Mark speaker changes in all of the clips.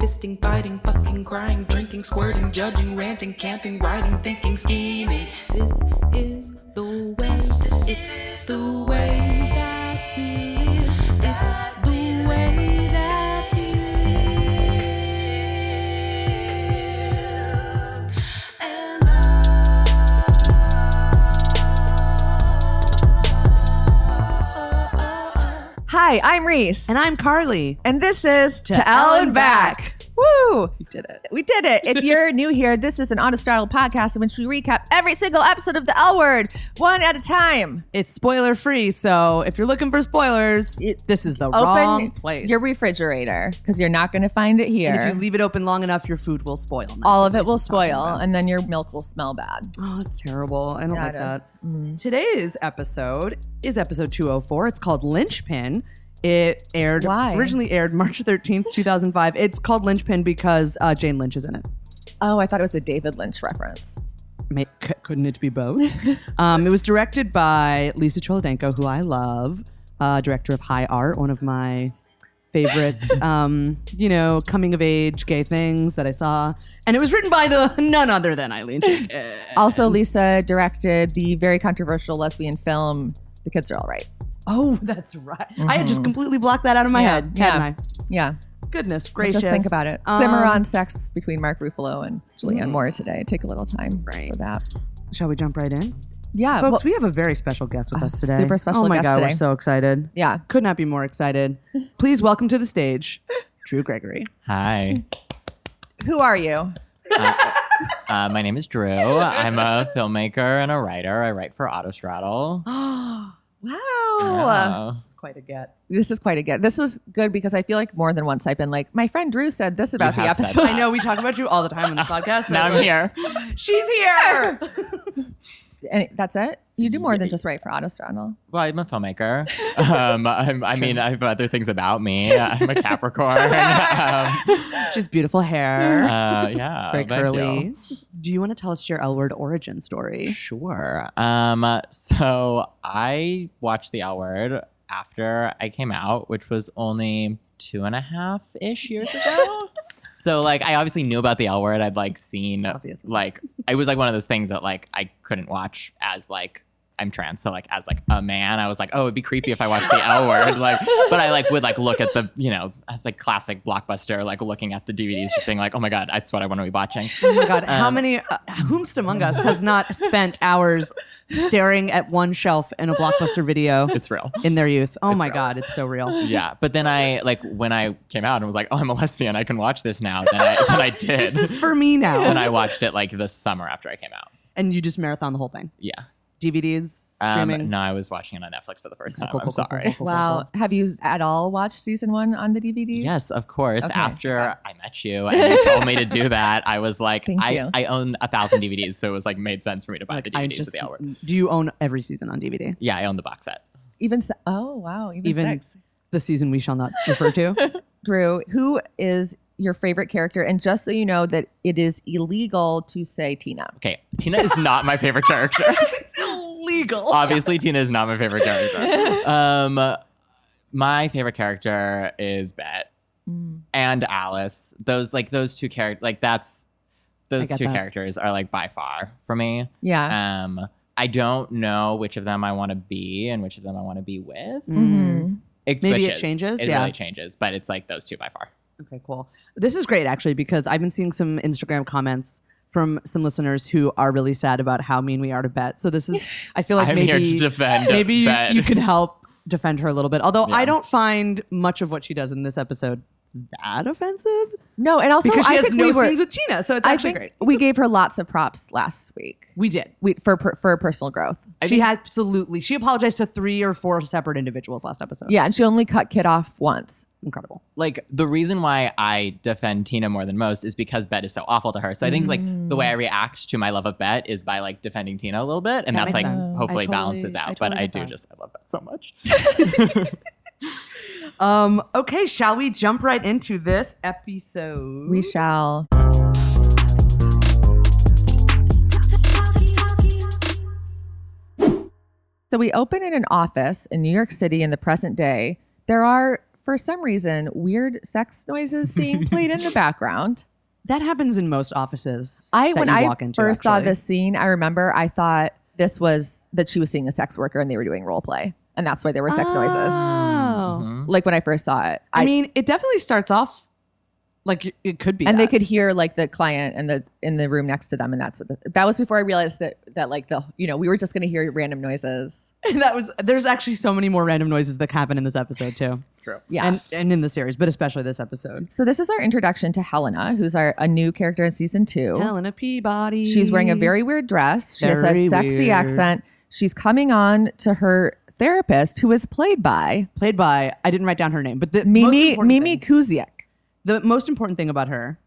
Speaker 1: fisting, biting, fucking, crying, drinking, squirting, judging, ranting, camping, writing, thinking, scheming. This is the way. It's the way that we live. It's the way that we live. And I.
Speaker 2: Hi, I'm Reese.
Speaker 3: And I'm Carly.
Speaker 2: And this is To, Ellen
Speaker 3: Ellen
Speaker 2: Back.
Speaker 3: Back.
Speaker 2: Woo! We did it. We did it. If you're new here, this is an honest straddle podcast in which we recap every single episode of The L Word one at a time.
Speaker 3: It's spoiler free, so if you're looking for spoilers, this is the wrong place.
Speaker 2: your refrigerator because you're not going to find it here.
Speaker 3: and if you leave it open long enough, your food will spoil. And that's
Speaker 2: All
Speaker 3: what
Speaker 2: of it
Speaker 3: Reese
Speaker 2: will
Speaker 3: is talking
Speaker 2: spoil,
Speaker 3: about.
Speaker 2: and then your milk will smell bad.
Speaker 3: Oh, it's terrible. I don't
Speaker 2: Yeah,
Speaker 3: like
Speaker 2: it is. Mm.
Speaker 3: that. Today's episode is episode 204. It's called Lynchpin. It aired
Speaker 2: Why?
Speaker 3: originally aired March 13th, 2005. It's called Lynchpin because uh, Jane Lynch is in it.
Speaker 2: Oh, I thought it was a David Lynch reference.
Speaker 3: Ma- c- couldn't it be both? um, it was directed by Lisa Cholodenko, who I love, uh, director of High Art, one of my favorite, um, you know, coming of age gay things that I saw. And it was written by the none other than Eileen. Shankar.
Speaker 2: Also, Lisa directed the very controversial lesbian film The Kids Are All Right.
Speaker 3: oh, that's right. I had just completely blocked that out of my
Speaker 2: Yeah,
Speaker 3: head, hadn't
Speaker 2: yeah. Yeah.
Speaker 3: I? Goodness gracious.
Speaker 2: Just think about it.
Speaker 3: Um, Mm.
Speaker 2: Simmer on sex between Mark Ruffalo and Julianne Moore today. Take a little time
Speaker 3: Right.
Speaker 2: for that.
Speaker 3: Shall we jump right in?
Speaker 2: Yeah.
Speaker 3: Folks,
Speaker 2: well-
Speaker 3: we have a very special guest with
Speaker 2: Oh,
Speaker 3: us today.
Speaker 2: super special
Speaker 3: Oh my
Speaker 2: guest
Speaker 3: God,
Speaker 2: today.
Speaker 3: we're so excited.
Speaker 2: yeah.
Speaker 3: Could not be more excited. Please welcome to the stage, Drew Gregory.
Speaker 4: Hi.
Speaker 2: Who are you?
Speaker 4: Uh, uh, my name is Drew. I'm a filmmaker and a writer. I write for Autostraddle. Oh.
Speaker 3: wow. Oh.
Speaker 4: Wow.
Speaker 3: That's quite a get.
Speaker 2: This is quite a get. This is good because I feel like more than once I've been like, my friend Drew said this about the
Speaker 4: have said
Speaker 2: episode.
Speaker 3: I know we talk about you all the time on the podcast.
Speaker 4: now I'm here.
Speaker 3: She's here.
Speaker 2: And that's it. You do more than just write for Autostraddle.
Speaker 4: Well, I'm a filmmaker. Um, I'm, I mean, I have other things about me. I'm a Capricorn. um,
Speaker 3: She's beautiful hair.
Speaker 4: uh, yeah.
Speaker 3: Very
Speaker 4: thank you.
Speaker 3: curly. Do you want to tell us your L word origin story?
Speaker 4: Sure. Um, uh, so I watched The L Word after I came out, which was only two and a half ish years ago. so like, I obviously knew about The L Word. I'd like seen
Speaker 3: Obviously.
Speaker 4: like it was like one of those things that like I couldn't watch as like I'm trans, so like as like a man, I was like, oh, it'd be creepy if I watched the L word, like. But I like would like look at the you know as like classic blockbuster, like looking at the DVDs, just being like, oh my god, that's what I want to be watching.
Speaker 3: Oh my God. how
Speaker 4: Um,
Speaker 3: many, uh, whomst among us has not spent hours staring at one shelf in a blockbuster video
Speaker 4: It's real.
Speaker 3: in their youth? Oh
Speaker 4: It's
Speaker 3: my
Speaker 4: real.
Speaker 3: God, it's so real.
Speaker 4: Yeah, but then I like when I came out and was like, oh, I'm a lesbian, I can watch this now. Then I, then I did,
Speaker 3: This is for me now.
Speaker 4: and
Speaker 3: And,
Speaker 4: I watched it like this summer after I came out.
Speaker 3: you just marathon the whole thing.
Speaker 4: Yeah,
Speaker 3: DVDs, streaming.
Speaker 4: um, no, I was watching it on Netflix for the first time.
Speaker 3: Cool,
Speaker 4: I'm
Speaker 3: cool, cool,
Speaker 4: sorry.
Speaker 3: cool, cool, cool,
Speaker 2: Wow. Have you at all watched season one on the DVD?
Speaker 4: Yes, of course.
Speaker 2: Okay.
Speaker 4: After I met you and you told me to do that, I was like,
Speaker 2: Thank
Speaker 4: I,
Speaker 2: you.
Speaker 4: I own a thousand DVDs, so it was like made sense for me to buy
Speaker 3: Like,
Speaker 4: the
Speaker 3: I
Speaker 4: DVDs
Speaker 3: just-
Speaker 4: of the hour.
Speaker 3: Do you own every season on DVD?
Speaker 4: Yeah, I own the box set.
Speaker 2: Even se- oh wow, even,
Speaker 3: Even-
Speaker 2: six.
Speaker 3: The season we shall not refer to.
Speaker 2: Drew, who is your favorite character? And just so you know that it is illegal to say Tina.
Speaker 4: Okay, Tina is not my favorite character.
Speaker 3: it's illegal.
Speaker 4: Obviously, Tina is not my favorite character. Um, my favorite character is Bet and Alice. Those like those two characters, like that's those
Speaker 3: get
Speaker 4: two
Speaker 3: that.
Speaker 4: characters are like by far for me.
Speaker 2: Yeah.
Speaker 4: Um, I don't know which of them I want to be and which of them I want to be with.
Speaker 3: Mm. Mm-hmm.
Speaker 2: Mhm.
Speaker 4: It
Speaker 3: Maybe it
Speaker 4: switches.
Speaker 3: changes,
Speaker 4: It
Speaker 3: yeah.
Speaker 4: really changes, but it's like those two by far.
Speaker 3: Okay, cool. This is great actually because I've been seeing some Instagram comments from some listeners who are really sad about how mean we are to Bet. So this is I feel like
Speaker 4: I'm here
Speaker 3: maybe
Speaker 4: to defend.
Speaker 3: maybe you,
Speaker 4: that.
Speaker 3: you can help defend her a little bit. Although I
Speaker 4: Yeah.
Speaker 3: don't find much of what she does in this episode that offensive
Speaker 2: No, and also
Speaker 3: because she
Speaker 2: I
Speaker 3: has
Speaker 2: think
Speaker 3: no
Speaker 2: we were,
Speaker 3: scenes with Tina. So it's
Speaker 2: I
Speaker 3: actually
Speaker 2: think
Speaker 3: great.
Speaker 2: we gave her lots of props last week.
Speaker 3: We did.
Speaker 2: We, for per, for personal growth.
Speaker 3: she absolutely. She apologized to three or four separate individuals last episode.
Speaker 2: Yeah, and she only cut Kid off once.
Speaker 3: incredible.
Speaker 4: like the reason why I defend Tina more than most is because Bet is so awful to her. So I think like the way I
Speaker 3: Mm.
Speaker 4: react to my love of Bet is by like defending Tina a little bit, and
Speaker 3: That
Speaker 4: that's
Speaker 3: makes
Speaker 4: like
Speaker 3: sense.
Speaker 4: hopefully
Speaker 3: I
Speaker 4: balances
Speaker 3: totally-
Speaker 4: out.
Speaker 3: I
Speaker 4: but
Speaker 3: totally
Speaker 4: I
Speaker 3: get
Speaker 4: do
Speaker 3: that.
Speaker 4: just I love that so much.
Speaker 3: Um, okay, shall we jump right into this episode?
Speaker 2: We shall. So we open in an office in New York City in the present day. There are for some reason, weird sex noises being played in the background.
Speaker 3: That happens in most offices.
Speaker 2: I
Speaker 3: that
Speaker 2: when
Speaker 3: you
Speaker 2: I
Speaker 3: walk into,
Speaker 2: first saw
Speaker 3: actually.
Speaker 2: this scene, I remember I thought this was that she was seeing a sex worker and they were doing role play, and that's why there were sex noises.
Speaker 3: Oh.
Speaker 4: Mhm.
Speaker 2: Like when I first saw it,
Speaker 3: I mean, it definitely starts off like y- it could be,
Speaker 2: and they
Speaker 3: that.
Speaker 2: could hear like the client and the in the room next to them, and that's what the, that was before I realized that that like the you know we were just gonna hear random noises.
Speaker 3: that was. There's actually so many more random noises that happen in this episode too,
Speaker 4: True.
Speaker 2: Yeah.
Speaker 3: and and in the series, but especially this episode.
Speaker 2: so this is our introduction to Helena, who's our a new character in season two.
Speaker 3: Helena Peabody.
Speaker 2: She's wearing a very weird dress. She has
Speaker 3: Very
Speaker 2: a sexy
Speaker 3: weird.
Speaker 2: accent. She's coming on to her therapist, who is played by
Speaker 3: played by. I didn't write down her name, but the most
Speaker 2: Mimi
Speaker 3: important
Speaker 2: Mimi
Speaker 3: thing-
Speaker 2: Kuziak.
Speaker 3: the most important thing about her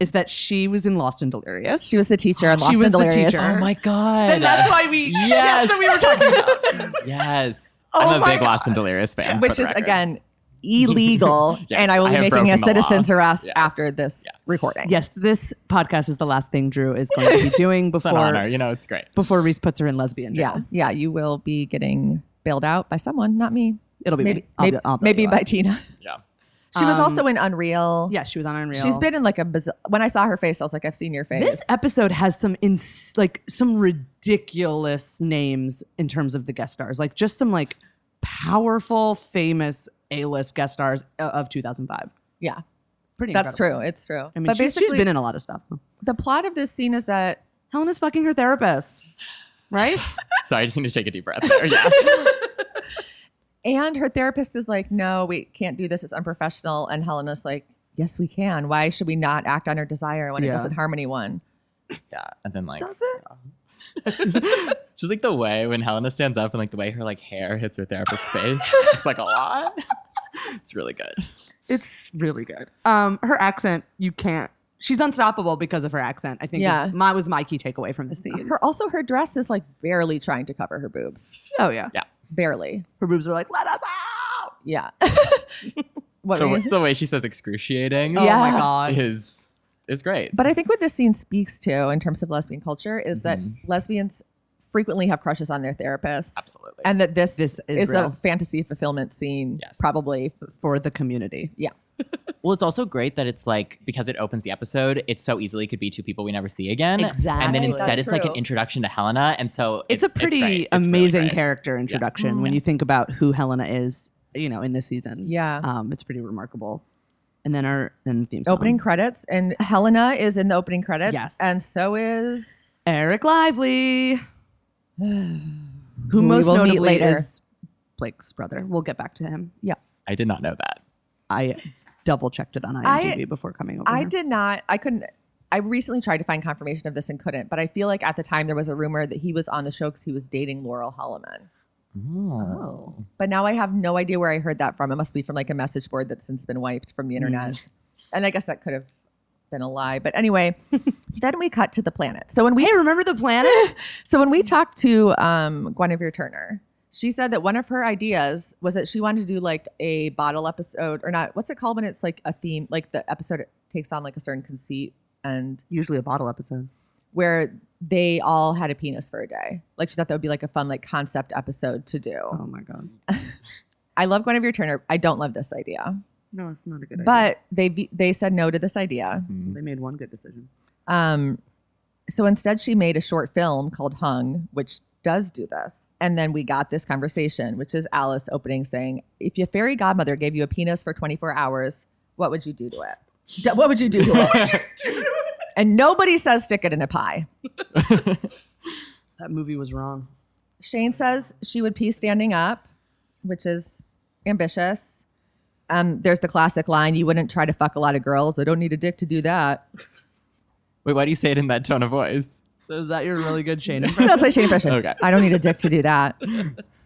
Speaker 3: is that she was in Lost and Delirious.
Speaker 2: She was the teacher in Lost
Speaker 3: was
Speaker 2: and
Speaker 3: the
Speaker 2: Delirious.
Speaker 3: teacher.
Speaker 4: Oh my god.
Speaker 3: and that's why we.
Speaker 4: uh,
Speaker 3: That's
Speaker 4: Yes.
Speaker 3: what we were talking about.
Speaker 4: Yes.
Speaker 2: Oh
Speaker 4: I'm a
Speaker 2: my
Speaker 4: big Lost and Delirious fan. for
Speaker 2: Which
Speaker 4: the
Speaker 2: is
Speaker 4: record.
Speaker 2: again illegal,
Speaker 4: Yes,
Speaker 2: and I will
Speaker 4: I
Speaker 2: be
Speaker 4: have
Speaker 2: making a
Speaker 4: broken the law.
Speaker 2: citizen's arrest
Speaker 4: Yeah.
Speaker 2: after this recording.
Speaker 3: yes, this podcast is the last thing Drew is going to be doing
Speaker 4: It's an honor.
Speaker 3: before
Speaker 4: You know, it's great.
Speaker 3: before Reese puts her in lesbian jail.
Speaker 2: yeah, yeah. You will be getting bailed out by someone, not me.
Speaker 3: It'll be
Speaker 2: Maybe,
Speaker 3: me. I'll
Speaker 2: maybe,
Speaker 3: be- I'll bail
Speaker 2: maybe
Speaker 3: you
Speaker 2: by
Speaker 3: out.
Speaker 2: Tina.
Speaker 4: Yeah.
Speaker 2: She was
Speaker 3: Um,
Speaker 2: also in Unreal.
Speaker 3: Yeah, she was on Unreal.
Speaker 2: she's been in like a biz- when I saw her face, I was like, I've seen your face.
Speaker 3: This episode has some ins- like some ridiculous names in terms of the guest stars, like just some like powerful, famous A-list guest stars o- of 2005.
Speaker 2: yeah,
Speaker 3: Pretty.
Speaker 2: that's
Speaker 3: incredible.
Speaker 2: true. It's true.
Speaker 3: I mean,
Speaker 2: but
Speaker 3: she's-
Speaker 2: basically,
Speaker 3: she's been in a lot of stuff.
Speaker 2: the plot of this scene is that
Speaker 3: Helena's fucking her therapist, right?
Speaker 4: Sorry, I just need to take a deep breath there. Yeah.
Speaker 2: And her therapist is like, no, we can't do this. It's unprofessional. And Helena's like, yes, we can. Why should we not act on her desire when it
Speaker 3: Yeah.
Speaker 2: doesn't harmony one?
Speaker 4: yeah. And then like
Speaker 3: Does it?
Speaker 4: just like the way when Helena stands up and like the way her like hair hits her therapist's face. It's just like a lot. It's really good.
Speaker 3: It's really good. Um, her accent, you can't. She's unstoppable because of her accent. I think.
Speaker 2: Yeah.
Speaker 3: Yeah. My was my key takeaway from this scene.
Speaker 2: Her also her dress is like barely trying to cover her boobs.
Speaker 3: oh yeah.
Speaker 2: Barely.
Speaker 3: Her boobs are like, let us out.
Speaker 2: Yeah. what
Speaker 4: The,
Speaker 2: were
Speaker 4: way-
Speaker 2: you-
Speaker 4: the way she says excruciating
Speaker 3: Oh my
Speaker 2: Yeah.
Speaker 3: god.
Speaker 4: is is great.
Speaker 2: But I think what this scene speaks to in terms of lesbian culture is that lesbians frequently have crushes on their therapists.
Speaker 4: Absolutely.
Speaker 2: And that this,
Speaker 3: This is
Speaker 2: is, a
Speaker 3: real.
Speaker 2: fantasy fulfillment scene,
Speaker 4: Yes.
Speaker 2: probably.
Speaker 3: for the community.
Speaker 4: Well, it's also great that it's like because it opens the episode, it so easily could be two people we never see again. And then
Speaker 3: Exactly.
Speaker 4: instead,
Speaker 2: That's
Speaker 4: it's like an
Speaker 2: true.
Speaker 4: introduction to Helena, and so
Speaker 3: It's
Speaker 4: it-
Speaker 3: a pretty
Speaker 4: great. It's really
Speaker 3: amazing
Speaker 4: great.
Speaker 3: character introduction
Speaker 2: Mm,
Speaker 3: when
Speaker 2: yeah.
Speaker 3: you think about who Helena is, you know, in this season.
Speaker 2: Yeah.
Speaker 3: Um, it's pretty remarkable. And then our and the theme song.
Speaker 2: opening credits and Helena is in the opening credits.
Speaker 3: Yes.
Speaker 2: And so is
Speaker 3: Eric Lively, who
Speaker 2: we
Speaker 3: most
Speaker 2: will meet
Speaker 3: notably
Speaker 2: later.
Speaker 3: is Blake's brother. We'll get back to him.
Speaker 4: I did not know that.
Speaker 3: I double checked it on
Speaker 2: I-
Speaker 3: IMDb before coming over.
Speaker 2: I
Speaker 3: here.
Speaker 2: did not I couldn't I recently tried to find confirmation of this and couldn't, but I feel like at the time there was a rumor that he was on the show because he was dating Laurel Holloman.
Speaker 4: Oh.
Speaker 2: But now I have no idea where I heard that from. It must be from like a message board that's since been wiped from the
Speaker 3: Mm.
Speaker 2: internet. And I guess that could have been a lie. But anyway, then we cut to the planet. So when we
Speaker 3: Hey, remember the planet?
Speaker 2: So when we talked to um, Guinevere Turner, she said that one of her ideas was that she wanted to do like a bottle episode or not. What's it called when it's like a theme, like the episode takes on like a certain conceit and
Speaker 3: Usually a bottle episode.
Speaker 2: where they all had a penis for a day. Like she thought that would be like a fun like concept episode to do.
Speaker 3: Oh my god.
Speaker 2: I love Guinevere Turner. I don't love this idea,
Speaker 3: No, it's not a good
Speaker 2: but they be- they said no to this idea.
Speaker 4: Mhm.
Speaker 3: they made one good decision.
Speaker 2: Um, so instead, she made a short film called Hung, which does do this. And then we got this conversation, which is Alice opening saying, If your fairy godmother gave you a penis for 24 hours, what would you do to it? D- What would you do to it? and nobody says stick it in a pie.
Speaker 3: That movie was wrong.
Speaker 2: Shane says she would pee standing up, which is ambitious. Um, there's the classic line you wouldn't try to fuck a lot of girls. I don't need a dick to do that.
Speaker 4: Wait, why do you say it in that tone of voice?
Speaker 3: So is that your really good Shane? impression?
Speaker 2: That's my Shane impression.
Speaker 4: Okay.
Speaker 2: I don't need a dick to do that.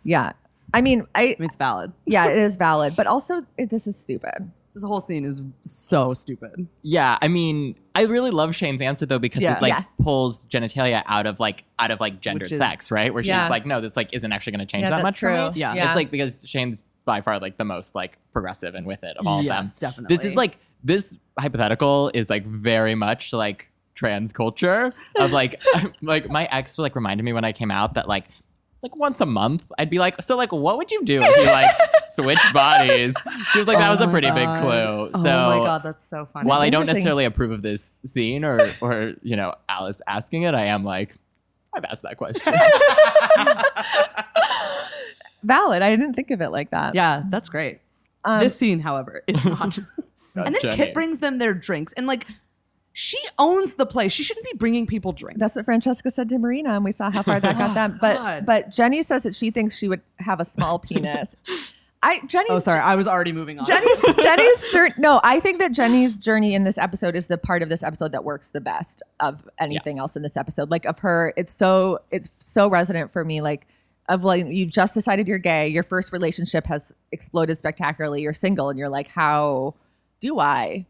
Speaker 2: Yeah. I mean, I
Speaker 3: I mean, it's valid.
Speaker 2: yeah, it is valid, but also it, this is stupid.
Speaker 3: This whole scene is so stupid.
Speaker 4: Yeah, I mean, I really love Shane's answer though because
Speaker 3: Yeah.
Speaker 4: it like
Speaker 2: Yeah.
Speaker 4: pulls genitalia out of like out of like gendered
Speaker 3: Which is-
Speaker 4: sex, right? Where
Speaker 2: Yeah.
Speaker 4: she's like, no, that's like isn't actually going to change
Speaker 2: Yeah,
Speaker 4: that
Speaker 2: that's
Speaker 4: much for
Speaker 2: true.
Speaker 4: me.
Speaker 3: Yeah.
Speaker 2: Yeah.
Speaker 4: it's like because Shane's by far like the most like progressive and with it of all of them.
Speaker 3: yes, definitely.
Speaker 4: This is like this hypothetical is like very much like trans culture of like like my ex like reminded me when I came out that like like once a month, I'd be like, so like, what would you do if you like switched bodies? She was like, that
Speaker 3: Oh
Speaker 4: was a
Speaker 3: my
Speaker 4: pretty big
Speaker 3: God.
Speaker 4: clue. So
Speaker 3: oh my god, that's so funny.
Speaker 4: while I don't
Speaker 2: interesting.
Speaker 4: necessarily approve of this scene or or you know Alice asking it, I am like, I've asked that question.
Speaker 2: Valid. I didn't think of it like that.
Speaker 3: yeah, that's great.
Speaker 2: Um,
Speaker 3: this scene, however, is not. and then
Speaker 4: Jenny.
Speaker 3: Kit brings them their drinks, and like, she owns the place. She shouldn't be bringing people drinks.
Speaker 2: That's what Francesca said to Marina, and we saw how far that got them. But
Speaker 3: God.
Speaker 2: but Jenny says that she thinks she would have a small penis. I Jenny's
Speaker 3: oh, sorry, I was already moving on.
Speaker 2: Jenny's Jenny's journey. No, I think that Jenny's journey in this episode is the part of this episode that works the best of anything else in this episode. Like of her, it's so it's so resonant for me. Like of like you've just decided you're gay, your first relationship has exploded spectacularly. You're single, and you're like, how do I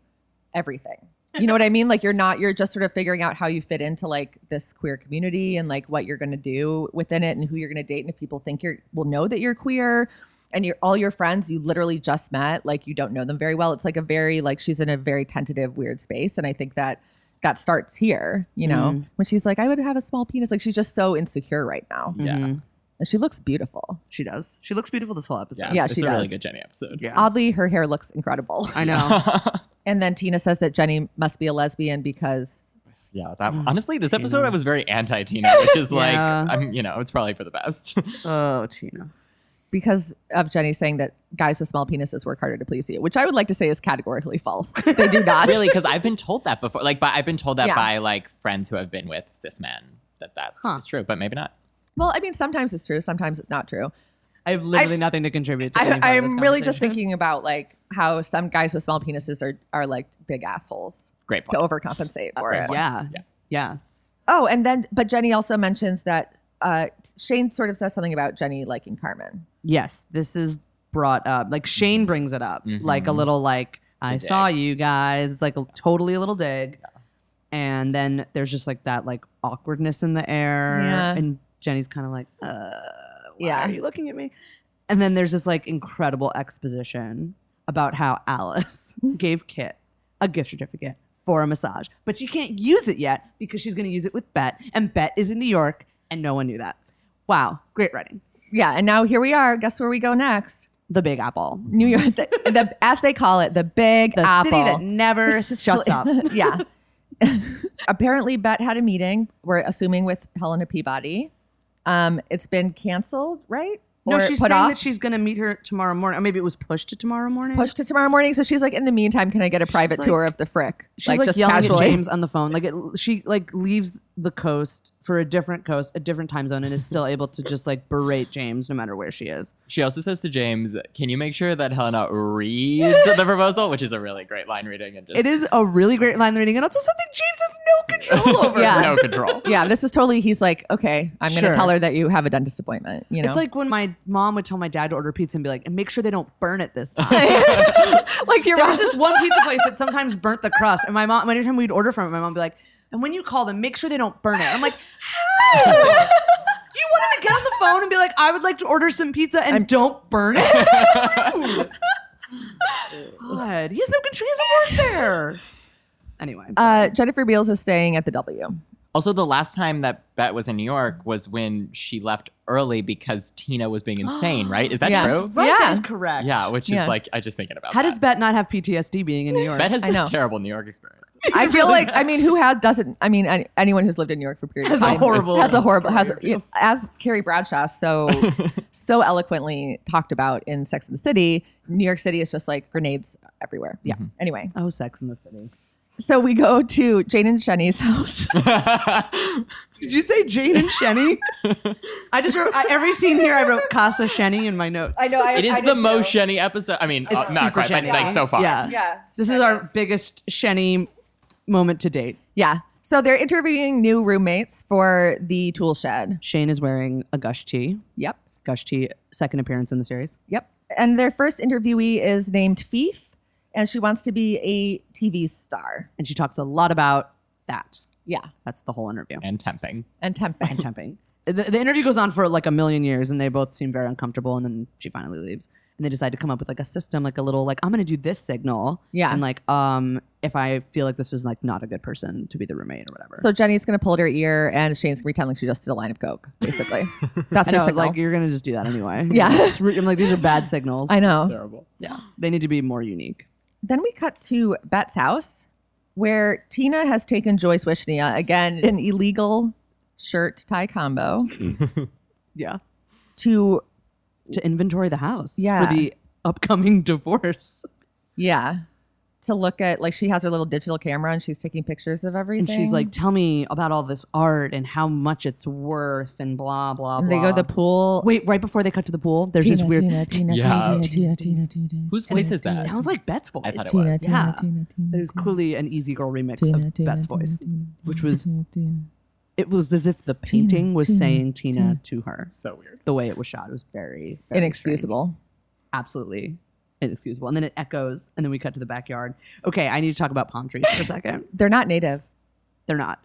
Speaker 2: everything? You know what I mean? Like you're not you're just sort of figuring out how you fit into like this queer community and like what you're going to do within it and who you're going to date and if people think you're will know that you're queer and your all your friends you literally just met like you don't know them very well it's like a very like she's in a very tentative weird space and i think that that starts here you know
Speaker 3: Mhm.
Speaker 2: when she's like i would have a small penis like she's just so insecure right now
Speaker 4: Yeah.
Speaker 3: Mhm.
Speaker 2: and she looks beautiful
Speaker 3: she does. She looks beautiful this whole episode.
Speaker 4: yeah,
Speaker 2: Yeah,
Speaker 4: it's
Speaker 2: she
Speaker 4: a really
Speaker 2: does.
Speaker 4: good Jenny episode.
Speaker 3: Yeah.
Speaker 2: oddly her hair looks incredible
Speaker 3: I know.
Speaker 2: and then tina says that jenny must be a lesbian because
Speaker 4: yeah, that
Speaker 3: Mm.
Speaker 4: honestly, this
Speaker 3: Tina.
Speaker 4: episode I was very anti-Tina, which is like,
Speaker 3: Yeah.
Speaker 4: I'm, you know, it's probably for the best.
Speaker 3: oh, Tina.
Speaker 2: because of Jenny saying that guys with small penises work harder to please you, which I would like to say is categorically false. They do not.
Speaker 4: really, because I've been told that before. Like, by, I've been told that
Speaker 2: Yeah.
Speaker 4: by like friends who have been with cis men that that's
Speaker 3: Huh.
Speaker 4: true, but maybe not.
Speaker 2: Well, I mean, sometimes it's true, sometimes it's not true.
Speaker 3: I have literally nothing to contribute to. any part of
Speaker 2: I,
Speaker 3: this
Speaker 2: I'm really just
Speaker 3: conversation.
Speaker 2: thinking about like how some guys with small penises are are like big assholes
Speaker 4: Great
Speaker 2: to
Speaker 4: point.
Speaker 2: overcompensate for
Speaker 4: Great
Speaker 2: it.
Speaker 4: point.
Speaker 3: Yeah.
Speaker 4: Yeah.
Speaker 3: Yeah.
Speaker 2: Oh, and then but Jenny also mentions that uh, Shane sort of says something about Jenny liking Carmen.
Speaker 3: Yes. This is brought up. Like Shane brings it up. Like a
Speaker 4: Mhm.
Speaker 3: little like I
Speaker 4: a dig.
Speaker 3: saw you guys. It's like a, totally a little dig. And then there's just like that like awkwardness in the air.
Speaker 2: Yeah.
Speaker 3: And Jenny's kind of like, uh, why
Speaker 2: Yeah.
Speaker 3: are you looking at me? And then there's this like incredible exposition about how Alice gave Kit a gift certificate for a massage, but she can't use it yet because she's going to use it with Bet, and Bet is in New York, and no one knew that. Wow, great writing.
Speaker 2: Yeah, and now here we are. Guess where we go next?
Speaker 3: The Big Apple,
Speaker 2: New York, the, the as they call it, the Big
Speaker 3: the
Speaker 2: Apple.
Speaker 3: city that never
Speaker 2: This is
Speaker 3: shuts
Speaker 2: sli-
Speaker 3: up.
Speaker 2: yeah. Apparently, Bet had a meeting. We're assuming with Helena Peabody. Um, it's been canceled, right?
Speaker 3: No,
Speaker 2: Or
Speaker 3: she's
Speaker 2: put
Speaker 3: saying
Speaker 2: off,
Speaker 3: that she's going to meet her tomorrow morning, or maybe it was pushed to tomorrow morning.
Speaker 2: pushed to tomorrow morning. So she's like, in the meantime, can I get a private
Speaker 3: like-
Speaker 2: tour of the frick?
Speaker 3: She's like, yelling
Speaker 2: casually.
Speaker 3: at James on the phone. Like it, she like leaves the coast for a different coast, a different time zone, and is still able to just like berate James no matter where she is.
Speaker 4: She also says to James, "Can you make sure that Helena reads the proposal?" Which is a really great line reading and just
Speaker 3: It is a really great line reading, and also something James has no control over.
Speaker 2: Yeah.
Speaker 4: no control.
Speaker 2: Yeah, this is totally. He's like, okay, I'm going to
Speaker 3: Sure.
Speaker 2: tell her that you have a dentist appointment. You know,
Speaker 3: It's like when my mom would tell my dad to order pizza and be like, and make sure they don't burn it this time.
Speaker 2: like your
Speaker 3: there
Speaker 2: mom.
Speaker 3: was this one pizza place that sometimes burnt the crust. And my mom, anytime we'd order from it, my mom would be like, and when you call them, make sure they don't burn it. I'm like, how? you want him to get on the phone and be like, I would like to order some pizza and don't burn it? God, he has no control. He doesn't work there. Anyway.
Speaker 2: Uh, Jennifer Beals is staying at the W.
Speaker 4: Also, the last time that Bet was in New York was when she left early because Tina was being insane. right? Is that
Speaker 2: Yeah.
Speaker 4: true?
Speaker 3: right,
Speaker 2: yeah.
Speaker 3: that is correct.
Speaker 4: Yeah, which
Speaker 2: Yeah.
Speaker 4: is like I just thinking about.
Speaker 3: How
Speaker 4: that.
Speaker 3: does Bet not have PTSD being in New York?
Speaker 4: Bet has
Speaker 2: I know.
Speaker 4: a terrible New York experience?
Speaker 2: I feel like I mean, who has doesn't? I mean, any, anyone who's lived in New York for a period
Speaker 3: Has a
Speaker 2: of time
Speaker 3: horrible-
Speaker 2: has a horrible has you know, as Carrie Bradshaw so so eloquently talked about in Sex and the City. New York City is just like grenades everywhere. Yeah. Anyway,
Speaker 3: Oh, Sex in the City.
Speaker 2: so we go to Jane and Shenny's house.
Speaker 3: Did you say Jane and Shenny? I just wrote I, every scene here. I wrote Casa Shenny in my notes.
Speaker 2: know. I,
Speaker 4: it is the most Shenny episode. I mean, uh,
Speaker 3: It's
Speaker 4: not
Speaker 3: super
Speaker 4: quite, but
Speaker 3: Shenny.
Speaker 4: like so far.
Speaker 3: Yeah.
Speaker 2: Yeah.
Speaker 3: This is our biggest Shenny moment to date.
Speaker 2: Yeah. So they're interviewing new roommates for the tool shed.
Speaker 3: Shane is wearing a gush tee.
Speaker 2: Yep.
Speaker 3: Gush tee, second appearance in the series.
Speaker 2: Yep. And their first interviewee is named Fief, and she wants to be a TV star.
Speaker 3: And she talks a lot about that.
Speaker 2: Yeah.
Speaker 3: That's the whole interview.
Speaker 4: And temping.
Speaker 2: And temping.
Speaker 3: And temping. The, the interview goes on for like a million years and they both seem very uncomfortable and then she finally leaves. and they decide to come up with like a system, like a little like I'm gonna do this signal.
Speaker 2: Yeah.
Speaker 3: And like, um, if I feel like this is like not a good person to be the roommate or whatever.
Speaker 2: So Jenny's gonna pull at her ear, and Shane's gonna pretend like she just did a line of coke, basically. That's
Speaker 3: and
Speaker 2: her
Speaker 3: I was
Speaker 2: signal.
Speaker 3: like, you're gonna just do that anyway.
Speaker 2: Yeah.
Speaker 3: Just re- I'm like, these are bad signals.
Speaker 2: I know.
Speaker 4: Terrible.
Speaker 3: Yeah. They need to be more unique.
Speaker 2: Then we cut to Bet's house, where Tina has taken Joyce Wishnia again, an illegal shirt tie combo,
Speaker 3: Yeah.
Speaker 2: to
Speaker 3: To inventory the house.
Speaker 2: Yeah.
Speaker 3: For the upcoming divorce.
Speaker 2: yeah, to look at like she has her little digital camera and she's taking pictures of everything.
Speaker 3: And she's like, tell me about all this art and how much it's worth and blah, blah,
Speaker 2: And
Speaker 3: blah.
Speaker 2: they go to the pool.
Speaker 3: Wait, right before they cut to the pool, there's this weird.
Speaker 2: Tina, Tina,
Speaker 4: Yeah.
Speaker 2: Tina, Tina, Tina, Tina.
Speaker 4: Whose voice is that?
Speaker 3: Sounds like Bet's voice.
Speaker 4: I thought it
Speaker 2: Tina,
Speaker 4: was.
Speaker 2: Tina,
Speaker 3: Yeah.
Speaker 2: Tina, Tina,
Speaker 3: It was clearly an easy girl remix of Bet's voice. which was- It was as if the painting was
Speaker 2: Tina,
Speaker 3: saying Tina, to her.
Speaker 4: So weird.
Speaker 3: The way it was shot, it was very, very strange.
Speaker 2: inexcusable.
Speaker 3: Absolutely inexcusable. And then it echoes, and then we cut to the backyard. Okay, I need to talk about palm trees for a second.
Speaker 2: They're not native.
Speaker 3: They're not.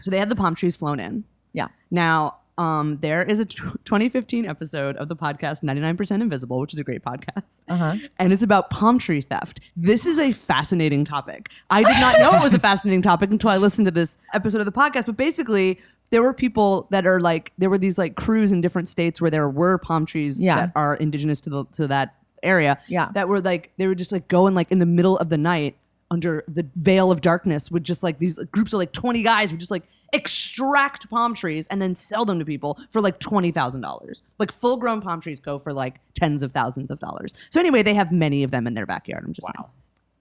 Speaker 3: So they had the palm trees flown in.
Speaker 2: Yeah.
Speaker 3: Now, um, there is a tw 2015 episode of the podcast 99% Invisible, which is a great podcast.
Speaker 2: Uh-huh.
Speaker 3: and it's about palm tree theft. This is a fascinating topic. I did not know it was a fascinating topic until I listened to this episode of the podcast. But basically, there were people that are like there were these like crews in different states where there were palm trees
Speaker 2: Yeah.
Speaker 3: that are indigenous to the to that area.
Speaker 2: Yeah.
Speaker 3: that were like they would just like go and like in the middle of the night under the veil of darkness would just like these groups of like twenty guys would just like extract palm trees and then sell them to people for like $20,000. Like full grown palm trees go for like tens of thousands of dollars. So anyway, they have many of them in their backyard. I'm just saying.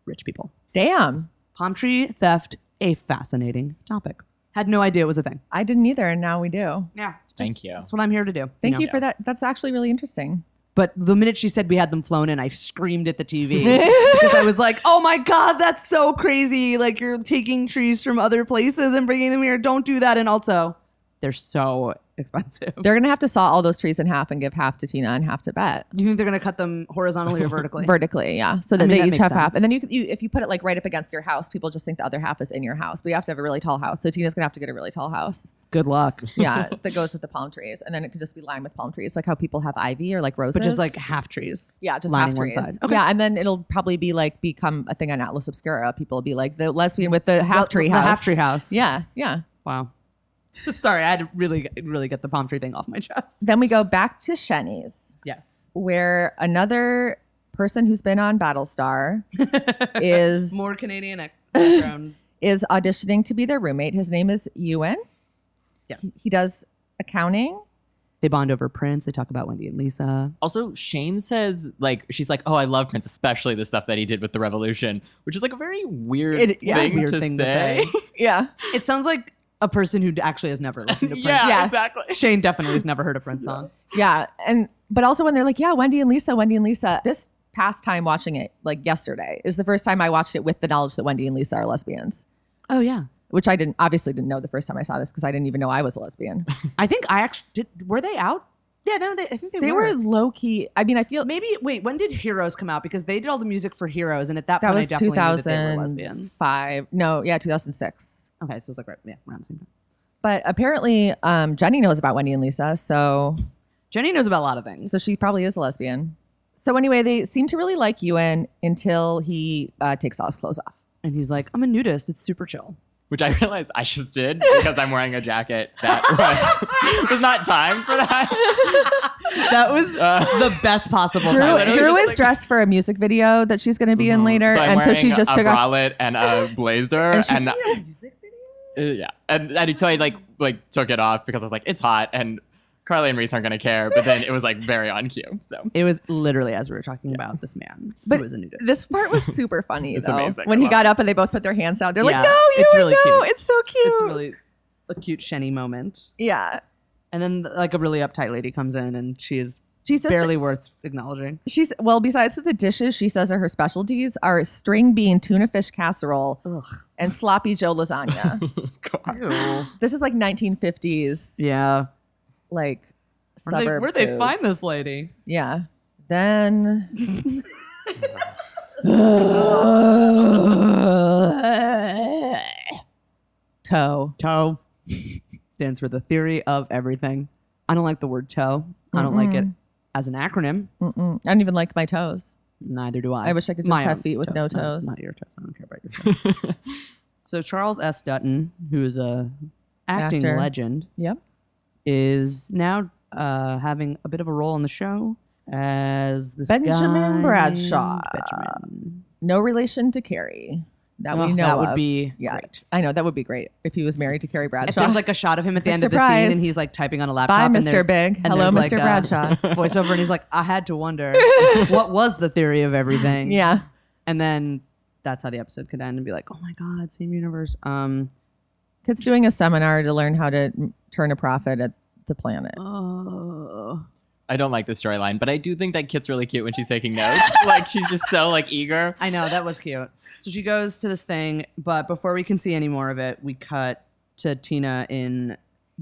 Speaker 3: Rich people.
Speaker 2: Damn.
Speaker 3: Palm tree theft, a fascinating topic. Had no idea it was a thing.
Speaker 2: I didn't either, and now we do.
Speaker 3: Yeah.
Speaker 4: Thank you.
Speaker 3: That's what I'm here to do.
Speaker 2: Thank
Speaker 3: know?
Speaker 2: you for that. That's actually really interesting.
Speaker 3: But the minute she said we had them flown in, I screamed at the TV because I was like, "Oh my god, that's so crazy! Like you're taking trees from other places and bringing them here. Don't do that." And also, they're so expensive.
Speaker 2: They're gonna have to saw all those trees in half and give half to Tina and half to Bet
Speaker 3: Do you think they're gonna cut them horizontally or vertically?
Speaker 2: vertically, yeah. So that
Speaker 3: mean,
Speaker 2: they
Speaker 3: that
Speaker 2: each
Speaker 3: makes
Speaker 2: have half,
Speaker 3: sense.
Speaker 2: and then you, could- you if you put it like right up against your house, people just think the other half is in your house. But you have to have a really tall house, so Tina's gonna have to get a really tall house,
Speaker 3: Good luck.
Speaker 2: yeah, that goes with the palm trees, and then it could just be lined with palm trees, like how people have ivy or like roses,
Speaker 3: But just like half trees.
Speaker 2: Yeah, just
Speaker 3: lining
Speaker 2: half
Speaker 3: one
Speaker 2: trees.
Speaker 3: side. Okay.
Speaker 2: Yeah, and then it'll probably be like become a thing on Atlas Obscura. People will be like the lesbian with the half tree house.
Speaker 3: The half tree house.
Speaker 2: Yeah, yeah.
Speaker 3: Wow. Sorry, I had to really, really get the palm tree thing off my chest.
Speaker 2: Then we go back to Shenny's,
Speaker 3: Yes.
Speaker 2: where another person who's been on Battlestar is
Speaker 3: More Canadian ec- background.
Speaker 2: is auditioning to be their roommate. His name is Ewan.
Speaker 3: yes.
Speaker 2: He, he does accounting.
Speaker 3: They bond over Prince. They talk about Wendy and Lisa.
Speaker 4: Also, Shane says like she's like, "Oh, I love Prince, especially the stuff that he did with the revolution," which is like a very weird
Speaker 2: It- yeah.
Speaker 4: thing,
Speaker 3: Weird
Speaker 4: to,
Speaker 3: thing to
Speaker 4: say.
Speaker 3: say.
Speaker 2: Yeah.
Speaker 3: It sounds like a person who actually has never listened to Prince.
Speaker 4: yeah,
Speaker 2: Yeah.
Speaker 4: exactly.
Speaker 3: Shane definitely has never heard a Prince song.
Speaker 2: Yeah. And but also when they're like, yeah, Wendy and Lisa, Wendy and Lisa. This past time watching it, like yesterday, is the first time I watched it with the knowledge that Wendy and Lisa are lesbians.
Speaker 3: Oh yeah.
Speaker 2: Which I didn't obviously didn't know the first time I saw this because I didn't even know I was a lesbian.
Speaker 3: I think I actually did were they out? Yeah, no, they I think
Speaker 2: They were low key. I mean, I feel
Speaker 3: maybe wait, when did Heroes come out? Because they did all the music for Heroes and at that,
Speaker 2: that
Speaker 3: point
Speaker 2: was
Speaker 3: I
Speaker 2: two
Speaker 3: definitely knew that they were
Speaker 2: thousand
Speaker 3: lesbians.
Speaker 2: five. No, yeah, two thousand six.
Speaker 3: Okay, so it was like right yeah, around the same time.
Speaker 2: But apparently, um, Jenny knows about Wendy and Lisa, so
Speaker 3: Jenny knows about a lot of things.
Speaker 2: So she probably is a lesbian. So anyway, they seem to really like Ewan until he uh, takes all his clothes off.
Speaker 3: And he's like, I'm a nudist, it's super chill.
Speaker 4: Which I realized I just did because I'm wearing a jacket that was, was not timed for that.
Speaker 3: That was
Speaker 4: Uh,
Speaker 3: the best possible
Speaker 2: Drew,
Speaker 4: Tyler, I was
Speaker 2: Drew
Speaker 4: just
Speaker 2: is
Speaker 4: like-
Speaker 2: dressed for a music video that she's going to be in
Speaker 4: Mhm.
Speaker 2: later,
Speaker 4: So I'm
Speaker 2: and so she
Speaker 4: wearing
Speaker 2: just
Speaker 4: a
Speaker 2: took off.
Speaker 4: bralette and a blazer,
Speaker 2: And
Speaker 4: and,
Speaker 2: she-
Speaker 4: that- Uh, yeah, and, and until I like like took it off because I was like, it's hot, and Carly and Reese aren't gonna care. But then it was like very on cue, so
Speaker 3: It was literally as we were talking about this man
Speaker 2: But
Speaker 3: who was a nudist.
Speaker 2: This part was super funny
Speaker 4: It's
Speaker 2: though.
Speaker 4: amazing.
Speaker 2: When
Speaker 4: I
Speaker 2: he
Speaker 4: love
Speaker 2: got up and they both put their hands out, they're
Speaker 3: Yeah.
Speaker 2: like, "No, you
Speaker 3: It's really
Speaker 2: no,
Speaker 3: cute.
Speaker 2: it's so cute."
Speaker 3: it's really a cute Shenny moment.
Speaker 2: yeah.
Speaker 3: And then like a really uptight lady comes in and she is
Speaker 2: She says
Speaker 3: barely worth acknowledging.
Speaker 2: she's well. Besides the dishes, she says are her specialties are string bean tuna fish casserole
Speaker 3: Ugh.
Speaker 2: and sloppy Joe lasagna.
Speaker 4: God.
Speaker 2: this is like 1950s,
Speaker 3: Yeah.
Speaker 2: like
Speaker 3: Where they,
Speaker 2: suburb.
Speaker 3: where'd they find
Speaker 2: foods.
Speaker 3: this lady?
Speaker 2: Yeah. Then toe.
Speaker 3: toe stands for the theory of everything. I don't like the word toe. I don't like it. as an acronym.
Speaker 2: Mm-mm. I don't even like my toes.
Speaker 3: Neither do I.
Speaker 2: I wish I could just
Speaker 3: My
Speaker 2: have
Speaker 3: own
Speaker 2: feet with no toes.
Speaker 3: Not, not your toes. I don't care about your toes. So Charles S. Dutton, who is a acting
Speaker 2: Actor.
Speaker 3: legend,
Speaker 2: Yep.
Speaker 3: is now uh, having a bit of a role on the show as this
Speaker 2: Benjamin
Speaker 3: guy
Speaker 2: Bradshaw.
Speaker 3: named Benjamin.
Speaker 2: No relation to Carrie that
Speaker 3: Oh,
Speaker 2: we know
Speaker 3: that
Speaker 2: of.
Speaker 3: would be
Speaker 2: yeah,
Speaker 3: great.
Speaker 2: I know that would be great if he was married to Carrie
Speaker 3: If
Speaker 2: Bradshaw.
Speaker 3: there's like a shot of him at the
Speaker 2: Big
Speaker 3: end of the
Speaker 2: surprise.
Speaker 3: scene, and he's like typing on a laptop.
Speaker 2: Bye,
Speaker 3: and
Speaker 2: Mr.
Speaker 3: there's
Speaker 2: Big.
Speaker 3: and
Speaker 2: Hello,
Speaker 3: there's,
Speaker 2: Mr.
Speaker 3: like, a-
Speaker 2: Bradshaw.
Speaker 3: Voiceover, and he's like, "I had to wonder what was the theory of everything."
Speaker 2: yeah.
Speaker 3: and then that's how the episode could end and be like, "Oh my god, same universe." Um,
Speaker 2: Kids doing a seminar to learn how to mm, turn a profit at the planet.
Speaker 3: oh.
Speaker 4: I don't like the storyline, but I do think that Kit's really cute when she's taking notes. like she's just so like eager.
Speaker 3: I know that was cute. So she goes to this thing, but before we can see any more of it, we cut to Tina in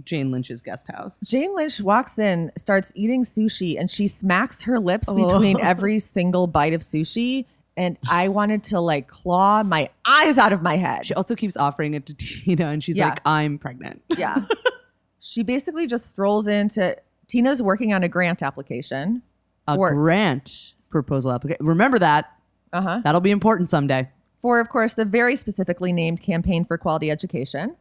Speaker 3: Jane Lynch's guest house.
Speaker 2: Jane Lynch walks in, starts eating sushi, and she smacks her lips
Speaker 3: Oh.
Speaker 2: between every single bite of sushi. And I wanted to like claw my eyes out of my head.
Speaker 3: She also keeps offering it to Tina, and she's
Speaker 2: Yeah.
Speaker 3: like, "I'm pregnant."
Speaker 2: Yeah. she basically just strolls into Tina's working on a grant application.
Speaker 3: A
Speaker 2: Or-
Speaker 3: grant proposal application. Remember that.
Speaker 2: Uh huh.
Speaker 3: That'll be important someday.
Speaker 2: For, of course, the very specifically named Campaign for Quality Education.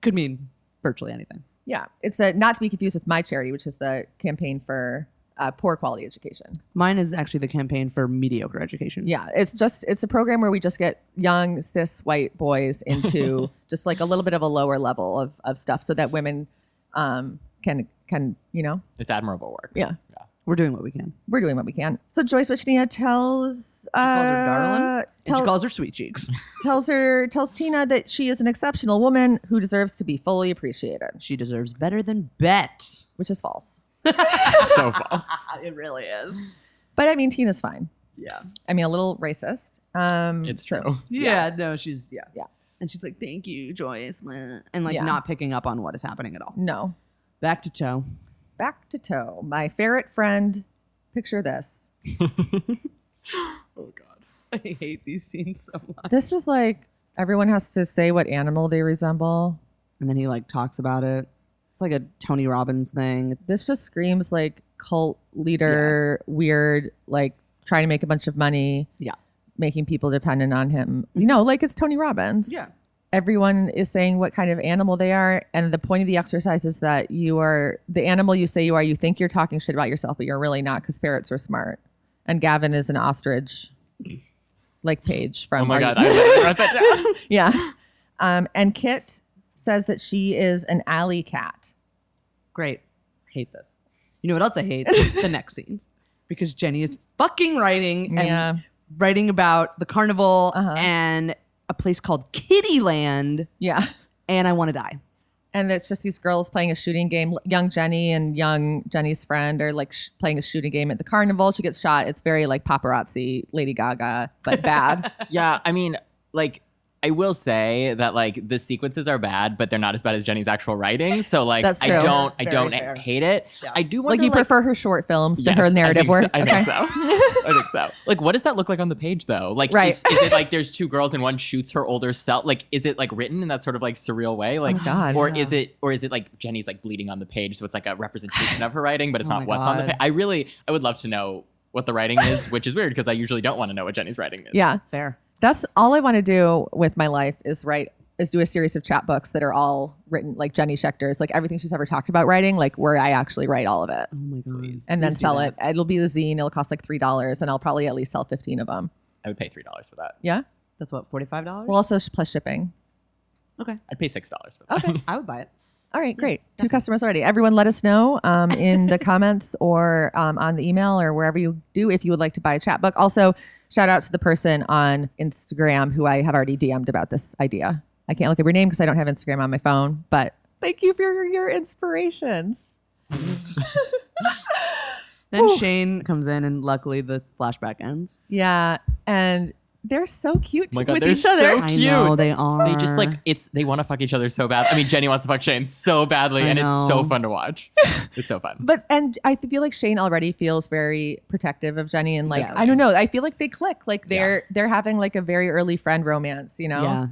Speaker 3: Could mean virtually anything.
Speaker 2: Yeah. It's a, not to be confused with my charity, which is the Campaign for uh, Poor Quality Education.
Speaker 3: Mine is actually the campaign for mediocre education.
Speaker 2: Yeah. It's just, it's a program where we just get young, cis, white boys into just like a little bit of a lower level of, of stuff so that women um, can, can, you know,
Speaker 4: It's admirable work.
Speaker 2: yeah.
Speaker 3: we're doing what we can.
Speaker 2: We're doing what we can. So Joyce Wichnia tells.
Speaker 3: calls her
Speaker 2: uh,
Speaker 3: darling, And
Speaker 2: tell-
Speaker 3: she calls her sweet cheeks.
Speaker 2: tells her tells Tina that she is an exceptional woman who deserves to be fully appreciated,
Speaker 3: she deserves better than bet.
Speaker 2: which is false.
Speaker 4: so false.
Speaker 3: It really is.
Speaker 2: But I mean, Tina's fine.
Speaker 3: Yeah.
Speaker 2: I mean, a little racist. Um,
Speaker 4: It's
Speaker 2: so-
Speaker 4: true.
Speaker 3: Yeah, no, she's yeah.
Speaker 2: Yeah.
Speaker 3: And she's like, Thank you, Joyce. And like
Speaker 2: Yeah.
Speaker 3: not picking up on what is happening at all.
Speaker 2: No,
Speaker 3: Back to toe.
Speaker 2: back to toe. My ferret friend. Picture this.
Speaker 4: Oh god.
Speaker 3: I hate these scenes so much.
Speaker 2: This is like everyone has to say what animal they resemble.
Speaker 3: And then he like talks about it. It's like a Tony Robbins thing.
Speaker 2: This just screams like cult leader, weird, like trying to make a bunch of money.
Speaker 3: Yeah.
Speaker 2: Making people dependent on him. You know, like it's Tony Robbins. everyone is saying what kind of animal they are and the point of the exercise is that you are the animal you say you are you think you're talking shit about yourself but you're really not because ferrets are smart and gavin is an ostrich like Paige from
Speaker 4: Oh my
Speaker 2: Are
Speaker 4: god.
Speaker 2: You-
Speaker 4: I literally wrote that down.
Speaker 2: yeah um, and kit says that she is an alley cat
Speaker 3: Great. hate this. You know what else I hate? the next scene. Because Jenny is fucking writing and
Speaker 2: yeah
Speaker 3: writing about the carnival
Speaker 2: Uh-huh.
Speaker 3: and a place called Kittyland.
Speaker 2: yeah
Speaker 3: And I want to die.
Speaker 2: and it's just these girls playing a shooting game young jenny and young jenny's friend are like sh- playing a shooting game at the carnival she gets shot it's very like paparazzi lady gaga but bad
Speaker 4: Yeah, I mean, like I will say that like the sequences are bad, but they're not as bad as Jenny's actual writing. So like
Speaker 2: That's
Speaker 4: I
Speaker 2: true.
Speaker 4: don't I
Speaker 3: Very
Speaker 4: don't
Speaker 3: fair.
Speaker 4: hate it.
Speaker 3: Yeah.
Speaker 4: I do
Speaker 2: like
Speaker 4: wonder
Speaker 2: you prefer her short films to
Speaker 4: Yes,
Speaker 2: her narrative work.
Speaker 4: I think so. I
Speaker 2: Okay.
Speaker 4: think so. I think so. Like, what does that look like on the page though? Like,
Speaker 2: Right.
Speaker 4: is, is it like there's two girls and one shoots her older self? Like, is it like written in that sort of like surreal way? Like,
Speaker 2: Oh my God,
Speaker 4: or
Speaker 3: yeah.
Speaker 4: is it or is it like Jenny's like bleeding on the page, so it's like a representation of her writing, but it's
Speaker 3: Oh my
Speaker 4: not what's on the
Speaker 3: God.
Speaker 4: page. I really, I would love to know what the writing is, which is weird because I usually don't want to know what Jenny's writing is.
Speaker 2: Yeah,
Speaker 3: Fair.
Speaker 2: that's all I want to do with my life is write is do a series of chapbooks that are all written like Jenny Schechter's, like everything she's ever talked about writing, like where I actually write all of it
Speaker 3: Oh my god.
Speaker 4: Please.
Speaker 2: and then
Speaker 3: Please do
Speaker 2: sell
Speaker 3: that.
Speaker 2: it. It'll be the zine. It'll cost like three dollars, and I'll probably at least sell fifteen of them.
Speaker 4: I would pay three dollars for that.
Speaker 2: Yeah.
Speaker 3: That's what forty five dollars.
Speaker 2: Well, also sh- plus shipping.
Speaker 3: okay,
Speaker 4: I'd pay six dollars for that.
Speaker 3: okay, I would buy it.
Speaker 2: All right, great. Two
Speaker 3: definitely.
Speaker 2: customers already. Everyone, let us know um, in the comments or um, on the email or wherever you do if you would like to buy a chapbook. Also, shout out to the person on Instagram who I have already DM'd about this idea. I can't look up your name because I don't have Instagram on my phone, but thank you for your inspirations.
Speaker 3: Then
Speaker 2: Whew.
Speaker 3: Shane comes in, and luckily the flashback ends.
Speaker 2: Yeah, and they're so cute
Speaker 4: Oh my God,
Speaker 2: with
Speaker 4: they're
Speaker 2: each other.
Speaker 4: so- Cute.
Speaker 3: they are.
Speaker 4: They just like it's they want to fuck each other so bad. I mean, Jenny wants to fuck Shane so badly,
Speaker 3: I
Speaker 4: and it's so
Speaker 3: know.
Speaker 4: fun to watch. It's so fun.
Speaker 2: But and I feel like Shane already feels very protective of Jenny and like
Speaker 3: Yes.
Speaker 2: I don't know. I feel like they click. Like they're they're having like a very early friend romance, you know?
Speaker 3: yeah.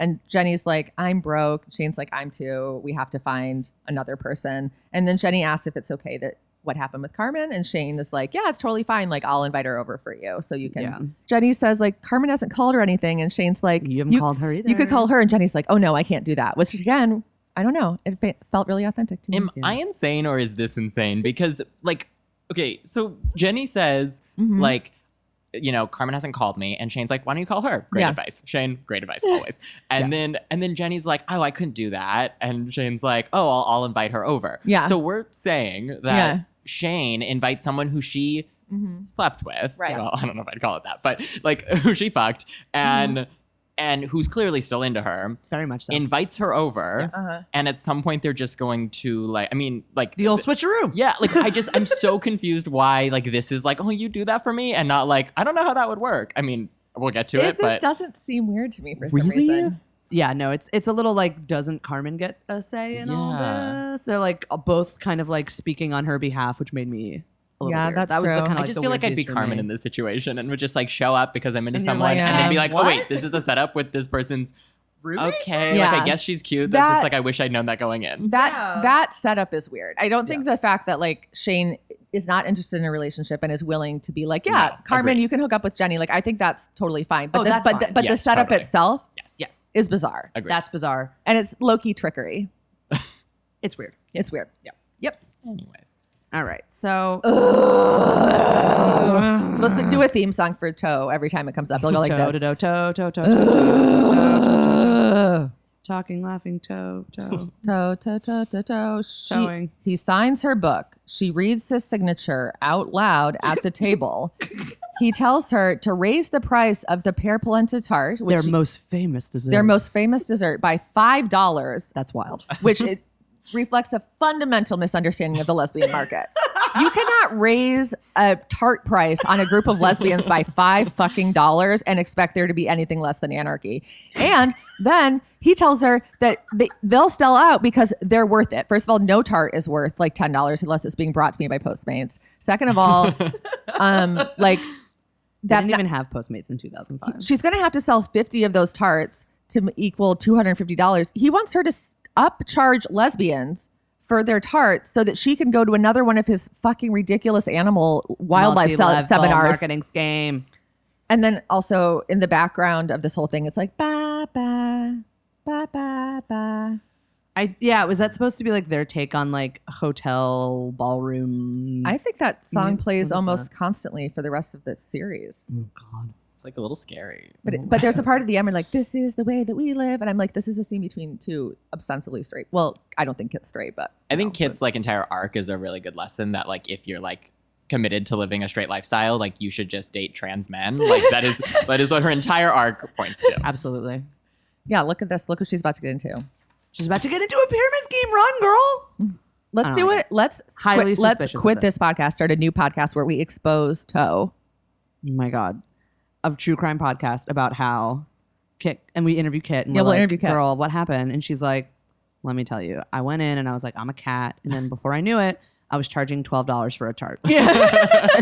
Speaker 2: And Jenny's like, I'm broke. Shane's like, I'm too. We have to find another person. And then Jenny asks if it's okay that what happened with Carmen. And Shane is like, yeah, it's totally fine. Like, I'll invite her over for you. So you can.
Speaker 3: Yeah.
Speaker 2: Jenny says, like, Carmen hasn't called or anything. And Shane's like,
Speaker 3: You haven't called her either.
Speaker 2: you could call her. And Jenny's like, oh no, I can't do that. Which again, I don't know. It fe- felt really authentic to me.
Speaker 4: Am I insane or is this insane? Because like, okay, so Jenny says
Speaker 2: Mhm.
Speaker 4: like, you know, Carmen hasn't called me, and Shane's like, why don't you call her? Great
Speaker 2: Yeah.
Speaker 4: advice, Shane. Great advice always. And then and then Jenny's like, oh, I couldn't do that, and Shane's like, oh, I'll, I'll invite her over.
Speaker 2: Yeah.
Speaker 4: So we're saying that
Speaker 2: Yeah.
Speaker 4: Shane invites someone who she
Speaker 2: Mhm.
Speaker 4: slept with.
Speaker 2: Right.
Speaker 4: Well, I don't know if I'd call it that, but like who she fucked and and who's clearly still into her,
Speaker 3: Very much so.
Speaker 4: invites her over,
Speaker 3: Yes.
Speaker 2: Uh-huh.
Speaker 4: and at some point they're just going to like I mean like
Speaker 3: the old switcheroo.
Speaker 4: yeah, like I just I'm so confused why like this is like oh you do that for me and not like I don't know how that would work. I mean, we'll get to
Speaker 2: It-
Speaker 4: it,
Speaker 2: this
Speaker 4: but
Speaker 2: doesn't seem weird to me for some
Speaker 3: Really?
Speaker 2: reason.
Speaker 3: Yeah, no, it's it's a little like doesn't Carmen get a say in all
Speaker 4: Yeah.
Speaker 3: this? They're like both kind of like speaking on her behalf, which made me a little
Speaker 2: Yeah,
Speaker 3: weird.
Speaker 2: that's
Speaker 3: that was
Speaker 2: true.
Speaker 3: the kind of
Speaker 4: I
Speaker 3: like
Speaker 4: just
Speaker 3: the
Speaker 4: feel like I'd
Speaker 3: weird
Speaker 4: be
Speaker 3: juice for
Speaker 4: Carmen
Speaker 3: me.
Speaker 4: in this situation and would just like show up because I'm into
Speaker 3: And you're
Speaker 4: someone
Speaker 3: like,
Speaker 4: and then be
Speaker 2: um,
Speaker 4: like, oh wait, this is a setup with this person's okay. Like
Speaker 2: Yeah.
Speaker 4: I guess she's cute. That's just
Speaker 2: That-
Speaker 4: like I wish I'd known that going in.
Speaker 2: That
Speaker 1: Yeah.
Speaker 2: that setup is weird. I don't think the fact that like Shane is not interested in a relationship and is willing to be like, yeah,
Speaker 4: No,
Speaker 2: Carmen,
Speaker 4: agreed.
Speaker 2: you can hook up with Jenny. Like I think that's totally fine. But
Speaker 3: Oh,
Speaker 2: this,
Speaker 3: that's
Speaker 2: but The,
Speaker 3: fine.
Speaker 2: but the
Speaker 4: Yes,
Speaker 2: setup
Speaker 4: totally.
Speaker 2: itself
Speaker 4: Yes.
Speaker 3: Yes,
Speaker 2: is bizarre
Speaker 4: Agreed.
Speaker 3: that's bizarre.
Speaker 2: and it's low key trickery.
Speaker 3: It's weird.
Speaker 2: It's weird.
Speaker 4: Anyways.
Speaker 3: All right, so
Speaker 2: Let's do a theme song for Toe every time it comes up. It'll go like
Speaker 3: toe,
Speaker 2: this.
Speaker 3: toe, toe, toe, toe, toe, toe, toe, toe, toe. talking, laughing, toe, toe,
Speaker 2: Toe, toe, toe, toe, toe. She-
Speaker 3: towing.
Speaker 2: He signs her book. She reads his signature out loud at the table. he tells her to raise the price of the pear polenta tart, which
Speaker 3: Their most famous dessert.
Speaker 2: their most famous dessert, by five dollars,
Speaker 3: Mm. That's wild.
Speaker 2: which it reflects a fundamental misunderstanding of the lesbian market. You cannot raise a tart price on a group of lesbians by five fucking dollars and expect there to be anything less than anarchy. And then he tells her that they, they'll sell out because they're worth it. First of all, no tart is worth like ten dollars unless it's being brought to me by Postmates. Second of all, um, like
Speaker 3: They
Speaker 2: that's
Speaker 3: didn't
Speaker 2: not-
Speaker 3: even have Postmates in 2005.
Speaker 2: she's going to have to sell 50 of those tarts to m- equal $250. He wants her to s- upcharge lesbians for their tarts so that she can go to another one of his fucking ridiculous animal wildlife se-
Speaker 3: Multi-level
Speaker 2: seminars.
Speaker 3: marketing scheme.
Speaker 2: And then also in the background of this whole thing, it's like, ba, ba, ba, ba, ba.
Speaker 3: I yeah, was that supposed to be like their take on like hotel ballroom?
Speaker 2: I think that song
Speaker 3: Yeah, Mm. what
Speaker 2: plays
Speaker 3: is
Speaker 2: almost constantly for the rest of this series.
Speaker 3: oh god,
Speaker 4: It's like a little scary.
Speaker 2: But, it, but there's a part of the end where like this is the way that we live, and I'm like this is a scene between two ostensibly straight. Well, I don't think it's straight, but
Speaker 4: I
Speaker 2: you know,
Speaker 4: think Kit's like entire arc is a really good lesson that like if you're like committed to living a straight lifestyle, like you should just date trans men. Like that is that is what her entire arc points to.
Speaker 3: absolutely.
Speaker 2: Yeah, look at this. Look what she's about to get into.
Speaker 3: She's about to get into a pyramid scheme. Run, girl. I
Speaker 2: Let's
Speaker 3: don't
Speaker 2: do
Speaker 3: like
Speaker 2: it. Let's
Speaker 3: Highly
Speaker 2: quit, let's
Speaker 3: suspicious of
Speaker 2: quit
Speaker 3: this.
Speaker 2: this podcast. Start a new podcast where we expose Toe.
Speaker 3: Oh my god, of true crime podcast about how Kit and we interview Kit and
Speaker 2: Yeah,
Speaker 3: we're
Speaker 2: we'll
Speaker 3: like,
Speaker 2: interview Kit.
Speaker 3: girl, what happened? And she's like, let me tell you, I went in and I was like, I'm a cat, and then before I knew it. I was charging twelve dollars for a tart. and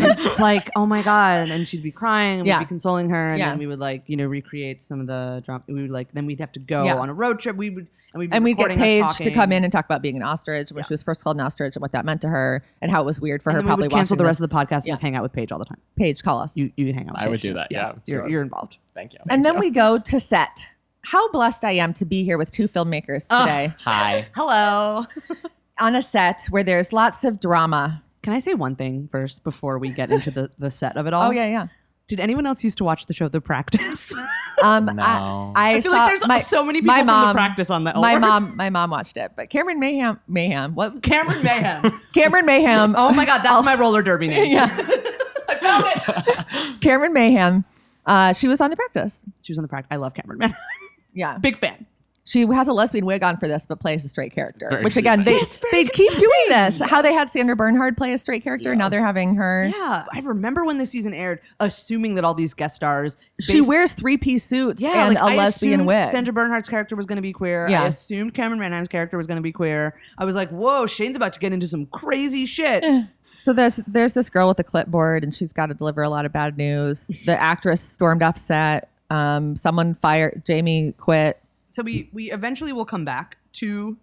Speaker 3: it's like, oh my god! And she'd be crying, and
Speaker 2: Yeah.
Speaker 3: we'd be consoling her, and
Speaker 2: Yeah.
Speaker 3: then we would like, you know, recreate some of the drama. We would like, then we'd have to go
Speaker 2: Yeah.
Speaker 3: on a road trip. We would, and we'd be
Speaker 2: And we get
Speaker 3: recording
Speaker 2: Paige
Speaker 3: us
Speaker 2: to
Speaker 3: talking.
Speaker 2: come in and talk about being an ostrich, when
Speaker 3: Yeah.
Speaker 2: she was first called an ostrich, and what that meant to her, and how it was weird for
Speaker 3: And
Speaker 2: her
Speaker 3: then
Speaker 2: probably
Speaker 3: we would cancel
Speaker 2: watching
Speaker 3: the rest
Speaker 2: this.
Speaker 3: of the podcast
Speaker 2: Yeah.
Speaker 3: and just hang out with Paige all the time.
Speaker 2: Paige. Call us,
Speaker 3: You you can hang out. With
Speaker 4: I would
Speaker 3: Paige.
Speaker 4: do that, yeah,
Speaker 3: you're,
Speaker 4: sure.
Speaker 3: you're involved.
Speaker 4: Thank you.
Speaker 2: and then we go to set. How blessed I am to be here with two filmmakers today
Speaker 4: Hi.
Speaker 3: Hello.
Speaker 2: on a set where there's lots of drama.
Speaker 3: Can I say one thing first before we get into the the set of it all?
Speaker 2: Oh yeah, yeah.
Speaker 3: Did anyone else used to watch the show The Practice?
Speaker 2: Um, I,
Speaker 4: No.
Speaker 2: I,
Speaker 3: feel
Speaker 2: saw
Speaker 3: like there's
Speaker 2: my,
Speaker 3: so many people
Speaker 2: my
Speaker 3: from The
Speaker 2: mom-
Speaker 3: Practice on that.
Speaker 2: my
Speaker 3: award.
Speaker 2: mom. My mom watched it, but Cameron Mayhem. Mayhem. What was
Speaker 3: Cameron Mayhem.
Speaker 2: Cameron Mayhem?
Speaker 3: oh my God, that's my roller derby name.
Speaker 2: yeah.
Speaker 3: I found it.
Speaker 2: Cameron Mayhem. Uh, she was on the practice.
Speaker 3: She was on The Practice. I love Cameron Mayhem.
Speaker 2: Yeah.
Speaker 3: Big fan.
Speaker 2: She has a lesbian wig on for this, but plays a straight character.
Speaker 4: very
Speaker 2: Which again, they
Speaker 3: confusing. Yes,
Speaker 2: they
Speaker 3: very
Speaker 2: keep doing this. How they had Sandra Bernhard play a straight character,
Speaker 4: Yeah.
Speaker 2: now they're having her.
Speaker 3: Yeah, I remember when the season aired, assuming that all these guest stars.
Speaker 2: She wears three piece suits
Speaker 3: yeah,
Speaker 2: and
Speaker 3: like,
Speaker 2: a
Speaker 3: I
Speaker 2: lesbian
Speaker 3: assumed
Speaker 2: wig.
Speaker 3: Sandra Bernhardt's character was going to be queer.
Speaker 2: Yeah.
Speaker 3: I assumed Cameron Manheim's character was going to be queer. I was like, whoa, Shane's about to get into some crazy shit.
Speaker 2: so there's there's this girl with a clipboard, and she's got to deliver a lot of bad news. The actress stormed off set. Um, someone fired Jamie. Quit.
Speaker 3: so we we eventually will come back to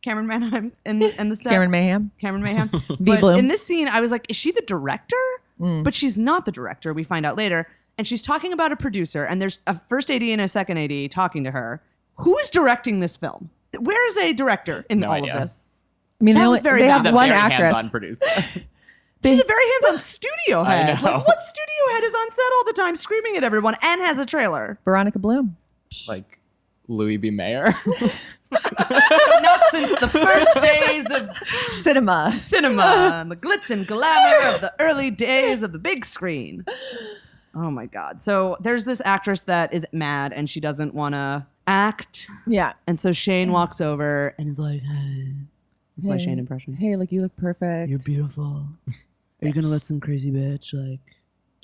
Speaker 3: Cameron Manheim and and the set.
Speaker 2: Cameron Mayhem.
Speaker 3: Cameron Mayhem.
Speaker 2: V.
Speaker 3: But
Speaker 2: Bloom.
Speaker 3: in this scene, I was like, is she the director?
Speaker 2: Mm.
Speaker 3: But she's not the director. We find out later, and she's talking about a producer, and there's a first AD and a second AD talking to her. Who is directing this film? Where is a director in
Speaker 4: No
Speaker 3: all
Speaker 4: idea.
Speaker 3: of this?
Speaker 2: I mean,
Speaker 3: That
Speaker 2: they,
Speaker 3: was
Speaker 2: only,
Speaker 3: very
Speaker 2: they
Speaker 3: bad.
Speaker 2: have
Speaker 4: She's a
Speaker 2: one
Speaker 4: very
Speaker 2: actress.
Speaker 4: hands-on producer.
Speaker 3: She's a very hands-on studio
Speaker 4: I
Speaker 3: head.
Speaker 4: know.
Speaker 3: Like, what studio head is on set all the time, screaming at everyone, and has a trailer?
Speaker 2: Veronica Bloom.
Speaker 4: like Louis B. Mayer.
Speaker 3: Not since the first days of
Speaker 2: Cinema.
Speaker 3: cinema and the glitz and glamour of the early days of the big screen. Oh my God. So there's this actress that is mad and she doesn't want to act.
Speaker 2: Yeah.
Speaker 3: And so Shane walks over and is like, hey. That's my
Speaker 2: Hey.
Speaker 3: Shane impression.
Speaker 2: Hey, like you look perfect.
Speaker 3: You're beautiful. Are you going to let some crazy bitch like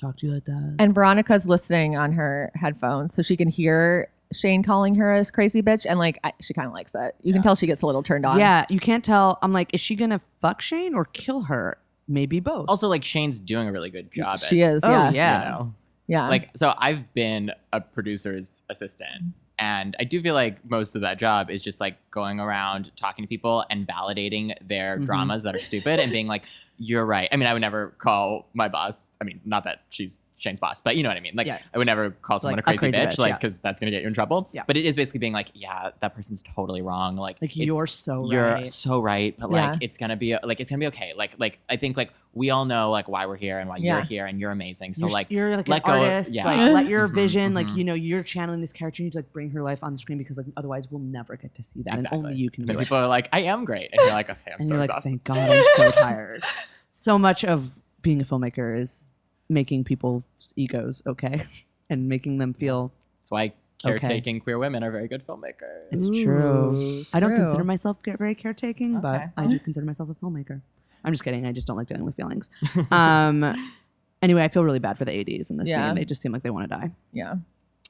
Speaker 3: talk to you like that?
Speaker 2: and Veronica's listening on her headphones, so she can hear Shane calling her as crazy bitch, and like I, she kind of likes it. You can tell she gets a little turned on.
Speaker 3: yeah, you can't tell. I'm like, is she going to fuck Shane or kill her? Maybe both.
Speaker 4: also, like Shane's doing a really good job.
Speaker 2: she
Speaker 4: at,
Speaker 2: is.
Speaker 3: Oh,
Speaker 2: yeah,
Speaker 4: you
Speaker 3: yeah.
Speaker 4: know?
Speaker 3: Uh-huh.
Speaker 2: yeah.
Speaker 4: Like, so I've been a producer's assistant, and I do feel like most of that job is just like going around talking to people and validating their
Speaker 3: Mhm.
Speaker 4: dramas that are stupid and being like, "You're right." I mean, I would never call my boss. I mean, not that she's Shane's boss, but you know what I mean. Like,
Speaker 3: Yeah.
Speaker 4: I would never call someone
Speaker 3: Like,
Speaker 4: a, crazy bitch, like,
Speaker 3: yeah.
Speaker 4: because that's gonna get you in trouble.
Speaker 3: Yeah.
Speaker 4: But it is basically being like, "Yeah, that person's totally wrong." Like,
Speaker 3: like,
Speaker 4: it's-
Speaker 3: you're so
Speaker 4: you're
Speaker 3: right.
Speaker 4: so right but
Speaker 2: Yeah.
Speaker 4: like it's gonna be like it's gonna be okay like like i think like we all know like why we're here and why
Speaker 2: Yeah.
Speaker 4: you're here and you're amazing so
Speaker 3: you're,
Speaker 4: like
Speaker 3: like you're like
Speaker 4: let
Speaker 3: an
Speaker 4: go of-
Speaker 3: artist.
Speaker 4: yeah.
Speaker 3: Like let your
Speaker 4: Mhm,
Speaker 3: vision,
Speaker 4: mhm.
Speaker 3: like you know, you're channeling this character. You need to like bring her life on the screen because like otherwise we'll never get to see that,
Speaker 4: exactly.
Speaker 3: and only you can
Speaker 4: And then
Speaker 3: do it.
Speaker 4: people are like i am great and you're like okay i'm
Speaker 3: And
Speaker 4: so
Speaker 3: you're like,
Speaker 4: exhausted
Speaker 3: thank God, I'm so tired. So much of being a filmmaker is making people's egos okay and making them feel.
Speaker 4: that's why caretaking queer women are very good filmmakers
Speaker 3: It's true.
Speaker 2: Ooh,
Speaker 3: I don't
Speaker 2: true.
Speaker 3: consider myself ge- very caretaking, but
Speaker 2: Okay.
Speaker 3: I do consider myself a filmmaker. I'm just kidding. I just don't like dealing with feelings. Um, anyway, I feel really bad for the 80s in this
Speaker 2: Yeah.
Speaker 3: scene. They just seem like they want to die.
Speaker 2: yeah.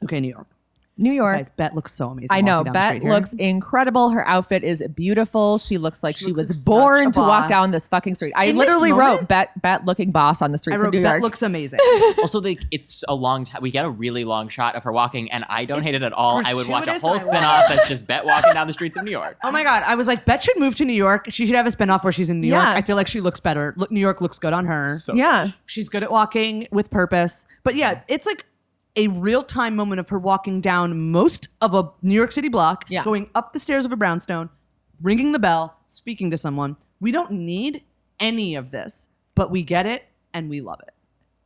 Speaker 3: Okay, New York.
Speaker 2: New York.
Speaker 3: Guys, Bet looks so amazing.
Speaker 2: I know.
Speaker 3: walking down the
Speaker 2: Bet
Speaker 3: street here.
Speaker 2: looks incredible. Her outfit is beautiful. She looks like
Speaker 3: She
Speaker 2: she,
Speaker 3: looks like
Speaker 2: was
Speaker 3: such
Speaker 2: born
Speaker 3: a
Speaker 2: to walk
Speaker 3: boss.
Speaker 2: down this fucking street. I
Speaker 3: In this
Speaker 2: literally wrote
Speaker 3: moment?
Speaker 2: Bet Bet looking boss on the
Speaker 3: I
Speaker 2: streets
Speaker 3: wrote
Speaker 2: of New
Speaker 3: Bet
Speaker 2: York.
Speaker 3: looks amazing.
Speaker 4: also like it's a long time we get a really long shot of her walking and i don't
Speaker 3: It's
Speaker 4: hate it at all i would watch a
Speaker 3: gratuitous
Speaker 4: whole
Speaker 3: and I
Speaker 4: spin-off that's just bet walking down the streets of new york
Speaker 3: oh my god, I was like, Bet should move to New York. She should have a spinoff where she's in New
Speaker 2: Yeah.
Speaker 3: York. I feel like she looks better. Look, New York looks good on her.
Speaker 4: so
Speaker 2: yeah.
Speaker 3: she's good at walking with purpose. But yeah, it's like a real time moment of her walking down most of a New York City block,
Speaker 2: Yeah.
Speaker 3: going up the stairs of a brownstone, ringing the bell, speaking to someone. We don't need any of this, but we get it and we love it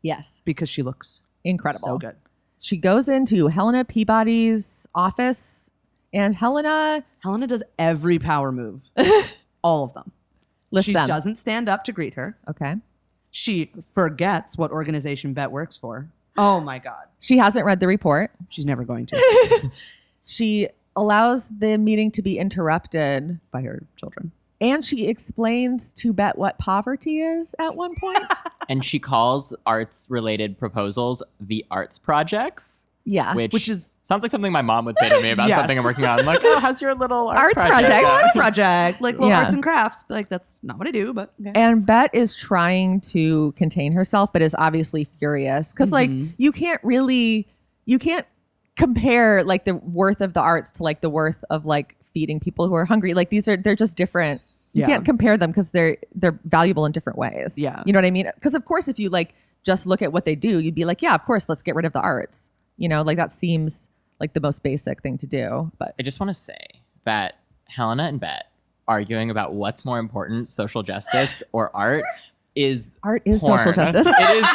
Speaker 2: Yes.
Speaker 3: because she looks
Speaker 2: Incredible.
Speaker 3: so good.
Speaker 2: She goes into Helena Peabody's office, and Helena
Speaker 3: Helena does every power move, all of them.
Speaker 2: lists
Speaker 3: she
Speaker 2: them.
Speaker 3: doesn't stand up to greet her.
Speaker 2: Okay.
Speaker 3: She forgets what organization Bet works for. Oh my God.
Speaker 2: She hasn't read the report.
Speaker 3: She's never going to
Speaker 2: She allows the meeting to be interrupted,
Speaker 3: by her children.
Speaker 2: and she explains to Bet what poverty is at one point.
Speaker 4: and she calls arts related proposals the arts projects
Speaker 2: yeah.
Speaker 4: which,
Speaker 3: Ah, Which is
Speaker 4: sounds like something my mom would say to me about
Speaker 3: Yes.
Speaker 4: something I'm working on. Like, oh, how's your little art
Speaker 2: Arts project.
Speaker 4: going?"
Speaker 3: art project, like little
Speaker 2: Yeah.
Speaker 3: arts and crafts. But like that's not what I do, but okay.
Speaker 2: And Bet is trying to contain herself, but is obviously furious because, like,
Speaker 3: Mhm.
Speaker 2: you can't really, you can't compare like the worth of the arts to like the worth of like feeding people who are hungry. Like these are they're just different. You
Speaker 3: Yeah.
Speaker 2: can't compare them because they're they're valuable in different ways.
Speaker 3: Yeah.
Speaker 2: you know what I mean. Because of course, if you like just look at what they do, you'd be like, yeah, of course, let's get rid of the arts. You know, like that seems like the most basic thing to do. But
Speaker 4: I just want to say that Helena and Bet arguing about what's more important, social justice or art, is
Speaker 2: art is social
Speaker 4: porn.
Speaker 2: justice.
Speaker 4: it is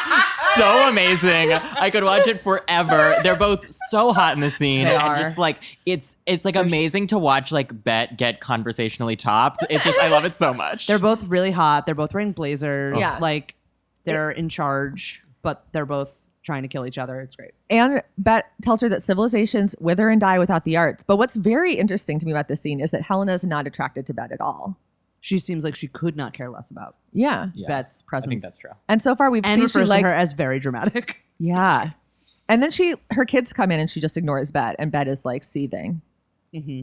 Speaker 4: so amazing. I could watch it forever. They're both so hot in the scene.
Speaker 3: They
Speaker 4: and
Speaker 3: are.
Speaker 4: just like it's it's like amazing to watch like Bet get conversationally topped. It's just I love it so much.
Speaker 3: they're both really hot. They're both wearing blazers.
Speaker 2: Yeah.
Speaker 3: Like they're in charge, but they're both trying to kill each other. It's great.
Speaker 2: And Bet tells her that civilizations wither and die without the arts. But what's very interesting to me about this scene is that Helena is not attracted to Bet at all.
Speaker 3: She seems like she could not care less about
Speaker 2: Yeah.
Speaker 4: yeah,
Speaker 3: Bet's
Speaker 4: I
Speaker 3: presence.
Speaker 4: think that's true.
Speaker 2: And so far we've
Speaker 3: And
Speaker 2: seen she
Speaker 3: refers
Speaker 2: likes
Speaker 3: to her as very dramatic.
Speaker 2: yeah. And then she her kids come in and she just ignores Bet and Bet is like seething.
Speaker 3: hmm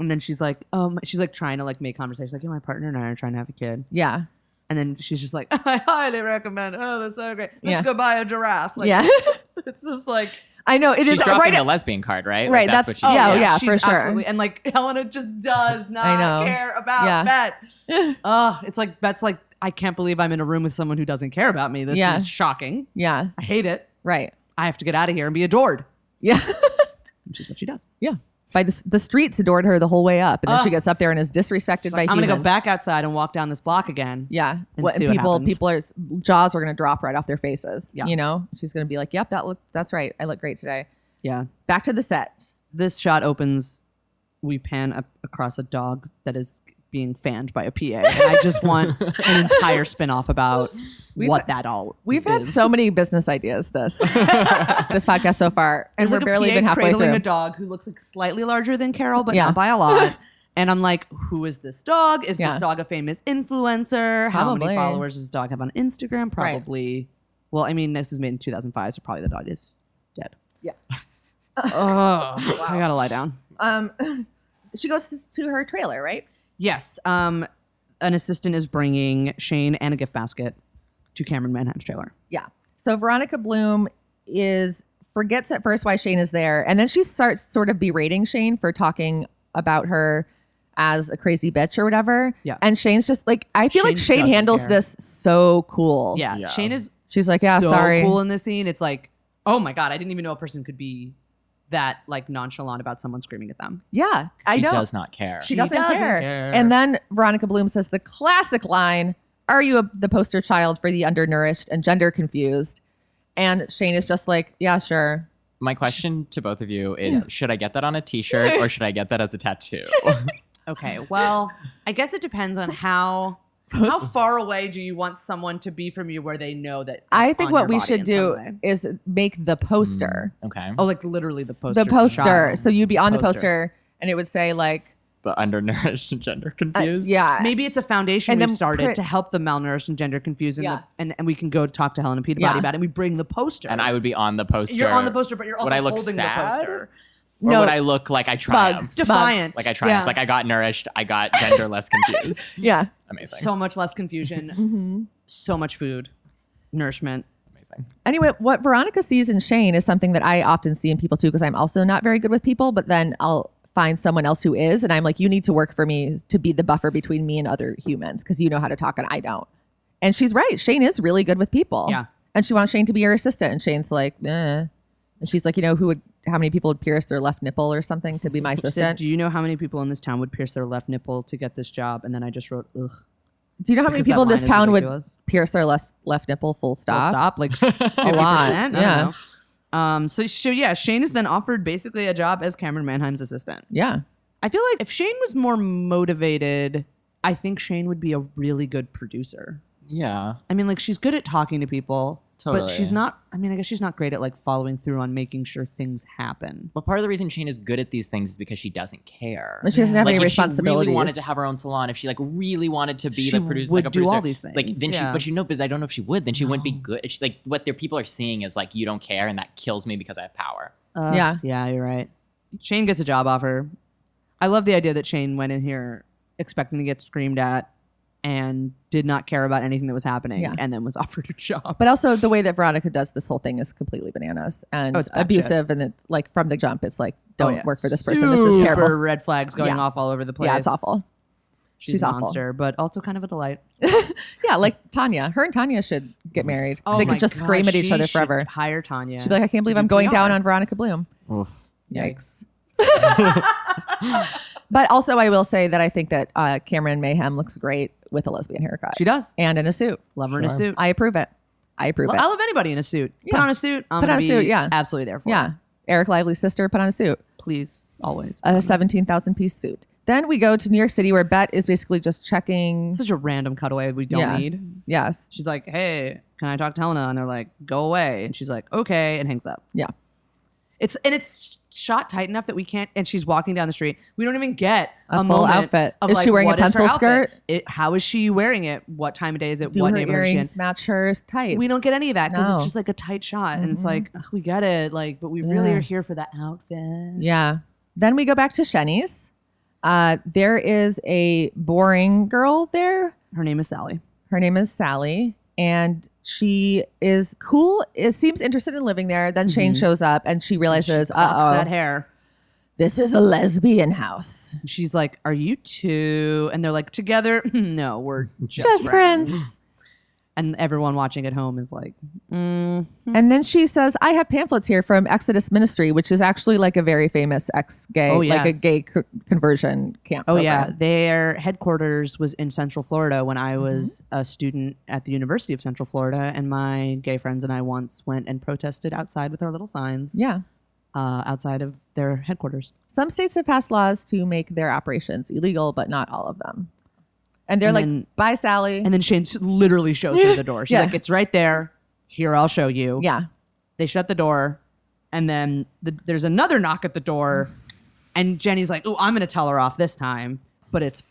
Speaker 3: And then she's like, um, she's like trying to like make conversation. Like, yeah, my partner and I are trying to have a kid.
Speaker 2: Yeah.
Speaker 3: And then she's just like, I highly recommend. Oh, that's so great. Let's
Speaker 2: Yeah.
Speaker 3: go buy a giraffe. Like,
Speaker 2: yeah.
Speaker 3: it's just like oh,
Speaker 2: I know it
Speaker 4: She's
Speaker 2: is
Speaker 4: dropping
Speaker 2: right.
Speaker 4: a lesbian card, right? Like,
Speaker 2: right, that's- Oh,
Speaker 4: what she's
Speaker 2: yeah,
Speaker 4: doing.
Speaker 2: yeah.
Speaker 3: she's
Speaker 2: for sure.
Speaker 3: Absolutely. And like Helena just does not
Speaker 2: know.
Speaker 3: care about
Speaker 2: Yeah.
Speaker 3: Bet. Oh, it's like Bet's like, I can't believe I'm in a room with someone who doesn't care about me. This
Speaker 2: Yeah.
Speaker 3: is shocking.
Speaker 2: yeah,
Speaker 3: I hate it.
Speaker 2: right.
Speaker 3: I have to get out of here and be adored,
Speaker 2: Yeah.
Speaker 3: which is what she does.
Speaker 2: By the, s- the streets adored her the whole way up, and then
Speaker 3: Ugh.
Speaker 2: she gets up there and is disrespected by
Speaker 3: Like, I'm gonna go
Speaker 2: humans.
Speaker 3: back outside and walk down this block again.
Speaker 2: Yeah,
Speaker 3: and
Speaker 2: what,
Speaker 3: see what
Speaker 2: people
Speaker 3: happens.
Speaker 2: people are jaws are gonna drop right off their faces.
Speaker 3: Yeah.
Speaker 2: you know she's gonna be like, "Yep, that look that's right. I look great today."
Speaker 3: Yeah.
Speaker 2: Back to the set.
Speaker 3: This shot opens. We pan up across a dog that is being fanned by a PA. And I just want an entire spin-off about
Speaker 2: We've-
Speaker 3: what that all
Speaker 2: We've had
Speaker 3: is.
Speaker 2: so many business ideas this this podcast so far, and
Speaker 3: There's
Speaker 2: we're
Speaker 3: like a
Speaker 2: barely
Speaker 3: PA
Speaker 2: even halfway
Speaker 3: cradling
Speaker 2: through.
Speaker 3: a dog who looks like slightly larger than Carol, but
Speaker 2: Yeah.
Speaker 3: not by a lot. and I'm like, who is this dog? Is
Speaker 2: Yeah.
Speaker 3: this dog a famous influencer? How
Speaker 2: Probably.
Speaker 3: many followers does this dog have on Instagram? Probably. Well, I mean, this was made in 2005, so probably the dog is dead.
Speaker 2: Yeah.
Speaker 3: oh, I gotta lie down.
Speaker 2: um, she goes to her trailer, right?
Speaker 3: Yes. Um, an assistant is bringing Shane and a gift basket to Cameron Manheim's trailer.
Speaker 2: So Veronica Bloom is forgets at first why Shane is there, and then she starts sort of berating Shane for talking about her as a crazy bitch or whatever.
Speaker 3: Yeah.
Speaker 2: And Shane's just like, I feel like
Speaker 3: Shane
Speaker 2: Shane
Speaker 3: doesn't
Speaker 2: handles
Speaker 3: care.
Speaker 2: this so cool.
Speaker 3: Yeah.
Speaker 4: Yeah.
Speaker 3: Shane is.
Speaker 2: She's like, yeah,
Speaker 3: so
Speaker 2: sorry.
Speaker 3: Cool in this scene. It's like, oh my god, I didn't even know a person could be that like nonchalant about someone screaming at them.
Speaker 2: Yeah, I
Speaker 4: She
Speaker 2: know.
Speaker 4: does not care.
Speaker 2: She doesn't, care. And then Veronica Bloom says the classic line Are you a, the poster child for the undernourished and gender confused? And Shane is just like, Yeah, sure.
Speaker 4: My question to both of you is: Should I get that on a T-shirt or should I get that as a tattoo?
Speaker 3: Okay, well, I guess it depends on how how far away do you want someone to be from you where they know that. it's
Speaker 2: I think
Speaker 3: on
Speaker 2: what
Speaker 3: your
Speaker 2: we
Speaker 3: body
Speaker 2: should
Speaker 3: in some
Speaker 2: do
Speaker 3: way?
Speaker 2: is make the poster,
Speaker 4: Mm, okay,
Speaker 3: Oh, like literally the poster.
Speaker 2: the poster.
Speaker 3: child.
Speaker 2: So you'd be on the
Speaker 3: Poster.
Speaker 2: poster and it would say, like,
Speaker 4: the undernourished and gender
Speaker 2: uh,
Speaker 4: confused.
Speaker 2: Yeah.
Speaker 3: Maybe it's a foundation
Speaker 2: And
Speaker 3: we've
Speaker 2: then
Speaker 3: started
Speaker 2: print-
Speaker 3: to help the malnourished and gender confused, and,
Speaker 2: Yeah.
Speaker 3: the, and and we can go talk to Helen and Peter
Speaker 2: Yeah.
Speaker 3: about it. And we bring the poster,
Speaker 4: and I would be on the poster.
Speaker 3: you're on the poster, but you're also
Speaker 4: Would I look
Speaker 3: holding
Speaker 4: sad?
Speaker 3: the poster.
Speaker 4: Or
Speaker 2: No.
Speaker 4: would I look like I triumphed?
Speaker 2: Smug.
Speaker 3: Defiant,
Speaker 4: Like I triumphed.
Speaker 2: Yeah.
Speaker 4: Like I got nourished. I got genderless confused.
Speaker 2: yeah.
Speaker 4: Amazing.
Speaker 3: so much less confusion,
Speaker 2: hmm
Speaker 3: so much food, nourishment.
Speaker 4: Amazing.
Speaker 2: Anyway, what Veronica sees in Shane is something that I often see in people too, because I'm also not very good with people, but then I'll find someone else who is, and I'm like, you need to work for me to be the buffer between me and other humans because you know how to talk and I don't. And she's right. Shane is really good with people.
Speaker 3: Yeah.
Speaker 2: And she wants Shane to be her assistant. And Shane's like, eh. And she's like, you know, who would, how many people would pierce their left nipple or something to be my
Speaker 3: She said,
Speaker 2: assistant?
Speaker 3: Do you know how many people in this town would pierce their left nipple to get this job? And then I just wrote, ugh.
Speaker 2: Do you know how many
Speaker 3: because that
Speaker 2: people in this
Speaker 3: line is
Speaker 2: town would
Speaker 3: ridiculous.
Speaker 2: pierce their left, left nipple full
Speaker 3: Full
Speaker 2: stop?
Speaker 3: stop. Like 50%.
Speaker 2: lot,
Speaker 3: I don't
Speaker 2: yeah.
Speaker 3: know. Um, so, so, yeah, Shane is then offered basically a job as Cameron Manheim's assistant.
Speaker 2: Yeah.
Speaker 3: I feel like if Shane was more motivated, I think Shane would be a really good producer.
Speaker 4: Yeah.
Speaker 3: I mean, like she's good at talking to people, but
Speaker 4: Totally.
Speaker 3: she's not. I mean, I guess she's not great at like following through on making sure things happen.
Speaker 4: But part of the reason Shane is good at these things is because she doesn't care.
Speaker 2: And she doesn't have
Speaker 4: like
Speaker 2: any
Speaker 4: if she really
Speaker 2: responsibilities.
Speaker 4: wanted to have her own salon, if she like really wanted to be
Speaker 3: She
Speaker 4: like producer,
Speaker 3: would
Speaker 4: like a
Speaker 3: do
Speaker 4: producer,
Speaker 3: all these things.
Speaker 4: Like then
Speaker 3: Yeah.
Speaker 4: she, but you know, but I don't know if she would. Then she wouldn't be good. She, like what their people are seeing is like you don't care, and that kills me because I have power.
Speaker 3: Uh,
Speaker 2: Yeah.
Speaker 3: Yeah, you're right. Shane gets a job offer. I love the idea that Shane went in here expecting to get screamed at and did not care about anything that was happening
Speaker 2: Yeah.
Speaker 3: and then was offered a job.
Speaker 2: But also the way that Veronica does this whole thing is completely bananas and
Speaker 3: Oh, it's batshit.
Speaker 2: abusive, and it, like from the jump, it's like don't
Speaker 3: Oh, yeah.
Speaker 2: work for this person. This is
Speaker 3: Super
Speaker 2: terrible.
Speaker 3: red flags going
Speaker 2: Yeah.
Speaker 3: off all over the place.
Speaker 2: Yeah, it's awful.
Speaker 3: She's,
Speaker 2: She's
Speaker 3: a
Speaker 2: awful.
Speaker 3: monster, but also kind of a delight.
Speaker 2: Yeah, like Tanya, her and Tanya should get married.
Speaker 3: Oh
Speaker 2: they
Speaker 3: my
Speaker 2: could just
Speaker 3: God,
Speaker 2: scream at each
Speaker 3: she
Speaker 2: other
Speaker 3: should
Speaker 2: forever.
Speaker 3: Hire Tanya.
Speaker 2: She'd be like, I can't believe
Speaker 3: do
Speaker 2: I'm going down
Speaker 3: PR.
Speaker 2: on Veronica Bloom.
Speaker 4: Oof.
Speaker 2: Yikes. but also, I will say that I think that uh, Cameron Mayhem looks great with a lesbian haircut
Speaker 3: she does.
Speaker 2: and in a suit.
Speaker 3: Love her in a
Speaker 4: Sure.
Speaker 3: suit.
Speaker 2: I approve it. I approve
Speaker 3: Lo-
Speaker 2: it.
Speaker 3: I love anybody in a suit. Put
Speaker 2: Yeah.
Speaker 3: on a suit. I'm
Speaker 2: Put
Speaker 3: gonna
Speaker 2: on a
Speaker 3: be
Speaker 2: suit, yeah.
Speaker 3: Absolutely there for.
Speaker 2: yeah.
Speaker 3: it.
Speaker 2: Eric Lively's sister put on a suit.
Speaker 3: Please, always. put on
Speaker 2: a 17,000 piece suit. Then we go to New York City where Bet is basically just checking.
Speaker 3: Such a random cutaway we don't
Speaker 2: Yeah.
Speaker 3: need.
Speaker 2: Yes.
Speaker 3: She's like, "Hey, can I talk to Helena?" And they're like, "Go away." And she's like, "Okay," and hangs up.
Speaker 2: Yeah.
Speaker 3: It's and it's shot tight enough that we can't. And she's walking down the street. We don't even get
Speaker 2: A
Speaker 3: a,
Speaker 2: full
Speaker 3: moment
Speaker 2: outfit.
Speaker 3: Of
Speaker 2: Is
Speaker 3: like,
Speaker 2: she wearing a
Speaker 3: what is her
Speaker 2: pencil
Speaker 3: outfit?
Speaker 2: skirt?
Speaker 3: It, how is she wearing it? What time of day is it?
Speaker 2: Do
Speaker 3: what
Speaker 2: her
Speaker 3: neighborhood is she in?
Speaker 2: earrings match her tights?
Speaker 3: We don't get any of that because
Speaker 2: No.
Speaker 3: it's just like a tight shot, and it's
Speaker 2: Mhm.
Speaker 3: like ugh, we get it, like, but we really
Speaker 2: Yeah.
Speaker 3: are here for that outfit.
Speaker 2: Yeah. Then we go back to Shenny's. Uh, there is a boring girl there.
Speaker 3: Her name is Sally.
Speaker 2: Her name is Sally. and she is cool. It seems interested in living there. Then Shane
Speaker 3: Mhm.
Speaker 2: shows up, and she realizes,
Speaker 3: Clops
Speaker 2: uh
Speaker 3: that
Speaker 2: oh,
Speaker 3: hair.
Speaker 2: this is a lesbian house.
Speaker 3: And she's like, "Are you two? And they're like, "Together? no, we're just,
Speaker 2: Mm-hmm. Just friends.
Speaker 3: And everyone watching at home is like, mm,
Speaker 2: Mm-hmm. And then she says, I have pamphlets here from Exodus Ministry, which is actually like a very famous ex gay,
Speaker 3: Oh,
Speaker 2: like
Speaker 3: yes.
Speaker 2: a gay co- conversion camp.
Speaker 3: "Oh yeah,
Speaker 2: program.
Speaker 3: their headquarters was in Central Florida when
Speaker 2: Mm-hmm.
Speaker 3: I was a student at the University of Central Florida, and my gay friends and I once went and protested outside with our little signs
Speaker 2: Yeah.
Speaker 3: uh, outside of their headquarters."
Speaker 2: Some states have passed laws to make their operations illegal, but not all of them. And they're
Speaker 3: And
Speaker 2: like,
Speaker 3: then-
Speaker 2: bye, Sally.
Speaker 3: And then Shane s- literally shows her the door. She's
Speaker 2: Yeah.
Speaker 3: like, "It's right there. Here, I'll show you."
Speaker 2: yeah.
Speaker 3: They shut the door, and then the, there's another knock at the door, and Jenny's like, "Oh, I'm gonna tell her off this time." But it's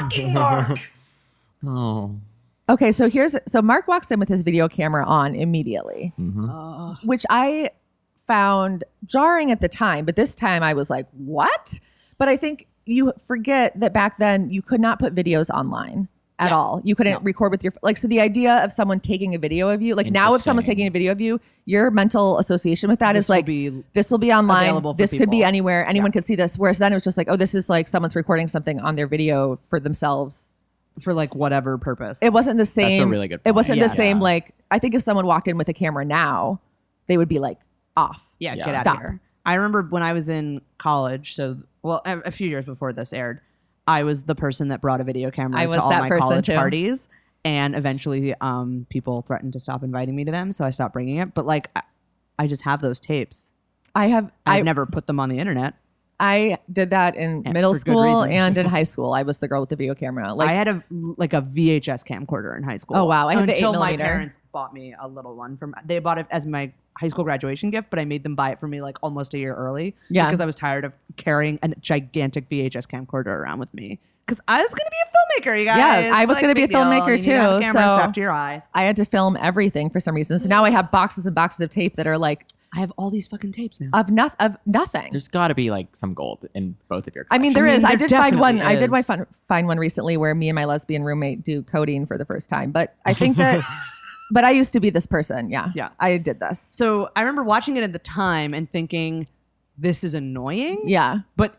Speaker 3: fucking Mark.
Speaker 4: Oh.
Speaker 2: Okay. So here's, so Mark walks in with his video camera on immediately,
Speaker 4: Mhm.
Speaker 3: Ugh.
Speaker 2: which I found jarring at the time, but this time I was like, what? But I think you forget that back then you could not put videos online at
Speaker 3: Yeah.
Speaker 2: all. You couldn't
Speaker 3: No.
Speaker 2: record with your like so the idea of someone taking a video of you, like now if someone's
Speaker 4: Interesting.
Speaker 2: taking a video of you, your mental association with that is
Speaker 3: This will
Speaker 2: like
Speaker 3: be-
Speaker 2: this will be online.
Speaker 3: available for
Speaker 2: This could be
Speaker 3: people.
Speaker 2: anywhere. Anyone could see this. Whereas then it was just like, oh, this is like someone's recording something on their video for themselves.
Speaker 3: for like whatever purpose.
Speaker 2: It wasn't the same.
Speaker 4: really good
Speaker 2: It
Speaker 4: point.
Speaker 2: wasn't
Speaker 3: Yeah.
Speaker 2: the same.
Speaker 4: Yeah.
Speaker 2: Like I think if someone walked in with a camera now, they would be like off.
Speaker 3: Yeah,
Speaker 4: Yeah.
Speaker 3: get out
Speaker 2: Stop.
Speaker 3: of here. I remember when I was in college, so well, a, a few years before this aired, I was the person that brought a video camera
Speaker 2: I was
Speaker 3: to all
Speaker 2: that
Speaker 3: my
Speaker 2: person,
Speaker 3: college
Speaker 2: too.
Speaker 3: parties, and eventually, um, people threatened to stop inviting me to them, so I stopped bringing it. But like, I, I just have those tapes.
Speaker 2: I have.
Speaker 3: I've
Speaker 2: I
Speaker 3: never put them on the internet.
Speaker 2: I did that in
Speaker 3: And
Speaker 2: middle
Speaker 3: for good
Speaker 2: school
Speaker 3: reason.
Speaker 2: and in high school. I was the girl with the video camera.
Speaker 3: I
Speaker 2: Like
Speaker 3: had a like a VHS camcorder in high school.
Speaker 2: Oh, wow. I had the 8
Speaker 3: until my
Speaker 2: millimeter.
Speaker 3: parents bought me a little one from. They bought it as my high school graduation gift, but I made them buy it for me like almost a year early.
Speaker 2: Yeah.
Speaker 3: because I was tired of carrying a gigantic VHS camcorder around with me. Because I was going to be a filmmaker, you guys.
Speaker 2: Yeah, I was gonna be
Speaker 3: big
Speaker 2: a filmmaker,
Speaker 3: You need to have a
Speaker 2: too,
Speaker 3: camera
Speaker 2: so-
Speaker 3: strapped to your eye.
Speaker 2: I had to film everything for some reason. So now I have boxes and boxes of tape that are like
Speaker 3: I have all these fucking tapes now.
Speaker 2: of noth- of nothing.
Speaker 4: There's got to be like some gold in both of your.
Speaker 2: I mean, there
Speaker 3: I mean,
Speaker 2: is. I
Speaker 3: there
Speaker 2: did find one.
Speaker 3: definitely
Speaker 2: I did
Speaker 3: is.
Speaker 2: find, find one recently where me and my lesbian roommate do coding for the first time. But I think that, but I used to be this person. Yeah.
Speaker 3: Yeah.
Speaker 2: I did this.
Speaker 3: so I remember watching it at the time and thinking, this is annoying.
Speaker 2: Yeah.
Speaker 3: But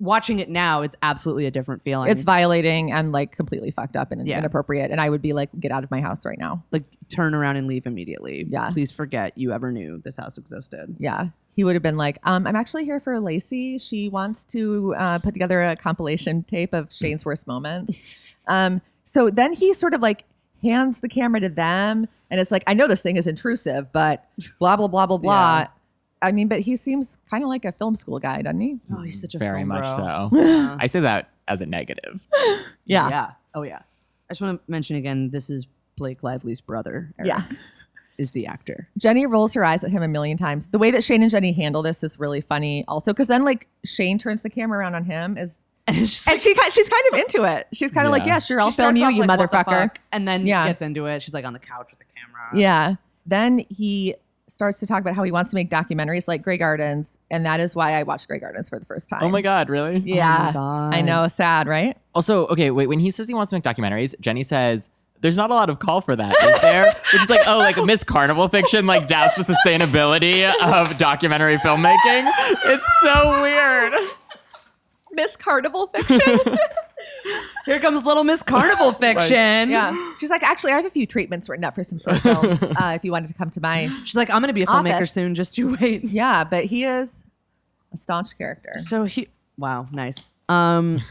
Speaker 3: watching it now, it's absolutely a different feeling.
Speaker 2: It's violating and like completely fucked up and
Speaker 3: Yeah.
Speaker 2: inappropriate. And I would be like, get out of my house right now.
Speaker 3: like turn around and leave immediately.
Speaker 2: Yeah.
Speaker 3: Please forget you ever knew this house existed.
Speaker 2: Yeah. He would have been like, um, I'm actually here for Lacey. She wants to uh, put together a compilation tape of Shane's worst moments. Um, so then he sort of like hands the camera to them. And it's like, I know this thing is intrusive, but blah, blah, blah, blah, blah.
Speaker 3: Yeah.
Speaker 2: I mean, but he seems kind of like a film school guy, doesn't he?
Speaker 3: Oh, he's such a
Speaker 4: very
Speaker 3: film
Speaker 4: much
Speaker 3: bro.
Speaker 4: so.
Speaker 3: Yeah.
Speaker 4: I say that as a negative.
Speaker 2: Yeah.
Speaker 3: Yeah. Oh yeah. I just want to mention again, this is Blake Lively's brother. Eric,
Speaker 2: Yeah.
Speaker 3: Is the actor.
Speaker 2: Jenny rolls her eyes at him a million times. The way that Shane and Jenny handle this is really funny, also, because then like Shane turns the camera around on him is,
Speaker 3: And it's just
Speaker 2: and she ki- she's kind of into it. She's kind of like,
Speaker 4: Yeah.
Speaker 2: yeah, sure, I'll
Speaker 3: She
Speaker 2: film
Speaker 3: starts
Speaker 2: you,
Speaker 3: off
Speaker 2: you
Speaker 3: like, "What the
Speaker 2: motherfucker.
Speaker 3: fuck?" and then
Speaker 2: Yeah.
Speaker 3: gets into it. She's like on the couch with the camera.
Speaker 2: Yeah. Then he starts to talk about how he wants to make documentaries like Grey Gardens, and that is why I watched Grey Gardens for the first time.
Speaker 4: Oh my god, really?
Speaker 2: Yeah.
Speaker 3: Oh God.
Speaker 2: I know, sad, right?
Speaker 4: Also, okay, wait. When he says he wants to make documentaries, Jenny says. There's not a lot of call for that, is there? Which is like, oh, like Miss Carnival fiction like doubts the sustainability of documentary filmmaking. It's so weird.
Speaker 2: Miss Carnival fiction.
Speaker 3: Here comes little Miss Carnival fiction.
Speaker 2: yeah. She's like, actually, I have a few treatments written up for some short films uh, if you wanted to come to my.
Speaker 3: She's like, I'm gonna be a
Speaker 2: Office.
Speaker 3: filmmaker soon. Just you wait.
Speaker 2: Yeah, but he is a staunch character.
Speaker 3: So he. Wow. Nice. Um.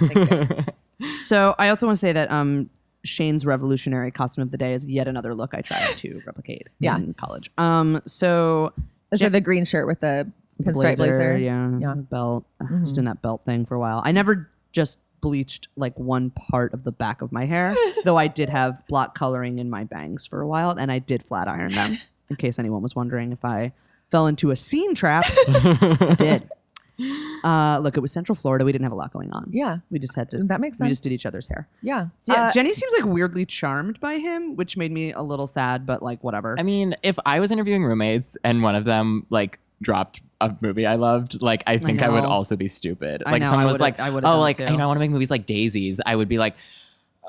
Speaker 3: so I also want to say that um. Shane's revolutionary costume of the day is yet another look I tried to replicate
Speaker 2: Yeah.
Speaker 3: in college. Um, so
Speaker 2: Is it the green shirt with the
Speaker 3: The
Speaker 2: pinstripe blazer? Yeah.
Speaker 3: Yeah,
Speaker 2: Mm-hmm.
Speaker 3: the belt. Ugh, I was doing that belt thing for a while. I never just bleached like one part of the back of my hair, though I did have block coloring in my bangs for a while, and I did flat iron them. in case anyone was wondering if I fell into a scene trap, I did. Uh, look, it was Central Florida. We didn't have a lot going on.
Speaker 2: Yeah.
Speaker 3: we just had to.
Speaker 2: That makes
Speaker 3: We
Speaker 2: sense.
Speaker 3: just did each other's hair.
Speaker 2: Yeah.
Speaker 3: Yeah,
Speaker 2: Uh,
Speaker 3: Jenny seems like weirdly charmed by him, which made me a little sad, but like whatever.
Speaker 4: I mean, if I was interviewing roommates and one of them like dropped a movie I loved, like I think I, would
Speaker 3: know.
Speaker 4: also be stupid.
Speaker 3: I
Speaker 4: Like
Speaker 3: know, I
Speaker 4: someone was
Speaker 3: would've-
Speaker 4: like,
Speaker 3: I would've
Speaker 4: "Oh,
Speaker 3: done it
Speaker 4: like
Speaker 3: too.
Speaker 4: you know, I want to make movies like Daisies." I would be like,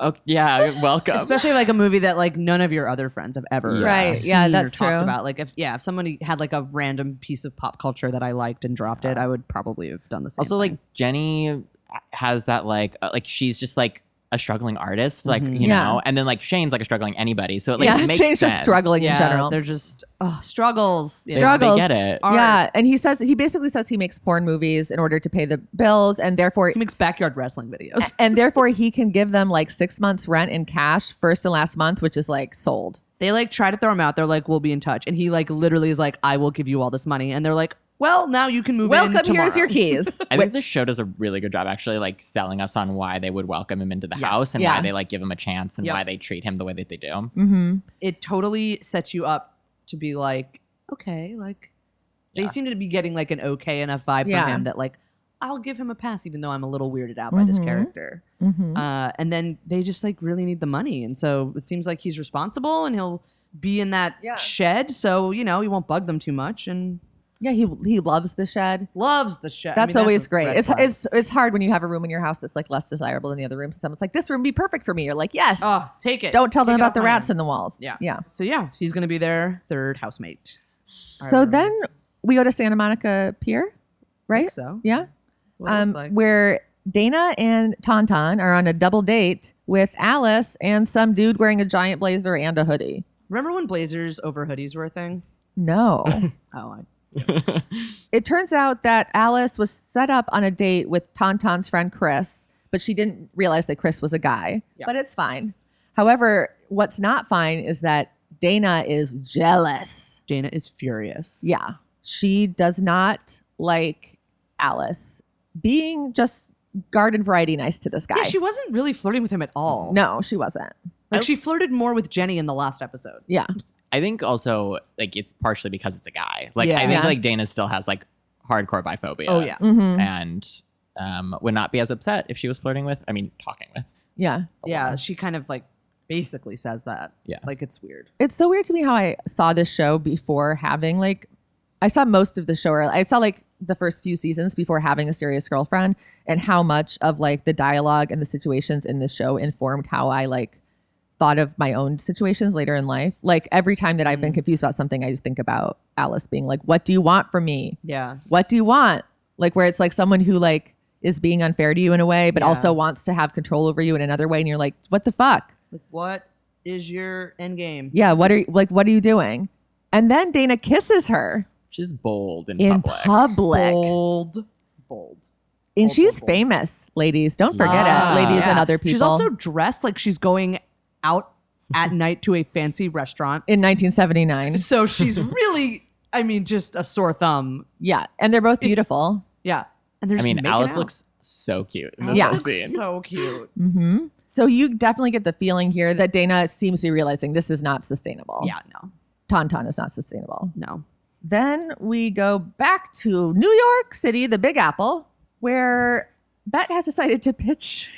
Speaker 4: Okay, yeah, welcome.
Speaker 3: Especially like a movie that like none of your other friends have ever uh,
Speaker 2: Right,
Speaker 3: seen
Speaker 2: yeah,
Speaker 3: or
Speaker 2: that's
Speaker 3: talked
Speaker 2: true.
Speaker 3: About like if yeah, if somebody had like a random piece of pop culture that I liked and dropped it, I would probably have done the same.
Speaker 4: also
Speaker 3: thing.
Speaker 4: like jenny has that like uh, like she's just like a struggling artist like
Speaker 3: Mhm.
Speaker 4: you
Speaker 2: Yeah.
Speaker 4: know and then like shane's like a struggling anybody so it like
Speaker 2: yeah,
Speaker 4: it makes
Speaker 2: Shane's
Speaker 4: sense.
Speaker 2: just struggling
Speaker 3: yeah,
Speaker 2: in general.
Speaker 3: they're just oh, struggles.
Speaker 4: they,
Speaker 3: you
Speaker 4: they
Speaker 3: know?
Speaker 2: Struggles
Speaker 4: get it
Speaker 3: are-
Speaker 2: Yeah, and he says he basically says he makes porn movies in order to pay the bills, and therefore
Speaker 3: He makes backyard wrestling videos.
Speaker 2: and therefore he can give them like six months rent in cash, first and last month, which is like sold.
Speaker 3: They like try to throw him out. They're like, "We'll be in touch," and he like literally is like, "I will give you all this money," and they're like, "Well, now you can move in
Speaker 2: Welcome.
Speaker 3: tomorrow."
Speaker 2: Here's your keys.
Speaker 4: I think this show does a really good job actually like selling us on why they would welcome him into the
Speaker 3: Yes.
Speaker 4: house and
Speaker 2: Yeah.
Speaker 4: why they like give him a chance and
Speaker 3: Yep.
Speaker 4: why they treat him the way that they do.
Speaker 2: mm-hmm.
Speaker 3: It totally sets you up to be like, okay, like they
Speaker 4: Yeah.
Speaker 3: seem to be getting like an okay enough vibe
Speaker 2: Yeah.
Speaker 3: from him that like I'll give him a pass, even though I'm a little weirded out by this
Speaker 2: Mhm.
Speaker 3: character.
Speaker 2: Mm-hmm.
Speaker 3: Uh, and then they just like really need the money, and so it seems like he's responsible and he'll be in that
Speaker 2: Yeah.
Speaker 3: shed, so you know he won't bug them too much and
Speaker 2: yeah, he he loves the shed.
Speaker 3: loves the shed. I
Speaker 2: That's
Speaker 3: mean,
Speaker 2: always
Speaker 3: a
Speaker 2: great.
Speaker 3: red
Speaker 2: It's
Speaker 3: flag.
Speaker 2: it's it's hard when you have a room in your house that's like less desirable than the other rooms. Someone's like, "This room would be perfect for me." You're like, "Yes."
Speaker 3: oh, take it.
Speaker 2: Don't tell them
Speaker 3: Take it
Speaker 2: about
Speaker 3: off
Speaker 2: the
Speaker 3: my
Speaker 2: rats
Speaker 3: hands.
Speaker 2: in the walls.
Speaker 3: Yeah.
Speaker 2: yeah.
Speaker 3: So yeah, he's gonna be their third housemate. I
Speaker 2: So
Speaker 3: remember.
Speaker 2: then we go to Santa Monica Pier,
Speaker 3: I
Speaker 2: right?
Speaker 3: think So
Speaker 2: Yeah.
Speaker 3: What it
Speaker 2: Um,
Speaker 3: looks like.
Speaker 2: where Dana and Tauntaun are on a double date with Alice and some dude wearing a giant blazer and a hoodie.
Speaker 3: Remember when blazers over hoodies were a thing?
Speaker 2: No.
Speaker 3: Oh, I,
Speaker 2: it turns out that Alice was set up on a date with Tauntaun's friend Chris, but she didn't realize that Chris was a guy.
Speaker 3: Yeah.
Speaker 2: But it's fine. However, what's not fine is that Dana is jealous.
Speaker 3: Dana is furious.
Speaker 2: Yeah. She does not like Alice being just garden variety nice to this guy.
Speaker 3: Yeah, she wasn't really flirting with him at all.
Speaker 2: no, she wasn't.
Speaker 3: like she flirted more with Jenny in the last episode.
Speaker 2: Yeah.
Speaker 4: I think also like it's partially because it's a guy. Like
Speaker 3: Yeah.
Speaker 4: I think
Speaker 2: Yeah.
Speaker 4: like Dana still has like hardcore biphobia.
Speaker 3: Oh yeah,
Speaker 2: hmm
Speaker 4: And um, would not be as upset if she was flirting with, I mean, talking with.
Speaker 2: Yeah.
Speaker 4: a
Speaker 3: yeah.
Speaker 4: woman.
Speaker 3: She kind of like basically says that.
Speaker 4: Yeah.
Speaker 3: like it's weird.
Speaker 2: It's so weird to me how I saw this show before having like I saw most of the show or I saw like the first few seasons before having a serious girlfriend and how much of like the dialogue and the situations in this show informed how I like thought of my own situations later in life. Like every time that I've been confused about something, I just think about Alice being like, What do you want from me?
Speaker 3: Yeah,
Speaker 2: What do you want? Like where it's like someone who like is being unfair to you in a way, but
Speaker 3: Yeah.
Speaker 2: also wants to have control over you in another way. And you're like, What the fuck?
Speaker 3: like what is your end game?
Speaker 2: Yeah, what are you like what are you doing? And then Dana kisses her
Speaker 4: She's bold in,
Speaker 2: in
Speaker 4: public.
Speaker 2: public.
Speaker 3: bold, bold.
Speaker 2: and
Speaker 3: bold,
Speaker 2: she's
Speaker 3: bold.
Speaker 2: famous, ladies. Don't forget
Speaker 4: Ah,
Speaker 2: it, ladies and
Speaker 3: oh, yeah.
Speaker 2: other people.
Speaker 3: She's also dressed like she's going out at night to a fancy restaurant.
Speaker 2: in 1979.
Speaker 3: So she's really, I mean, just a sore thumb.
Speaker 2: Yeah, and they're both beautiful.
Speaker 3: Yeah, and there's
Speaker 4: I mean, Alice looks so cute in this
Speaker 2: Yeah.
Speaker 4: whole
Speaker 2: looks
Speaker 4: scene.
Speaker 3: so cute.
Speaker 2: hmm So you definitely get the feeling here that Dana seems to be realizing this is not sustainable.
Speaker 3: Yeah, no,
Speaker 2: Tauntaun is not sustainable.
Speaker 3: no.
Speaker 2: Then we go back to New York City, the Big Apple, where Bet has decided to pitch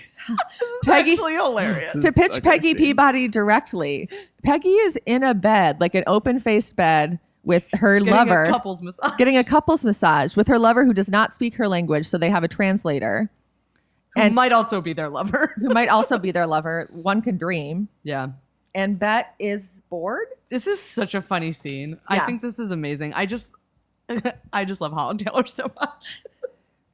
Speaker 2: Peggy.
Speaker 3: hilarious.
Speaker 2: to pitch Peggy Peabody directly. Peggy is in a bed, like an open faced bed, with her lover
Speaker 3: couples massage.
Speaker 2: getting a couple's massage with her lover who does not speak her language, so they have a translator
Speaker 3: who
Speaker 2: and-
Speaker 3: might also be their lover.
Speaker 2: who might also be their lover. One can dream.
Speaker 3: yeah.
Speaker 2: And Bet is bored.
Speaker 3: This is such a funny scene.
Speaker 2: Yeah.
Speaker 3: I think this is amazing. I just I just love Holland Taylor so much.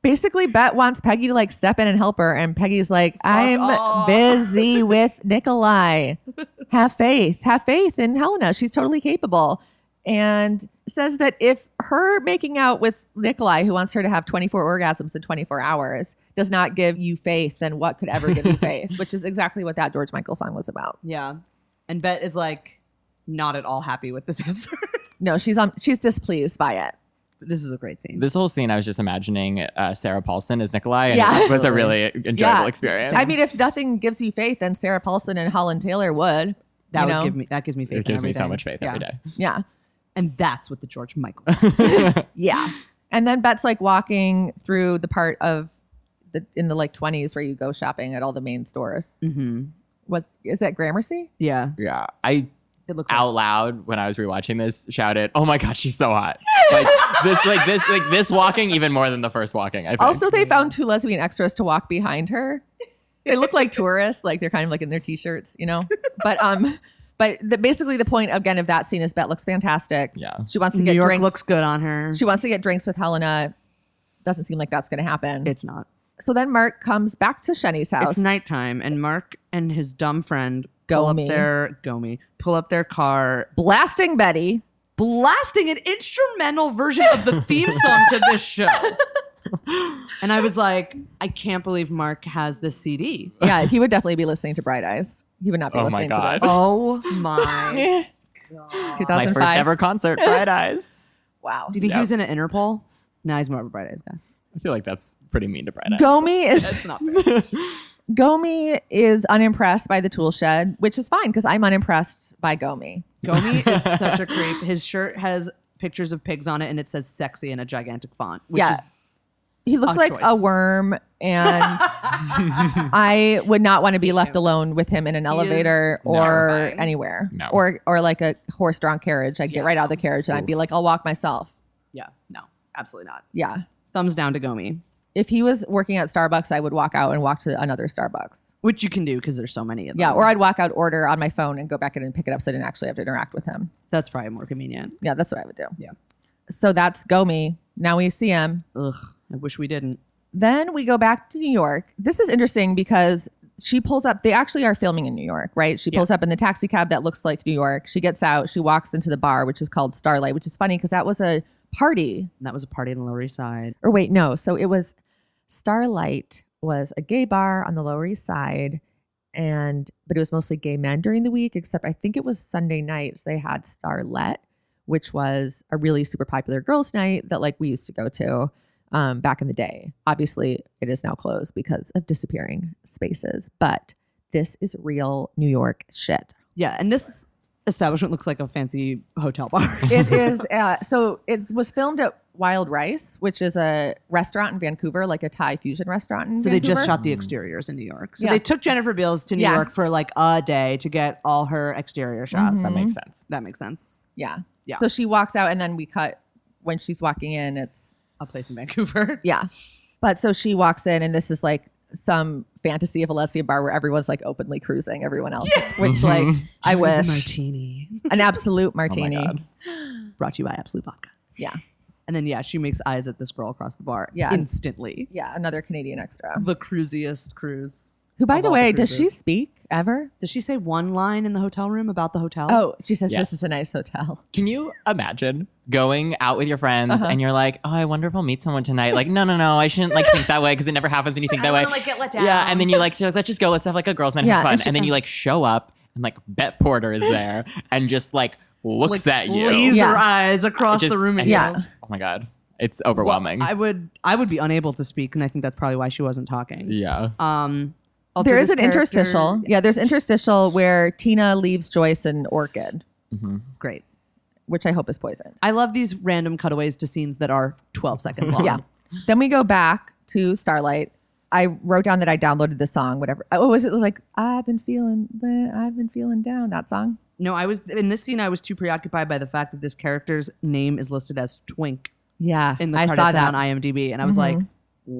Speaker 2: Basically, Bet wants Peggy to like step in and help her, and Peggy's like, "I'm
Speaker 3: off."
Speaker 2: busy with Nikolai. Have faith, have faith in Helena. She's totally capable." And says that if her making out with Nikolai, who wants her to have 24 orgasms in 24 hours, does not give you faith, then what could ever give you faith? Which is exactly what that George Michael song was about.
Speaker 3: Yeah. And Bet is like not at all happy with this answer.
Speaker 2: No, she's on. She's displeased by it.
Speaker 3: this is a great scene.
Speaker 4: This whole scene, I was just imagining uh, Sarah Paulson as Nikolai, and
Speaker 2: Yeah.
Speaker 4: it was a really enjoyable
Speaker 2: Yeah.
Speaker 4: experience.
Speaker 2: I mean, if nothing gives you faith, then Sarah Paulson and Holland Taylor would.
Speaker 3: that
Speaker 2: you
Speaker 3: would
Speaker 2: know?
Speaker 3: give me that gives me faith. in
Speaker 4: it gives me so
Speaker 3: everything.
Speaker 4: much faith
Speaker 3: yeah.
Speaker 4: every
Speaker 2: Yeah.
Speaker 3: And that's what the George Michael.
Speaker 4: day.
Speaker 2: Yeah. And then Bet's like walking through the part of the in the like twenties where you go shopping at all the main stores.
Speaker 3: mm-hmm.
Speaker 2: What is that Gramercy?
Speaker 3: Yeah.
Speaker 4: yeah, I
Speaker 3: It looked
Speaker 4: out loud when I was rewatching this shouted, "Oh my god, she's so hot!" Like this, like this, like this walking even more than the first walking. I think.
Speaker 2: Also, they found two lesbian extras to walk behind her. they look like tourists, like they're kind of like in their t-shirts, you know. But um, but the, basically the point again of that scene is Bet looks fantastic.
Speaker 4: Yeah.
Speaker 2: She wants to
Speaker 3: New
Speaker 2: get
Speaker 3: York
Speaker 2: drinks.
Speaker 3: looks good on her.
Speaker 2: she wants to get drinks with Helena. Doesn't seem like that's going to happen.
Speaker 3: It's not.
Speaker 2: so then Mark comes back to Shenny's house.
Speaker 3: It's nighttime, and Mark and his dumb friend pull
Speaker 2: Gomi.
Speaker 3: up their Gomi pull up their car,
Speaker 2: blasting Betty.
Speaker 3: blasting an instrumental version of the theme song to this show. And I was like, I can't believe Mark has this CD.
Speaker 2: Yeah, he would definitely be listening to Bright Eyes. He would not be
Speaker 4: Oh my
Speaker 2: listening
Speaker 4: God.
Speaker 2: to
Speaker 3: Oh my!
Speaker 2: this.
Speaker 4: My
Speaker 2: 2005.
Speaker 4: first ever concert, Bright Eyes.
Speaker 2: Wow.
Speaker 3: Do you think
Speaker 4: Yeah.
Speaker 3: he was in an Interpol? No, he's more of a bright eyes guy.
Speaker 4: I feel like that's pretty mean to Bright Eyes.
Speaker 2: Gomi is
Speaker 3: That's not fair.
Speaker 2: Gomi is unimpressed by the tool shed, which is fine because I'm unimpressed by Gomi.
Speaker 3: Gomi is such a creep. His shirt has pictures of pigs on it and it says sexy in a gigantic font, which
Speaker 2: Yeah.
Speaker 3: is
Speaker 2: He looks
Speaker 3: A
Speaker 2: like a
Speaker 3: choice.
Speaker 2: worm, and I would not want to be left alone with him in an elevator or
Speaker 3: terrifying.
Speaker 2: anywhere,
Speaker 4: No.
Speaker 2: or or like a horse-drawn carriage. I'd get
Speaker 3: Yeah.
Speaker 2: right out of the carriage and I'd be like, I'll walk myself.
Speaker 3: yeah, no, absolutely not.
Speaker 2: Yeah,
Speaker 3: Thumbs down to Gomi,
Speaker 2: if he was working at Starbucks, I would walk out and walk to another Starbucks.
Speaker 3: which you can do because there's so many of them.
Speaker 2: Yeah, or I'd walk out, order on my phone, and go back in and pick it up, so I didn't actually have to interact with him.
Speaker 3: that's probably more convenient.
Speaker 2: Yeah, that's what I would do.
Speaker 3: Yeah.
Speaker 2: So that's Gomi. Now we see him.
Speaker 3: Ugh, I wish we didn't.
Speaker 2: Then we go back to New York. This is interesting because she pulls up. They actually are filming in New York, right? She pulls up in the taxi cab that looks like New York. She gets out. She walks into the bar, which is called Starlight, which is funny because that was a party.
Speaker 3: That was a party in the Lower East Side.
Speaker 2: Or wait, no. So it was Starlight was a gay bar on the Lower East Side, and but it was mostly gay men during the week. Except I think it was Sunday nights they had Starlet, which was a really super popular girls' night that like we used to go to um, back in the day. Obviously, it is now closed because of disappearing spaces, but this is real New York shit.
Speaker 3: Yeah, and this establishment looks like a fancy hotel bar.
Speaker 2: it is uh, so it was filmed at wild rice which is a restaurant in vancouver like a thai fusion restaurant in
Speaker 3: so they just
Speaker 2: Vancouver.
Speaker 3: shot the exteriors in New York. So
Speaker 2: Yes.
Speaker 3: they took Jennifer Beals to New
Speaker 2: Yeah.
Speaker 3: York for like a day to get all her exterior shots.
Speaker 2: Mhm.
Speaker 4: That makes sense. Oh
Speaker 3: That makes sense.
Speaker 2: yeah
Speaker 3: Yeah.
Speaker 2: so she walks out and then we cut when she's walking in it's
Speaker 3: A place in Vancouver.
Speaker 2: yeah but so she walks in and this is like some fantasy of a lesbian bar where everyone's like openly cruising everyone else which like
Speaker 4: Mhm.
Speaker 2: i
Speaker 3: She was a
Speaker 2: wish
Speaker 3: martini.
Speaker 2: an absolute martini
Speaker 4: God.
Speaker 3: brought to you by Absolute Vodka.
Speaker 2: Yeah.
Speaker 3: And then yeah, she makes eyes at this girl across the bar.
Speaker 2: Yeah.
Speaker 3: Instantly.
Speaker 2: yeah another canadian extra
Speaker 3: The cruisiest cruise.
Speaker 2: who by
Speaker 3: Of
Speaker 2: the
Speaker 3: all the
Speaker 2: way does she
Speaker 3: cruises.
Speaker 2: speak ever
Speaker 3: Does she say one line in the hotel room about the hotel?
Speaker 2: oh she says
Speaker 4: Yes.
Speaker 2: this is a nice hotel
Speaker 4: Can you imagine going out with your friends
Speaker 2: Uh-huh.
Speaker 4: and you're like, oh, I wonder if I'll meet someone tonight? Like, no, no, no, I shouldn't like think that way because it never happens when you think that way.
Speaker 3: get let
Speaker 4: Yeah, and then you like, so like, let's just go, let's have like a girls' night, and
Speaker 2: Yeah,
Speaker 4: have fun,
Speaker 2: and
Speaker 4: and,
Speaker 2: she-
Speaker 4: then you like show up and like Bet Porter is there and just like looks at you,
Speaker 3: Laser
Speaker 2: Yeah.
Speaker 3: eyes across
Speaker 4: Just-
Speaker 3: the room.
Speaker 4: and
Speaker 3: at you.
Speaker 2: yeah.
Speaker 4: just- oh my god, it's
Speaker 3: Well,
Speaker 4: overwhelming.
Speaker 3: I would I would be unable to speak, and I think that's probably why she wasn't talking.
Speaker 4: yeah,
Speaker 3: Um also
Speaker 2: there
Speaker 3: this
Speaker 2: is an
Speaker 3: character-
Speaker 2: interstitial. Yeah, there's interstitial where Tina leaves Joyce an orchid,
Speaker 4: Mhm.
Speaker 3: Great.
Speaker 2: which I hope is poisoned.
Speaker 3: I love these random cutaways to scenes that are twelve seconds long.
Speaker 2: Yeah. Then we go back to Starlight. I wrote down that I downloaded the song, whatever. Oh, was it like I've been feeling the I've been feeling down that song?
Speaker 3: No, I was in this scene. I was too preoccupied by the fact that this character's name is listed as Twink
Speaker 2: Yeah,
Speaker 3: in the
Speaker 2: I
Speaker 3: credits
Speaker 2: saw
Speaker 3: and
Speaker 2: that.
Speaker 3: on IMDb, and I was like,
Speaker 2: Mhm.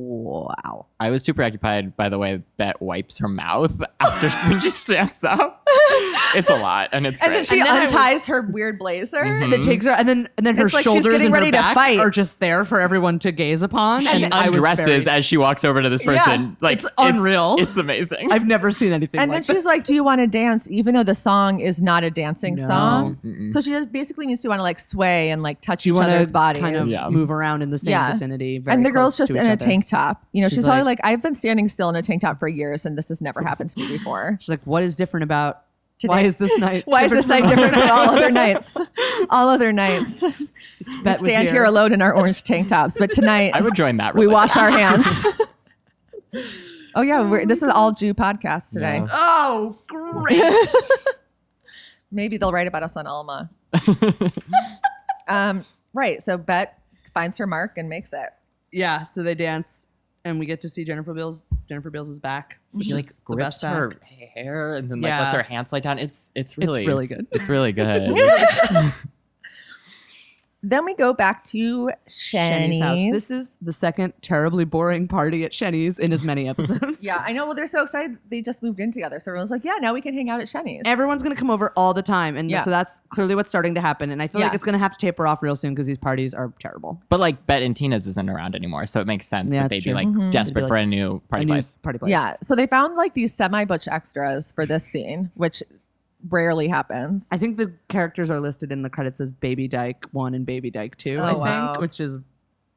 Speaker 3: wow.
Speaker 4: I was too preoccupied by the way Bet wipes her mouth after she just stands up. It's a lot, and it's
Speaker 2: and then
Speaker 4: great.
Speaker 2: she
Speaker 3: And then I was-
Speaker 2: unties her weird blazer.
Speaker 4: Mhm.
Speaker 3: And it takes her, and then and then her
Speaker 2: It's like she's
Speaker 3: shoulders
Speaker 2: getting
Speaker 3: and her
Speaker 2: ready to
Speaker 3: back
Speaker 2: fight.
Speaker 3: are just there for everyone to gaze upon.
Speaker 4: she
Speaker 3: and I was
Speaker 4: undresses
Speaker 3: very-
Speaker 4: as she walks over to this
Speaker 2: Yeah,
Speaker 4: person. like
Speaker 3: it's unreal.
Speaker 4: It's, amazing.
Speaker 3: I've never seen anything.
Speaker 2: And then
Speaker 3: like
Speaker 2: she's like, "Do you want to dance?" Even though the song is not a dancing
Speaker 3: No.
Speaker 2: song,
Speaker 4: Mm-mm.
Speaker 2: so she just basically means to want to like sway and like touch
Speaker 3: you
Speaker 2: each
Speaker 3: want
Speaker 2: other's
Speaker 3: to
Speaker 2: bodies.
Speaker 3: kind of
Speaker 4: Yeah.
Speaker 3: move around in the same
Speaker 2: Yeah.
Speaker 3: vicinity. Very
Speaker 2: and the girl's
Speaker 3: close
Speaker 2: just
Speaker 3: to
Speaker 2: in
Speaker 3: each
Speaker 2: a
Speaker 3: other.
Speaker 2: tank top. You know, she's,
Speaker 3: She's
Speaker 2: probably like,
Speaker 3: like-
Speaker 2: I've been standing still in a tank top for years, and this has never happened to me before.
Speaker 3: She's like, what is different about why
Speaker 2: Today-
Speaker 3: is this night?
Speaker 2: Why is this night
Speaker 3: from
Speaker 2: different than all other nights? All other nights, we
Speaker 3: all- Bet was
Speaker 2: stand here. alone in our orange tank tops, but tonight
Speaker 4: I would join that.
Speaker 2: we
Speaker 4: religion.
Speaker 2: wash our hands. oh yeah, we're, this is all Jew podcast today.
Speaker 4: Yeah.
Speaker 3: Oh, great.
Speaker 2: Maybe they'll write about us on Alma. um, right. So Bet finds her mark and makes it.
Speaker 3: yeah, so they dance, and we get to see Jennifer Beals. Jennifer Beals is back, which
Speaker 4: She like
Speaker 3: is the
Speaker 4: grips
Speaker 3: best
Speaker 4: her
Speaker 3: act.
Speaker 4: hair and then like
Speaker 3: Yeah.
Speaker 4: lets her hand slide down. It's it's
Speaker 3: It's
Speaker 4: really
Speaker 3: really good.
Speaker 4: it's really good.
Speaker 2: Then we go back to Shenny's.
Speaker 3: This is the second terribly boring party at Shenny's in as many episodes.
Speaker 2: yeah, I know. Well, they're so excited. They just moved in together. So everyone's like, yeah, now we can hang out at Shenny's.
Speaker 3: Everyone's going to come over all the time. And
Speaker 2: Yeah.
Speaker 3: so that's clearly what's starting to happen. And I feel
Speaker 2: Yeah.
Speaker 3: like it's going to have to taper off real soon because these parties are terrible.
Speaker 4: But like Bet and Tina's isn't around anymore, so it makes sense
Speaker 3: Yeah,
Speaker 4: that
Speaker 3: that's
Speaker 4: they'd
Speaker 3: true. Mm-hmm.
Speaker 4: be like
Speaker 2: Mhm.
Speaker 4: desperate
Speaker 3: They'd be
Speaker 4: for a new
Speaker 3: I
Speaker 4: party
Speaker 3: knew
Speaker 4: place.
Speaker 3: Party place.
Speaker 2: yeah. So they found like these semi butch extras for this scene, which rarely happens.
Speaker 3: I think the characters are listed in the credits as Baby Dyke 1 and Baby Dyke 2,
Speaker 2: Oh,
Speaker 3: I think,
Speaker 2: wow.
Speaker 3: which is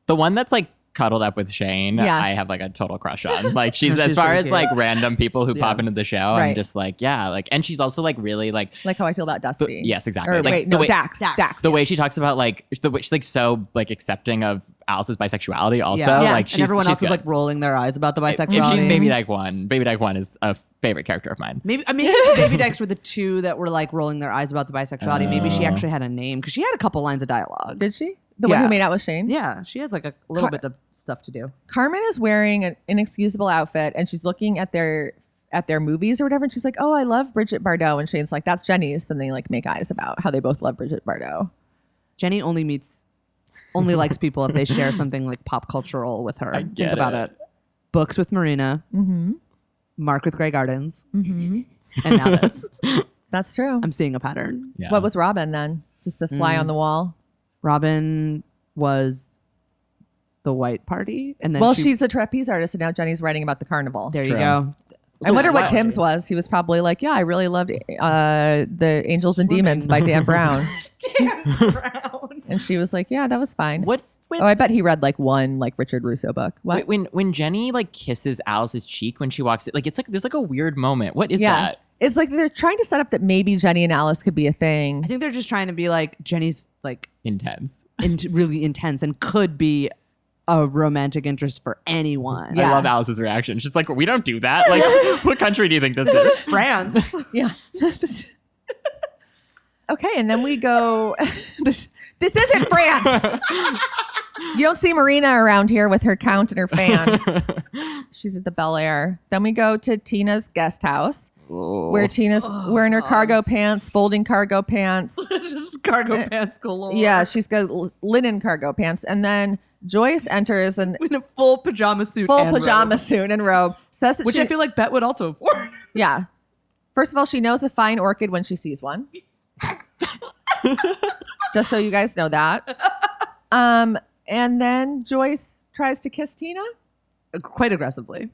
Speaker 4: The one that's like cuddled up with Shane,
Speaker 2: Yeah.
Speaker 4: I have like a total crush on. Like she's
Speaker 3: No,
Speaker 4: as
Speaker 3: she's
Speaker 4: far
Speaker 3: pretty
Speaker 4: as
Speaker 3: cute.
Speaker 4: like random people who
Speaker 3: Yeah.
Speaker 4: pop into the show,
Speaker 2: Right.
Speaker 4: I'm just like, yeah, like and she's also like really like
Speaker 2: like how I feel about
Speaker 4: the-
Speaker 2: Dusty.
Speaker 4: yes, exactly.
Speaker 2: Or
Speaker 4: like
Speaker 2: wait,
Speaker 4: the
Speaker 2: no,
Speaker 4: way,
Speaker 2: Dax. Dax.
Speaker 3: Dax.
Speaker 4: the way she talks about like the way she's like so like accepting of Alice's bisexuality also.
Speaker 3: Yeah.
Speaker 2: Yeah.
Speaker 4: Oh, Like she's
Speaker 3: and everyone
Speaker 4: she's
Speaker 3: else is
Speaker 4: good.
Speaker 3: like rolling their eyes about the
Speaker 4: If-
Speaker 3: bisexuality.
Speaker 4: If she's
Speaker 2: baby-
Speaker 4: Baby Dyke One, Baby Dyke One is a favorite character of mine.
Speaker 3: Maybe I mean the baby dykes were the two that were like rolling their eyes about the bisexuality. Maybe she
Speaker 4: Oh.
Speaker 3: actually had a name because she had a couple lines of dialogue.
Speaker 2: Did she? The one
Speaker 3: Yeah.
Speaker 2: who made out with Shane?
Speaker 3: Yeah, she has like a little
Speaker 2: Car-
Speaker 3: bit of stuff to do.
Speaker 2: Carmen is wearing an inexcusable outfit and she's looking at their at their movies or whatever and she's like, "Oh, I love Bridget Bardot." And Shane's like, "That's Jenny's." Then they like make eyes about how they both love Bridget Bardot.
Speaker 3: Jenny only meets, only likes people if they share something like pop cultural with her.
Speaker 4: I
Speaker 3: Think
Speaker 4: get
Speaker 3: about it.
Speaker 4: it.
Speaker 3: Books with Marina,
Speaker 2: Mhm.
Speaker 3: Mark with Grey Gardens,
Speaker 2: Mhm.
Speaker 3: and now this.
Speaker 2: That's true.
Speaker 3: I'm seeing a pattern.
Speaker 4: Yeah.
Speaker 2: What was Robin then? Just a fly
Speaker 3: Mm.
Speaker 2: on the wall.
Speaker 3: Robin was the white party, and then
Speaker 2: well,
Speaker 3: she,
Speaker 2: she's a trapeze artist and now Jenny's writing about the carnival.
Speaker 3: there. You
Speaker 4: True.
Speaker 3: go.
Speaker 2: I wonder what
Speaker 4: Wow.
Speaker 2: Tim's was. He was probably like, "Yeah, I really loved uh, the Angels and
Speaker 3: Swimming.
Speaker 2: Demons by Dan Brown." And she was like, "Yeah, that was fine."
Speaker 4: What's with
Speaker 2: Oh, I bet he read like one like Richard Russo book. What?
Speaker 4: Wait, when when Jenny like kisses Alice's cheek when she walks in, like it's like there's like a weird moment. What is
Speaker 2: Yeah.
Speaker 4: that?
Speaker 2: It's like they're trying to set up that maybe Jenny and Alice could be a
Speaker 3: I
Speaker 2: thing.
Speaker 3: think they're just trying to be like Jenny's like
Speaker 4: Intense.
Speaker 3: int- really intense and could be a romantic interest for anyone.
Speaker 2: Yeah.
Speaker 4: I love Alice's reaction. She's like, "We don't do that. Like, what country do you think this is?"
Speaker 3: France.
Speaker 2: Yeah. okay, and then we go. this this isn't France. you don't see Marina around here with her count and her fan. She's at the Bel Air. Then we go to Tina's guest house
Speaker 3: Oh,
Speaker 2: where Tina's wearing her cargo pants, folding cargo pants.
Speaker 3: just cargo pants galore.
Speaker 2: yeah, she's got l- linen cargo pants, and then Joyce enters in
Speaker 3: In a full pajama suit.
Speaker 2: full
Speaker 3: and robe,
Speaker 2: pajama suit and robe. Says that
Speaker 3: which
Speaker 2: she,
Speaker 3: I feel like Bet would also afford.
Speaker 2: Yeah. First of all, she knows a fine orchid when she sees one. Just so you guys know that. Um, and then Joyce tries to kiss Tina.
Speaker 3: Quite aggressively.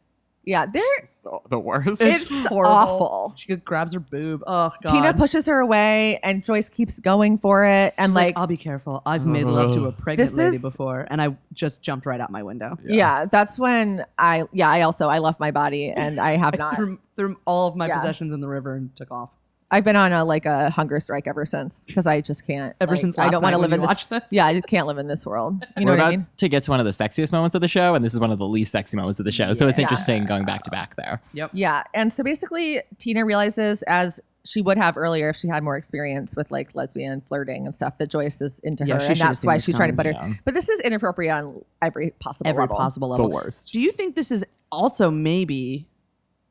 Speaker 2: Yeah, they're
Speaker 4: the worst.
Speaker 2: It's awful.
Speaker 3: She grabs her boob. Oh, God.
Speaker 2: Tina pushes her away, and Joyce keeps going for it. And
Speaker 3: She's
Speaker 2: like,
Speaker 3: I'll be careful. I've made love to a pregnant
Speaker 2: This
Speaker 3: lady
Speaker 2: is-
Speaker 3: before, and I just jumped right out my window.
Speaker 2: yeah. that's when I. Yeah, I also I left my body, and I have
Speaker 3: I
Speaker 2: not.
Speaker 3: threw, threw all of my
Speaker 2: Yeah.
Speaker 3: possessions in the river and took off.
Speaker 2: I've been on a like a hunger strike ever since because I just can't.
Speaker 3: Ever
Speaker 2: like,
Speaker 3: since
Speaker 2: I
Speaker 3: last
Speaker 2: don't want
Speaker 3: night
Speaker 2: to live
Speaker 3: when
Speaker 2: in
Speaker 3: you
Speaker 2: this.
Speaker 3: watched this.
Speaker 2: Yeah, I just can't live in this world. You know
Speaker 4: We're
Speaker 2: what
Speaker 4: about
Speaker 2: I mean?
Speaker 4: to get to one of the sexiest moments of the show, and this is one of the least sexy moments of the show. So it's
Speaker 2: Yeah.
Speaker 4: interesting going back to back there.
Speaker 2: Yeah. And so basically, Tina realizes, as she would have earlier if she had more experience with like lesbian flirting and stuff, that Joyce is into
Speaker 3: Yeah, she
Speaker 2: her. And
Speaker 3: should have
Speaker 2: that's
Speaker 3: seen
Speaker 2: why
Speaker 3: this
Speaker 2: she's trying to put
Speaker 3: coming,
Speaker 2: her.
Speaker 4: yeah.
Speaker 2: But this is inappropriate on every possible
Speaker 3: every
Speaker 2: level.
Speaker 3: possible level.
Speaker 4: The worst.
Speaker 3: Do you think this is also maybe,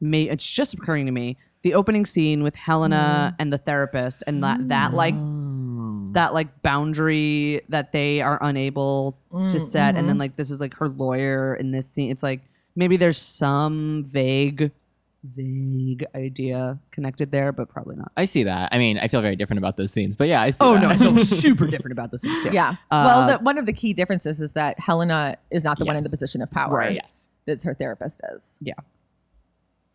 Speaker 3: may it's just occurring to me, the opening scene with Helena and the therapist and that, that like
Speaker 4: Mm.
Speaker 3: that like boundary that they are unable to
Speaker 2: Mm,
Speaker 3: set, and then
Speaker 2: mhm.
Speaker 3: like this is like her lawyer in this scene. It's like maybe there's some vague, vague idea connected there, but probably not.
Speaker 4: I see that. I mean, I feel very different about those scenes, but yeah, I see.
Speaker 3: Oh
Speaker 4: that.
Speaker 3: no, I feel super different about this scene too.
Speaker 2: Yeah.
Speaker 3: Uh,
Speaker 2: well, the, one of the key differences is that Helena is not the one in the
Speaker 4: Yes.
Speaker 2: position of power.
Speaker 3: Right.
Speaker 4: yes.
Speaker 2: That's her therapist is.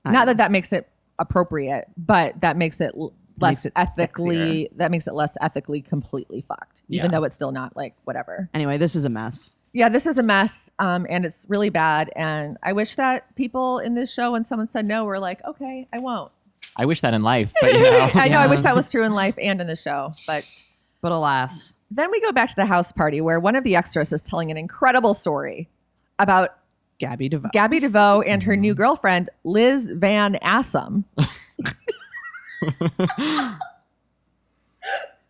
Speaker 3: I
Speaker 2: not
Speaker 3: know.
Speaker 2: that that makes it appropriate, but that makes it l- less
Speaker 3: Makes it
Speaker 2: ethically. That makes it less ethically completely fucked, even
Speaker 4: Yeah.
Speaker 2: though it's still not like whatever.
Speaker 3: Anyway, this is a mess.
Speaker 2: yeah, this is a mess, um, and it's really bad. And I wish that people in this show, when someone said no, were like, "Okay, I won't."
Speaker 4: I wish that in life, but you know.
Speaker 2: I know. I
Speaker 3: Yeah.
Speaker 2: wish that was true in life and in the show. But
Speaker 3: But alas,
Speaker 2: then we go back to the house party where one of the extras is telling an incredible story about
Speaker 3: Gabby DeVoe.
Speaker 2: Gabby DeVoe and her new girlfriend Liz Van Assam.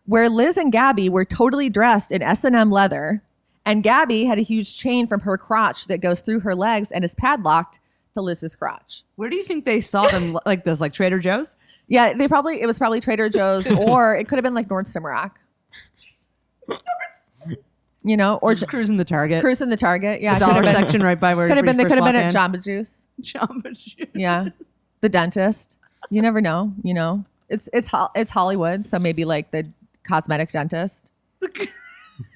Speaker 2: where Liz and Gabby were totally dressed in S&M leather and Gabby had a huge chain from her crotch that goes through her legs and is padlocked to Liz's crotch.
Speaker 3: Where do you think they saw them? like this, like Trader Joe's?
Speaker 2: Yeah, they probably it was probably Trader Joe's or it could have been like Nordstrom Rack. you know, or
Speaker 3: just
Speaker 2: just
Speaker 3: cruising the Target,
Speaker 2: cruising the Target. Yeah,
Speaker 3: the
Speaker 2: could
Speaker 3: dollar
Speaker 2: have been,
Speaker 3: section right by where
Speaker 2: Could have been.
Speaker 3: you
Speaker 2: They
Speaker 3: first
Speaker 2: could have been
Speaker 3: walk
Speaker 2: at Jamba Juice.
Speaker 3: in. Jamba Juice.
Speaker 2: Yeah, the dentist. You never know. You know, it's it's Hol- it's Hollywood, so maybe like the cosmetic dentist.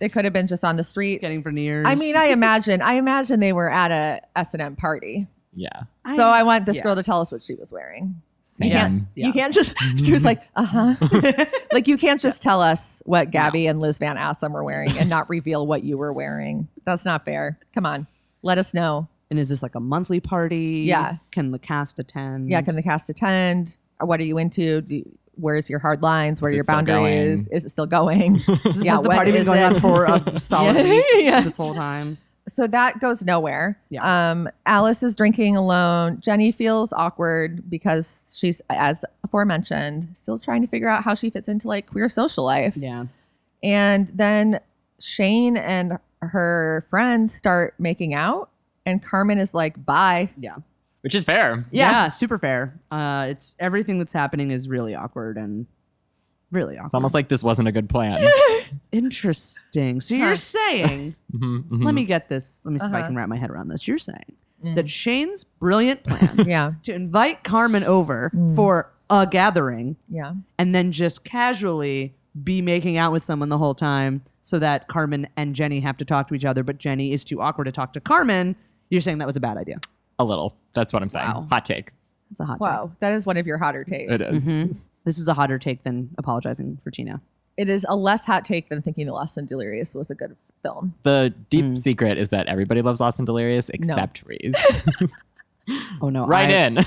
Speaker 2: they could have been just on the street.
Speaker 3: Getting veneers.
Speaker 2: I mean, I imagine. I imagine they were at a S and M party.
Speaker 4: Yeah.
Speaker 2: So I want this
Speaker 3: yeah.
Speaker 2: girl to tell us what she was wearing.
Speaker 4: Same.
Speaker 2: You can't, you can't just. She was like, uh huh. like you can't just tell us what Gabby and Liz Van Assam were wearing and not reveal what you were wearing. That's not fair. Come on, let us know.
Speaker 3: and is this like a monthly party?
Speaker 2: Yeah.
Speaker 3: Can the cast attend?
Speaker 4: Mm-hmm.
Speaker 2: Yeah, can the cast attend? Or what are you into? Do where's your hard lines? Where
Speaker 4: Is
Speaker 2: are
Speaker 4: it
Speaker 2: your
Speaker 4: still
Speaker 2: boundaries? Is it still going?
Speaker 3: Has
Speaker 2: yeah,
Speaker 3: the
Speaker 2: what
Speaker 3: party been
Speaker 2: is
Speaker 3: going on
Speaker 2: it?
Speaker 3: for a solid
Speaker 2: Yeah.
Speaker 3: week
Speaker 2: Yeah.
Speaker 3: this whole time?
Speaker 2: so that goes nowhere.
Speaker 3: Yeah.
Speaker 2: Um, Alice is drinking alone. Jenny feels awkward because she's, as aforementioned, still trying to figure out how she fits into like queer social life.
Speaker 3: Yeah.
Speaker 2: And then Shane and her friend start making out, and Carmen is like, bye.
Speaker 3: Yeah.
Speaker 4: Which is fair.
Speaker 2: Yeah.
Speaker 3: super fair. Uh, it's everything that's happening is really awkward and really awkward.
Speaker 4: It's almost like this wasn't a good plan.
Speaker 3: interesting. So
Speaker 2: Huh.
Speaker 3: you're saying,
Speaker 4: Mhm,
Speaker 3: let
Speaker 4: mhm.
Speaker 3: me get this. Let me see if I
Speaker 2: Uh-huh.
Speaker 3: can wrap my head around this. You're saying
Speaker 2: Mm.
Speaker 3: that Shane's brilliant plan
Speaker 2: yeah.
Speaker 3: to invite Carmen over
Speaker 2: Mm.
Speaker 3: for a gathering
Speaker 2: Yeah.
Speaker 3: and then just casually be making out with someone the whole time so that Carmen and Jenny have to talk to each other, but Jenny is too awkward to talk to Carmen. You're saying that was a bad idea.
Speaker 4: A little. That's what I'm saying.
Speaker 3: Wow.
Speaker 4: Hot take.
Speaker 3: That's a hot
Speaker 2: Wow. That is one of your hotter takes.
Speaker 4: It is.
Speaker 3: take. Mhm. This is a hotter take than apologizing for Tina.
Speaker 2: It is a less hot take than thinking The Lost and Delirious was a good film.
Speaker 4: The deep
Speaker 3: Mm.
Speaker 4: secret is that everybody loves Lost and Delirious except Reese.
Speaker 3: Oh no!
Speaker 4: right
Speaker 3: I-
Speaker 4: in.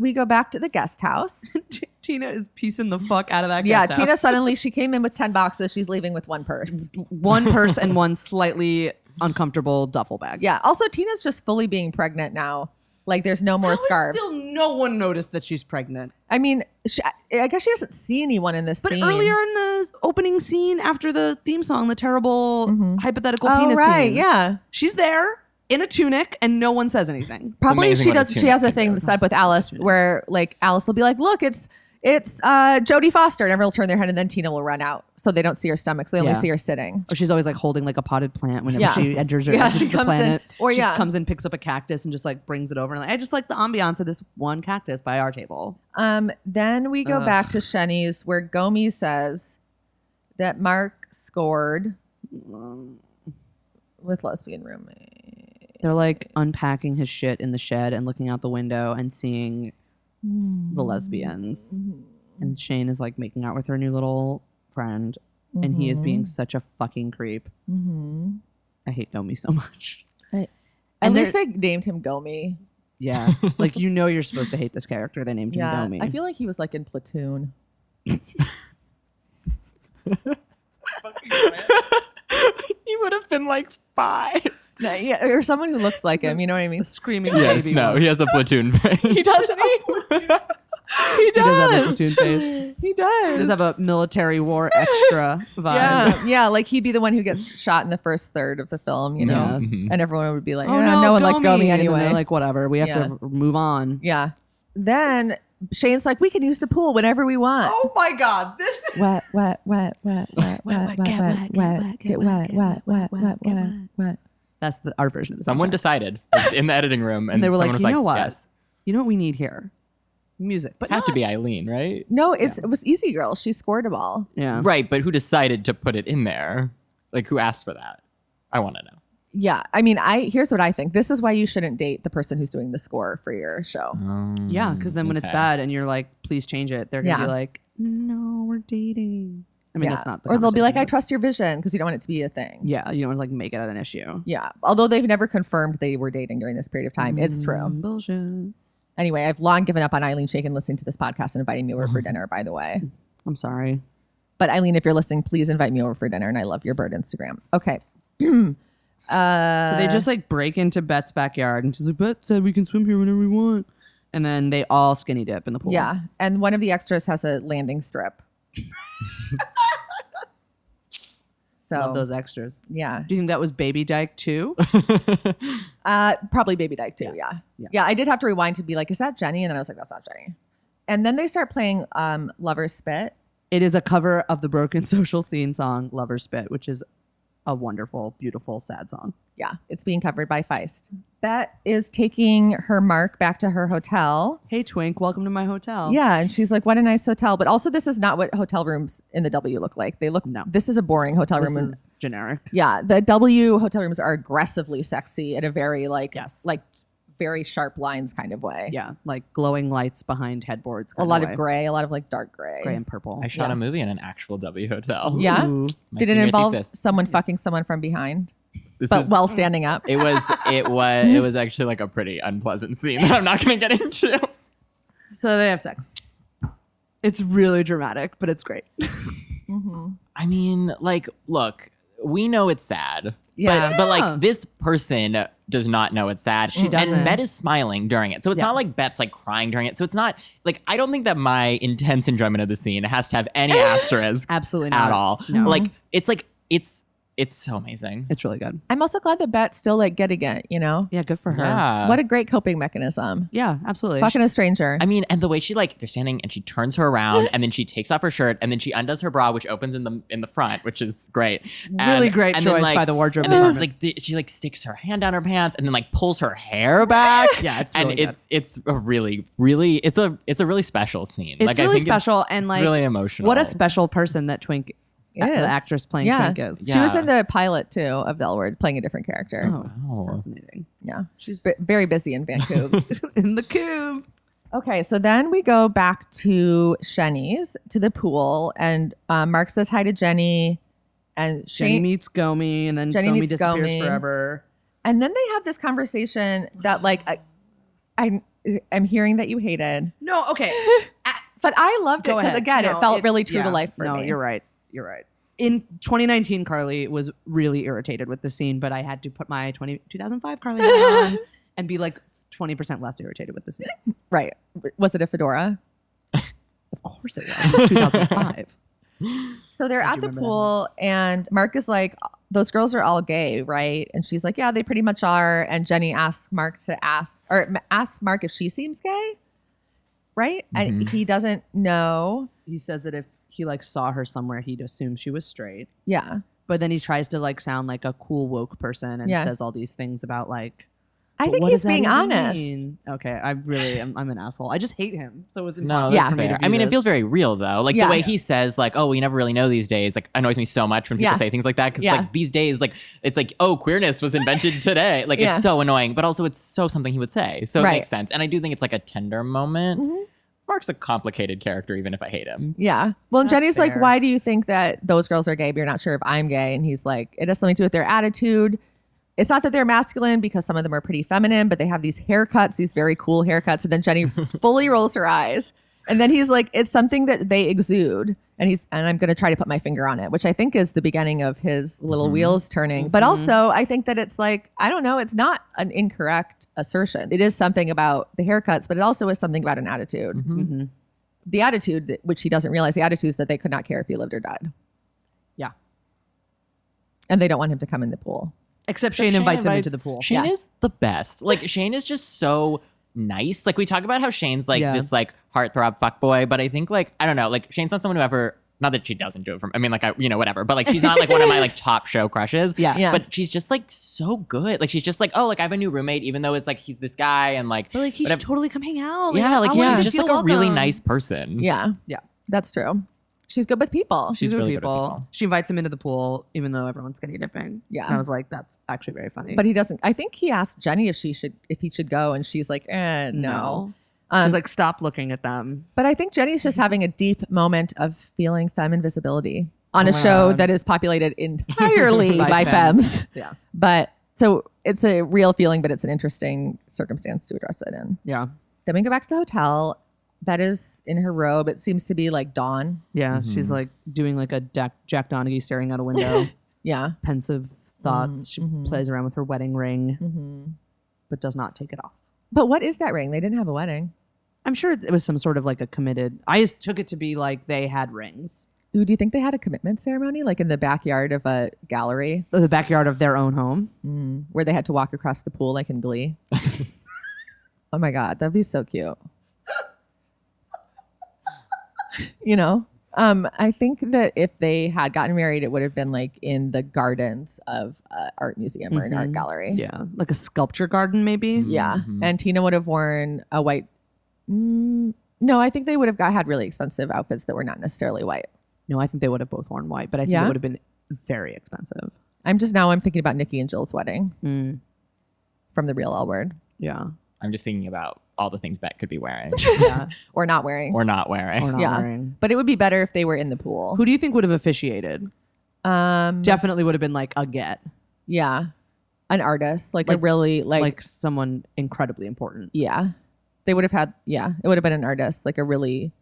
Speaker 2: We go back to the guest house.
Speaker 3: T- Tina is piecing the fuck out of that.
Speaker 2: yeah,
Speaker 3: guest
Speaker 2: Tina
Speaker 3: house. Mm-hmm.
Speaker 2: suddenly she came in with 10 boxes. She's leaving with one purse.
Speaker 3: One purse and one slightly uncomfortable duffel bag.
Speaker 2: Yeah. Also, Tina's just fully being pregnant now. Like there's no more
Speaker 3: How has
Speaker 2: scarves.
Speaker 3: Still, no one noticed that she's pregnant.
Speaker 2: I mean, she, I guess she doesn't see anyone in this
Speaker 3: But
Speaker 2: scene.
Speaker 3: earlier in the opening scene, after the theme song, the terrible
Speaker 2: Mhm.
Speaker 3: hypothetical
Speaker 2: Oh,
Speaker 3: penis
Speaker 2: right.
Speaker 3: scene,
Speaker 2: Yeah.
Speaker 3: she's there in a tunic and no one says anything.
Speaker 2: Probably
Speaker 4: amazing
Speaker 2: she
Speaker 4: what a
Speaker 2: does. She
Speaker 4: tunic
Speaker 2: has a
Speaker 4: can
Speaker 2: thing
Speaker 4: do.
Speaker 2: set up with Alice where like Alice will be like, "Look, it's it's uh, Jodie Foster," and everyone will turn their head, and then Tina will run out, so they don't see her stomach, so they only
Speaker 3: Yeah.
Speaker 2: see her sitting.
Speaker 3: Or she's always like holding like a potted plant whenever
Speaker 2: Yeah.
Speaker 3: she enters or
Speaker 2: Yeah,
Speaker 3: exits
Speaker 2: she
Speaker 3: the
Speaker 2: comes in-
Speaker 3: planet.
Speaker 2: or
Speaker 3: she
Speaker 2: yeah.
Speaker 3: comes and picks up a cactus and just like brings it over and like I just like the ambiance of this one cactus by our table.
Speaker 2: Um, then we go
Speaker 3: Ugh.
Speaker 2: back to Shenny's where Gomi says that Mark scored with lesbian roommate.
Speaker 3: They're like unpacking his shit in the shed and looking out the window and seeing the lesbians.
Speaker 2: Mm-hmm.
Speaker 3: And Shane is like making out with her new little friend and he is
Speaker 2: Mm-hmm.
Speaker 3: being such a fucking creep.
Speaker 2: hmm
Speaker 3: I hate Nomi so much.
Speaker 2: At
Speaker 3: And
Speaker 2: least they named him Gomi.
Speaker 3: Yeah. like you know you're supposed to hate this character. They named him
Speaker 2: Yeah,
Speaker 3: Nomi.
Speaker 2: I feel like he was like in Platoon.
Speaker 4: he would have been like five.
Speaker 2: No, yeah, or someone who looks like him. You know what I mean?
Speaker 3: a screaming
Speaker 4: Yes,
Speaker 3: baby.
Speaker 4: no,
Speaker 3: once.
Speaker 4: he has a platoon face.
Speaker 2: He does. he
Speaker 3: He does have a
Speaker 2: does.
Speaker 3: platoon face.
Speaker 2: He does.
Speaker 3: He does have a military war extra vibe.
Speaker 2: yeah, yeah. Like he'd be the one who gets shot in the first third of the film, you know,
Speaker 3: Yeah.
Speaker 4: Mhm.
Speaker 2: and everyone would be like, "Yeah, Oh, no, one liked
Speaker 3: Gomi,"
Speaker 2: Gomi
Speaker 3: and then
Speaker 2: anyway."
Speaker 3: they're like, whatever, we have
Speaker 2: Yeah.
Speaker 3: to move on.
Speaker 2: yeah. Then Shane's like, "We can use the pool whenever we want."
Speaker 3: Oh my god, this is
Speaker 2: Wet, wet, wet, wet, wet, wet, wet, wet, wet, get wet, wet, wet, wet, wet, wet.
Speaker 3: That's the our version of the
Speaker 4: Someone
Speaker 3: soundtrack.
Speaker 4: decided in the editing room, and,
Speaker 3: and they were
Speaker 4: someone
Speaker 3: like,
Speaker 4: was
Speaker 3: you
Speaker 4: like,
Speaker 3: know what?
Speaker 4: Yes,
Speaker 3: You know what we need here? Music. But
Speaker 4: have
Speaker 3: not,
Speaker 4: to be Eileen, right?
Speaker 2: No, it's it was Easy Girl. She scored a ball.
Speaker 3: Yeah.
Speaker 4: Right, but who decided to put it in there? Like, who asked for that? I want to know.
Speaker 2: Yeah, I mean, I here's what I think. This is why you shouldn't date the person who's doing the score for your show.
Speaker 3: Oh. Yeah, because then when it's
Speaker 4: okay.
Speaker 3: bad and you're like, please change it, they're gonna
Speaker 2: Yeah.
Speaker 3: be like, No, we're dating. I mean
Speaker 2: Yeah.
Speaker 3: that's not the
Speaker 2: or they'll be like,
Speaker 3: conversation,
Speaker 2: "I
Speaker 3: but-
Speaker 2: trust your vision," because you don't want it to be a thing.
Speaker 3: Yeah, you don't wanna, like make it an issue.
Speaker 2: Yeah. Although they've never confirmed they were dating during this period of time. It's true.
Speaker 3: Mm, Bullshit.
Speaker 2: Anyway, I've long given up on Eileen Shaken listening to this podcast and inviting me over
Speaker 3: Mm-hmm.
Speaker 2: for dinner, by the way.
Speaker 3: I'm sorry.
Speaker 2: But Eileen, if you're listening, please invite me over for dinner. And I love your bird Instagram. Okay. uh,
Speaker 3: So they just like break into Bet's backyard and she's like, Bet said we can swim here whenever we want. And then they all skinny dip in the pool.
Speaker 2: Yeah. And one of the extras has a landing strip. so,
Speaker 3: Love those extras.
Speaker 2: yeah.
Speaker 3: Do you think that was Baby Dyke too?
Speaker 2: Uh, probably Baby Dyke too. Yeah. Yeah.
Speaker 3: Yeah.
Speaker 2: I did have to rewind to be like, is that Jenny? And then I was like, that's not Jenny. And then they start playing um, Lover's Spit,
Speaker 3: It is a cover of the Broken Social Scene song "Lover's Spit," which is a wonderful, beautiful, sad song.
Speaker 2: Yeah, it's being covered by Feist. Bet is taking her mark back to her hotel.
Speaker 3: Hey Twink, welcome to my hotel.
Speaker 2: Yeah, and she's like, "What a nice hotel!" But also, this is not what hotel rooms in the W look like. They look
Speaker 3: No.
Speaker 2: This is a boring hotel
Speaker 3: this
Speaker 2: room. and-
Speaker 3: is generic.
Speaker 2: yeah, the W hotel rooms are aggressively sexy in a very like
Speaker 3: Yes.
Speaker 2: like very sharp lines kind of way.
Speaker 3: Yeah, like glowing lights behind headboards.
Speaker 2: a
Speaker 3: kinda
Speaker 2: lot
Speaker 3: way.
Speaker 2: of gray, a lot of like dark gray.
Speaker 3: gray and purple.
Speaker 4: I shot
Speaker 2: Yeah.
Speaker 4: a movie in an actual W hotel.
Speaker 2: Yeah.
Speaker 3: Ooh.
Speaker 4: My
Speaker 2: Did it
Speaker 4: senior
Speaker 2: involve
Speaker 4: thesis.
Speaker 2: someone fucking someone from behind,
Speaker 4: This
Speaker 2: but
Speaker 4: is-
Speaker 2: while standing up?
Speaker 4: It was it was it was actually like a pretty unpleasant scene that I'm not gonna get into.
Speaker 3: So they have sex. It's really dramatic, but it's great.
Speaker 2: hmm
Speaker 4: I mean, like, look, we know it's sad.
Speaker 2: Yeah.
Speaker 4: But, but
Speaker 3: Yeah.
Speaker 4: like this person does not know it's sad.
Speaker 3: She doesn't.
Speaker 4: And Bet is smiling during it. So it's
Speaker 3: Yeah.
Speaker 4: not like Bet's like crying during it. So it's not like I don't think that my intense enjoyment of the scene has to have any asterisk
Speaker 3: Absolutely not
Speaker 4: at all.
Speaker 3: No.
Speaker 4: Like it's like it's it's so amazing.
Speaker 3: It's really good.
Speaker 2: I'm also glad that Bet's still like getting it. You know,
Speaker 3: Yeah, good for her.
Speaker 4: Yeah.
Speaker 2: what a great coping mechanism.
Speaker 3: Yeah, absolutely.
Speaker 2: Fucking a stranger.
Speaker 4: I mean, and the way she like they're standing and she turns her around and then she takes off her shirt and then she undoes her bra, which opens in the in the front, which is great.
Speaker 3: really
Speaker 4: And-
Speaker 3: great
Speaker 4: and
Speaker 3: choice
Speaker 4: then, like-
Speaker 3: by the wardrobe
Speaker 4: And then,
Speaker 3: department.
Speaker 4: like the, she like sticks her hand down her pants and then like pulls her hair back.
Speaker 3: yeah, it's
Speaker 4: and
Speaker 3: really
Speaker 4: it's it's a really really it's a it's a really special scene.
Speaker 3: good. it's
Speaker 4: like, I
Speaker 3: really
Speaker 4: think
Speaker 3: special and
Speaker 4: It's
Speaker 3: like
Speaker 4: really emotional.
Speaker 3: what a special person that Twink,
Speaker 2: It
Speaker 3: the
Speaker 2: is.
Speaker 3: actress playing
Speaker 2: Yeah.
Speaker 3: Twink is.
Speaker 4: Yeah.
Speaker 2: She was in the pilot too of the L Word, playing a different character.
Speaker 3: Oh,
Speaker 4: Wow.
Speaker 3: fascinating.
Speaker 2: Yeah, she's b- very busy in Vancouver.
Speaker 3: in the cube.
Speaker 2: okay, so then we go back to Shenny's to the pool, and uh, Mark says hi to Jenny, and
Speaker 3: Jenny
Speaker 2: Shane,
Speaker 3: meets Gomi, and then
Speaker 2: Jenny
Speaker 3: Gomi
Speaker 2: meets
Speaker 3: disappears
Speaker 2: Gomi.
Speaker 3: forever.
Speaker 2: and then they have this conversation that like I, I'm I'm hearing that you hated,
Speaker 3: No, okay.
Speaker 2: but I loved it
Speaker 3: Go
Speaker 2: because
Speaker 3: ahead.
Speaker 2: again,
Speaker 3: No,
Speaker 2: it felt really true to
Speaker 3: yeah.
Speaker 2: life for
Speaker 3: no,
Speaker 2: me.
Speaker 3: you're right. You're right. In 2019, Carly was really irritated with the scene, but I had to put my 20, 2005 Carly hat on and be like 20% less irritated with the scene.
Speaker 2: right. Was it a fedora?
Speaker 3: Of course it was. 2005.
Speaker 2: So they're
Speaker 3: I
Speaker 2: at
Speaker 3: do
Speaker 2: the
Speaker 3: remember that
Speaker 2: pool, and Mark is like, "Those girls are all gay, right?" And she's like, "Yeah, they pretty much are." And Jenny asks Mark to ask or m- asks Mark if she seems gay, right? And
Speaker 3: Mm-hmm.
Speaker 4: Mhm.
Speaker 2: he doesn't know.
Speaker 3: he says that if he like saw her somewhere, he'd assume she was straight.
Speaker 2: Yeah,
Speaker 3: But then he tries to like sound like a cool woke person and
Speaker 2: Yeah.
Speaker 3: says all these things about like.
Speaker 2: I
Speaker 3: "But
Speaker 2: think
Speaker 3: what
Speaker 2: he's
Speaker 3: does that
Speaker 2: being
Speaker 3: even
Speaker 2: honest.
Speaker 3: mean?" Okay, I really am. I'm an asshole. I just hate him. So it was
Speaker 4: No,
Speaker 3: impossible
Speaker 4: that's
Speaker 2: Yeah.
Speaker 3: for me to
Speaker 4: fair.
Speaker 3: view
Speaker 4: I mean, it
Speaker 3: this.
Speaker 4: feels very real though. Like
Speaker 2: Yeah.
Speaker 4: the way he says, like, "Oh, we never really know these days." Like, annoys me so much when people
Speaker 2: Yeah.
Speaker 4: say things like that because,
Speaker 2: Yeah.
Speaker 4: like, these days, like, it's like, "Oh, queerness was invented today." Like,
Speaker 2: Yeah.
Speaker 4: it's so annoying, but also it's so something he would say. So
Speaker 2: Right.
Speaker 4: it makes sense, and I do think it's like a tender moment.
Speaker 2: Mhm.
Speaker 4: Mark's a complicated character, even if I hate him.
Speaker 2: Yeah. Well, and
Speaker 3: Mm-hmm. That's
Speaker 2: Jenny's like,
Speaker 3: fair.
Speaker 2: "Why do you think that those girls are gay? But you're not sure if I'm gay?" And he's like, "It has something to do with their attitude." It's not that they're masculine because some of them are pretty feminine, but they have these haircuts, these very cool haircuts. And then Jenny fully rolls her eyes. And then he's like, it's something that they exude. And he's and I'm gonna try to put my finger on it, which I think is the beginning of his little
Speaker 4: Mhm.
Speaker 2: wheels turning. But
Speaker 3: Mhm.
Speaker 2: also I think that it's like, I don't know, it's not an incorrect assertion. It is something about the haircuts, but it also is something about an attitude
Speaker 4: Mhm.
Speaker 3: Mhm.
Speaker 2: the attitude that, which he doesn't realize the attitude is that they could not care if he lived or died
Speaker 3: Yeah.
Speaker 2: and they don't want him to come in the pool
Speaker 3: Except
Speaker 4: But
Speaker 3: Shane,
Speaker 4: Shane
Speaker 3: invites, him
Speaker 4: invites-
Speaker 3: into the pool.
Speaker 4: Shane
Speaker 2: Yeah.
Speaker 4: is the best. Like Shane is just so nice. Like we talk about how Shane's like
Speaker 3: Yeah.
Speaker 4: this like heartthrob fuckboy, but I think like I don't know, like Shane's not someone who ever not that she doesn't do it from I mean like I you know whatever, but like she's not like one of my like top show crushes.
Speaker 3: Yeah.
Speaker 2: yeah
Speaker 4: But she's just like so good. Like she's just like, oh, like I have a new roommate, even though it's like he's this guy and like
Speaker 3: But like he
Speaker 4: But
Speaker 3: should
Speaker 4: I'm-
Speaker 3: totally come hang out.
Speaker 4: Yeah, like
Speaker 3: I want
Speaker 4: yeah,
Speaker 3: you to
Speaker 4: she's just
Speaker 3: feel
Speaker 4: like a really
Speaker 3: welcome.
Speaker 4: nice person.
Speaker 2: yeah
Speaker 3: Yeah.
Speaker 2: that's true she's good with people
Speaker 4: She's
Speaker 3: good
Speaker 4: really good with people.
Speaker 3: She invites him into the pool, even though everyone's skinny dipping.
Speaker 2: Yeah.
Speaker 3: and I was like, that's actually very funny.
Speaker 2: but he doesn't i think he asked jenny if she should if he should go and she's like eh, no, Um,
Speaker 3: she's like, "Mm-hmm." stop looking at them.
Speaker 2: but i think jenny's just having a deep moment of feeling femme invisibility on
Speaker 3: Oh
Speaker 2: a
Speaker 3: my
Speaker 2: show
Speaker 3: God.
Speaker 2: that is populated entirely
Speaker 3: By
Speaker 2: by,
Speaker 3: femmes.
Speaker 2: femmes
Speaker 3: So, yeah,
Speaker 2: but so it's a real feeling but it's an interesting circumstance to address it in
Speaker 3: yeah,
Speaker 2: Then we go back to the hotel. Bet is in her robe. It seems to be like dawn.
Speaker 3: yeah. She's
Speaker 4: Mhm.
Speaker 3: like doing like a Jack, Jack Donaghy staring out a window,
Speaker 2: Yeah.
Speaker 3: pensive thoughts.
Speaker 2: Mm,
Speaker 3: She
Speaker 2: mhm.
Speaker 3: plays around with her wedding ring,
Speaker 2: Mm-hmm.
Speaker 3: but does not take it off.
Speaker 2: But what is that ring? They didn't have a wedding.
Speaker 3: I'm sure it was some sort of like a committed. I just took it to be like they had rings,
Speaker 2: Ooh, do you think they had a commitment ceremony like in the backyard of a gallery
Speaker 3: the backyard of their own home.
Speaker 2: mm. where they had to walk across the pool like in Glee? oh my God, that'd be so cute. you know? Um, I think that if they had gotten married, it would have been like in the gardens of an art museum or an art
Speaker 3: Mhm.
Speaker 2: gallery.
Speaker 3: Yeah, like a sculpture garden, maybe.
Speaker 4: Mm.
Speaker 2: Yeah.
Speaker 4: Mhm.
Speaker 2: And Tina would have worn a white. Mm, no, I think they would have got, had really expensive outfits that were not necessarily white.
Speaker 3: No, I think they would have both worn white, but I think
Speaker 2: Yeah?
Speaker 3: it would have been very expensive.
Speaker 2: I'm just now I'm thinking about Nikki and Jill's wedding
Speaker 3: Mm.
Speaker 2: from the real L word
Speaker 3: Yeah,
Speaker 4: I'm just thinking about all the things Bet could be wearing
Speaker 3: yeah,
Speaker 2: or not wearing.
Speaker 4: or not wearing.
Speaker 3: or not
Speaker 2: Yeah.
Speaker 3: wearing.
Speaker 2: but it would be better if they were in the pool.
Speaker 3: Who do you think would have officiated?
Speaker 2: um,
Speaker 3: Definitely would have been like a get,
Speaker 2: yeah, an artist like, a
Speaker 3: Like-
Speaker 2: really like,
Speaker 3: like, someone incredibly important.
Speaker 2: yeah, they would have had yeah, it would have been an artist like a really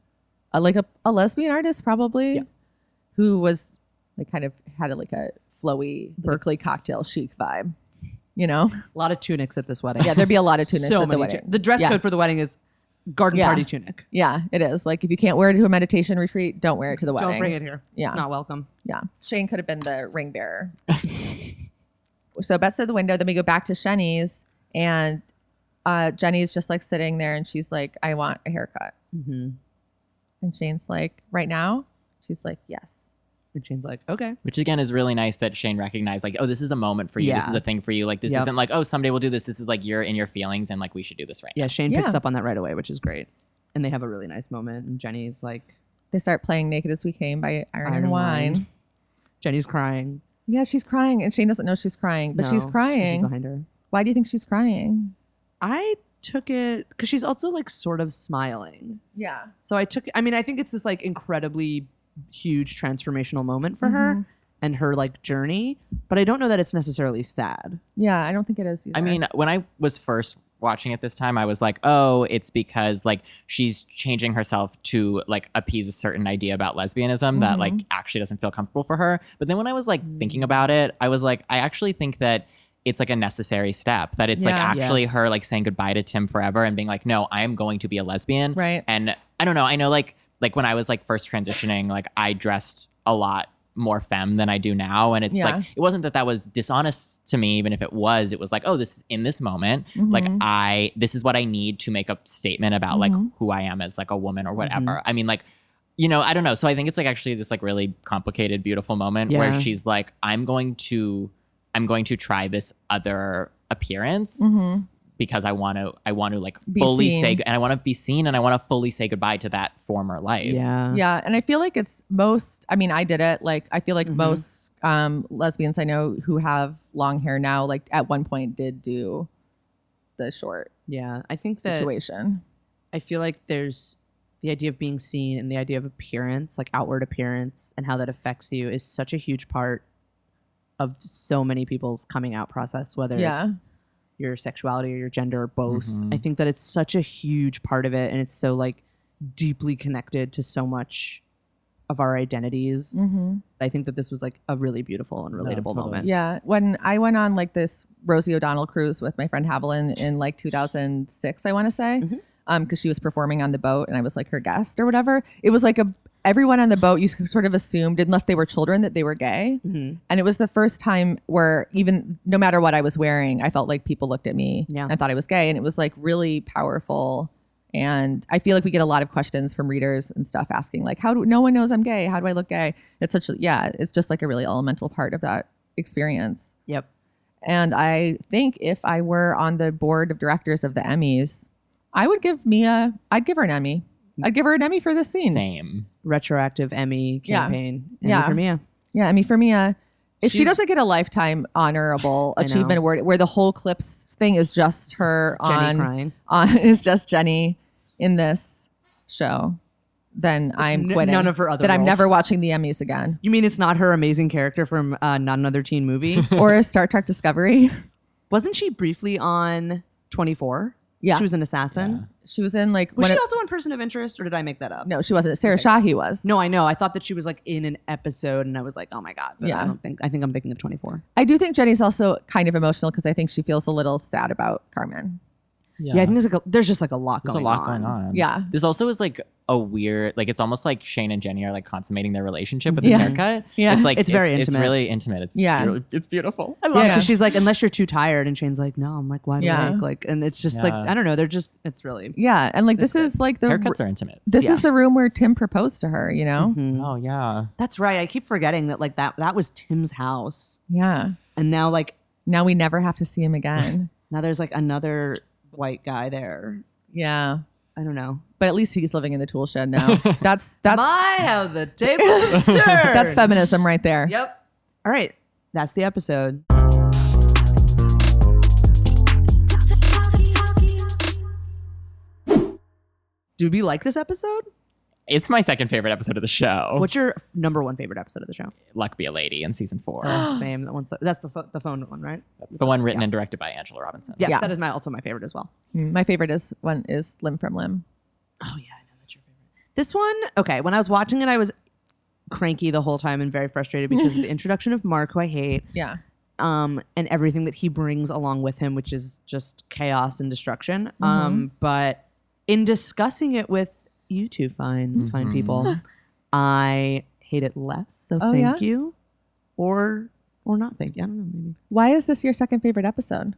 Speaker 2: uh, like a, a lesbian artist probably
Speaker 3: Yeah.
Speaker 2: who was like kind of had like a flowy Berkeley cocktail chic vibe, you know?
Speaker 3: A lot of tunics at this wedding.
Speaker 2: Yeah, there'd be a lot of tunics
Speaker 3: so
Speaker 2: at the
Speaker 3: many
Speaker 2: wedding.
Speaker 3: tu- the dress
Speaker 2: Yeah.
Speaker 3: code for the wedding is garden
Speaker 2: Yeah.
Speaker 3: party tunic.
Speaker 2: Yeah, it is. Like if you can't wear it to a meditation retreat, don't wear it to the wedding.
Speaker 3: Don't bring it here.
Speaker 2: Yeah.
Speaker 3: It's not welcome.
Speaker 2: Yeah. Shane could have been the ring bearer. so Beth's at the window. Then we go back to Shenny's, and uh, Jenny's just like sitting there and she's like, I want a haircut.
Speaker 3: Mm-hmm.
Speaker 2: And Shane's like, Right now? She's like, Yes.
Speaker 3: And Shane's like, okay.
Speaker 4: Which again is really nice that Shane recognized, like, oh, this is a moment for you. This
Speaker 3: Yeah.
Speaker 4: is a thing for you. Like, this
Speaker 3: Yep.
Speaker 4: isn't like, oh, someday we'll do this. This is like you're in your feelings and like we should do this right
Speaker 3: Yeah, Shane
Speaker 2: Yeah.
Speaker 3: picks up on that right away, which is great. And they have a really nice moment. And Jenny's like,
Speaker 2: They start playing Naked as We Came by Iron, and
Speaker 3: Iron
Speaker 2: Wine.
Speaker 3: Wine. Jenny's crying.
Speaker 2: Yeah, she's crying, and Shane doesn't know she's crying, but
Speaker 3: No,
Speaker 2: she's crying.
Speaker 3: behind her.
Speaker 2: Why do you think she's crying?
Speaker 3: I took it because she's also like sort of smiling.
Speaker 2: Yeah.
Speaker 3: So I took, I mean, I think it's this like incredibly huge transformational moment for her and her like journey, but I don't know that it's necessarily sad.
Speaker 2: Yeah, I don't think it is either.
Speaker 4: I mean, when I was first watching it this time, I was like, oh, it's because like she's changing herself to like appease a certain idea about lesbianism that like actually doesn't feel comfortable for her. But then when I was like
Speaker 3: Mm-hmm. Mm.
Speaker 4: thinking about it, I was like, I actually think that it's like a necessary step that it's
Speaker 2: Yeah.
Speaker 4: like actually
Speaker 3: Yes.
Speaker 4: her like saying goodbye to Tim forever and being like, no, I am going to be a lesbian.
Speaker 2: right.
Speaker 4: And I don't know, I know like like when I was like first transitioning, like I dressed a lot more femme than I do now and it's
Speaker 2: Yeah.
Speaker 4: like it wasn't that that was dishonest to me even if it was it was like oh this is in this moment like
Speaker 2: Mhm.
Speaker 4: I this is what I need to make a statement about
Speaker 2: Mhm.
Speaker 4: like who I am as like a woman or whatever. I mean like you know, I don't know. So I think it's like actually this like really complicated beautiful moment
Speaker 3: Yeah.
Speaker 4: where she's like I'm going to I'm going to try this other appearance
Speaker 2: Mhm.
Speaker 4: because I want to I want to like
Speaker 2: Be
Speaker 4: fully
Speaker 2: seen.
Speaker 4: say and I want to be seen and I want to fully say goodbye to that former life.
Speaker 3: Yeah.
Speaker 2: yeah and i feel like it's most i mean i did it like i feel like
Speaker 3: Mhm.
Speaker 2: most um lesbians i know who have long hair now like at one point did do the short
Speaker 3: Yeah. I think that
Speaker 2: situation
Speaker 3: I feel like there's the idea of being seen and the idea of appearance, like outward appearance, and how that affects you is such a huge part of so many people's coming out process, whether
Speaker 2: Yeah.
Speaker 3: it's your sexuality or your gender or both.
Speaker 4: Mhm.
Speaker 3: I think that it's such a huge part of it and it's so like deeply connected to so much of our identities.
Speaker 2: mm-hmm.
Speaker 3: I think that this was like a really beautiful and relatable
Speaker 4: totally.
Speaker 3: moment.
Speaker 2: yeah when i went on like this rosie o'donnell cruise with my friend haviland in like 2006 i want to say
Speaker 3: Mhm.
Speaker 2: um because she was performing on the boat and i was like her guest or whatever it was like a everyone on the boat you sort of assumed unless they were children that they were gay
Speaker 3: Mhm.
Speaker 2: And it was the first time where even no matter what I was wearing, I felt like people looked at me
Speaker 3: Yeah.
Speaker 2: and thought I was gay. And it was like really powerful. And I feel like we get a lot of questions from readers and stuff asking like, how do no one knows I'm gay? How do I look gay? It's such a, yeah, it's just like a really elemental part of that experience.
Speaker 3: Yep.
Speaker 2: And I think if I were on the board of directors of the Emmys, I would give Mia, I'd give her an Emmy. I'd give her an Emmy for this scene.
Speaker 4: Same.
Speaker 3: Retroactive Emmy
Speaker 2: Yeah.
Speaker 3: campaign.
Speaker 2: Yeah.
Speaker 3: Emmy for Mia.
Speaker 2: Yeah, I mean, for Mia, if she
Speaker 3: She's-
Speaker 2: doesn't get a lifetime honorable
Speaker 3: I know.
Speaker 2: achievement award, where the whole clips thing is just her
Speaker 3: Jenny
Speaker 2: on,
Speaker 3: crying.
Speaker 2: on is just Jenny in this show, then I'm
Speaker 3: n-
Speaker 2: quitting.
Speaker 3: none of her other
Speaker 2: That I'm
Speaker 3: roles.
Speaker 2: never watching the Emmys again,
Speaker 3: You mean it's not her amazing character from uh, Not Another Teen Movie?
Speaker 2: or a Star Trek Discovery.
Speaker 3: Wasn't she briefly on 24?
Speaker 2: Yeah,
Speaker 3: She was an assassin.
Speaker 2: she was in like
Speaker 3: Was
Speaker 2: one
Speaker 3: she
Speaker 2: of-
Speaker 3: also in Person of Interest or did I make that up?
Speaker 2: no, she wasn't. Sarah Shahi was.
Speaker 3: No, I know. I thought that she was like in an episode and I was like, oh my God. But
Speaker 2: Yeah.
Speaker 3: I don't think, I think I'm thinking of 24.
Speaker 2: I do think Jenny's also kind of emotional because I think she feels a little sad about Carmen.
Speaker 3: Yeah, I think there's like a, there's just like a lot
Speaker 4: there's a
Speaker 3: going
Speaker 4: lot
Speaker 3: on.
Speaker 4: going on.
Speaker 2: Yeah,
Speaker 4: This also is like a weird like it's almost like Shane and Jenny are like consummating their relationship with this
Speaker 2: Yeah.
Speaker 4: haircut.
Speaker 2: Yeah.
Speaker 4: It's like
Speaker 3: It's very
Speaker 4: it- It's
Speaker 3: intimate.
Speaker 4: really intimate. It's
Speaker 2: Yeah.
Speaker 4: yeah. it's beautiful.
Speaker 3: I love
Speaker 2: Yeah.
Speaker 3: because she's like, unless you're too tired, and Shane's like, no, I'm like wide
Speaker 2: Yeah.
Speaker 3: awake, like, and it's just like,
Speaker 4: Yeah.
Speaker 3: I don't know, they're just, it's really,
Speaker 2: Yeah, and like
Speaker 3: That's
Speaker 2: this is like the
Speaker 4: Haircuts are intimate.
Speaker 2: this
Speaker 3: Yeah.
Speaker 2: is the room where Tim proposed to her. You know?
Speaker 3: Mhm.
Speaker 4: Oh yeah.
Speaker 3: that's right. I keep forgetting that, like that, that was Tim's house,
Speaker 2: Yeah.
Speaker 3: and now like,
Speaker 2: Now we never have to see him again.
Speaker 3: now there's like another white guy there.
Speaker 2: yeah,
Speaker 3: I don't know.
Speaker 2: but at least he's living in the tool shed now. That's that's
Speaker 3: my how the tables have turned.
Speaker 2: that's feminism right there.
Speaker 3: Yep. All right, that's the episode. Do we like this episode?
Speaker 4: It's my second favorite episode of the show.
Speaker 3: What's your f- number one favorite episode of the show?
Speaker 4: Luck Be a Lady in season four.
Speaker 3: Oh, same. That one's that's the pho- the phone one, right?
Speaker 4: That's the one written and directed by Angela Robinson.
Speaker 3: Yes,
Speaker 2: Yeah.
Speaker 3: that is my also my favorite as well.
Speaker 2: Mm, My favorite is one is limb from limb.
Speaker 3: Oh yeah, I know that's your favorite. This one, okay. When I was watching it, I was cranky the whole time and very frustrated because of the introduction of Mark, who I hate,
Speaker 2: Yeah,
Speaker 3: um, and everything that he brings along with him, which is just chaos and destruction.
Speaker 4: Mm-hmm.
Speaker 3: Um, but in discussing it with you two fine fine
Speaker 4: Mhm.
Speaker 3: people, I hate it less. So
Speaker 2: Oh,
Speaker 3: thank
Speaker 2: yeah?
Speaker 3: you, or or not thank you. I don't know. Maybe
Speaker 2: Why is this your second favorite episode?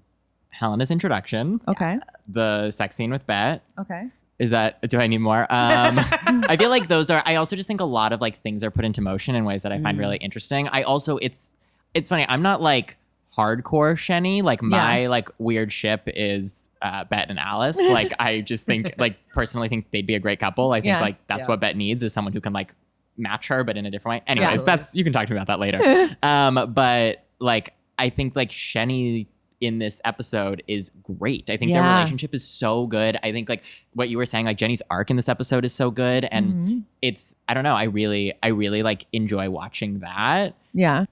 Speaker 4: Helena's introduction,
Speaker 2: Okay.
Speaker 4: the sex scene with Bet.
Speaker 2: Okay.
Speaker 4: Is that do I need more? Um, I feel like those are. I also just think a lot of like things are put into motion in ways that I find
Speaker 2: Mm-hmm.
Speaker 3: Mm.
Speaker 4: really interesting. I also it's it's funny. I'm not like hardcore Shenny. Like my like weird ship is uh, Bet and Alice. Like I just think like personally think they'd be a great couple. I think
Speaker 2: Yeah.
Speaker 4: like that's
Speaker 3: Yeah.
Speaker 4: what Bet needs is someone who can like match her but in a different way. Anyways,
Speaker 3: Absolutely.
Speaker 4: that's you can talk to me about that later. um, but like I think like Shenny in this episode is great. I think their
Speaker 2: Yeah.
Speaker 4: relationship is so good. I think like what you were saying, like Jenny's arc in this episode is so good, and
Speaker 3: Mm-hmm.
Speaker 2: Mhm.
Speaker 4: it's I don't know. I really I really like enjoy watching that,
Speaker 2: yeah,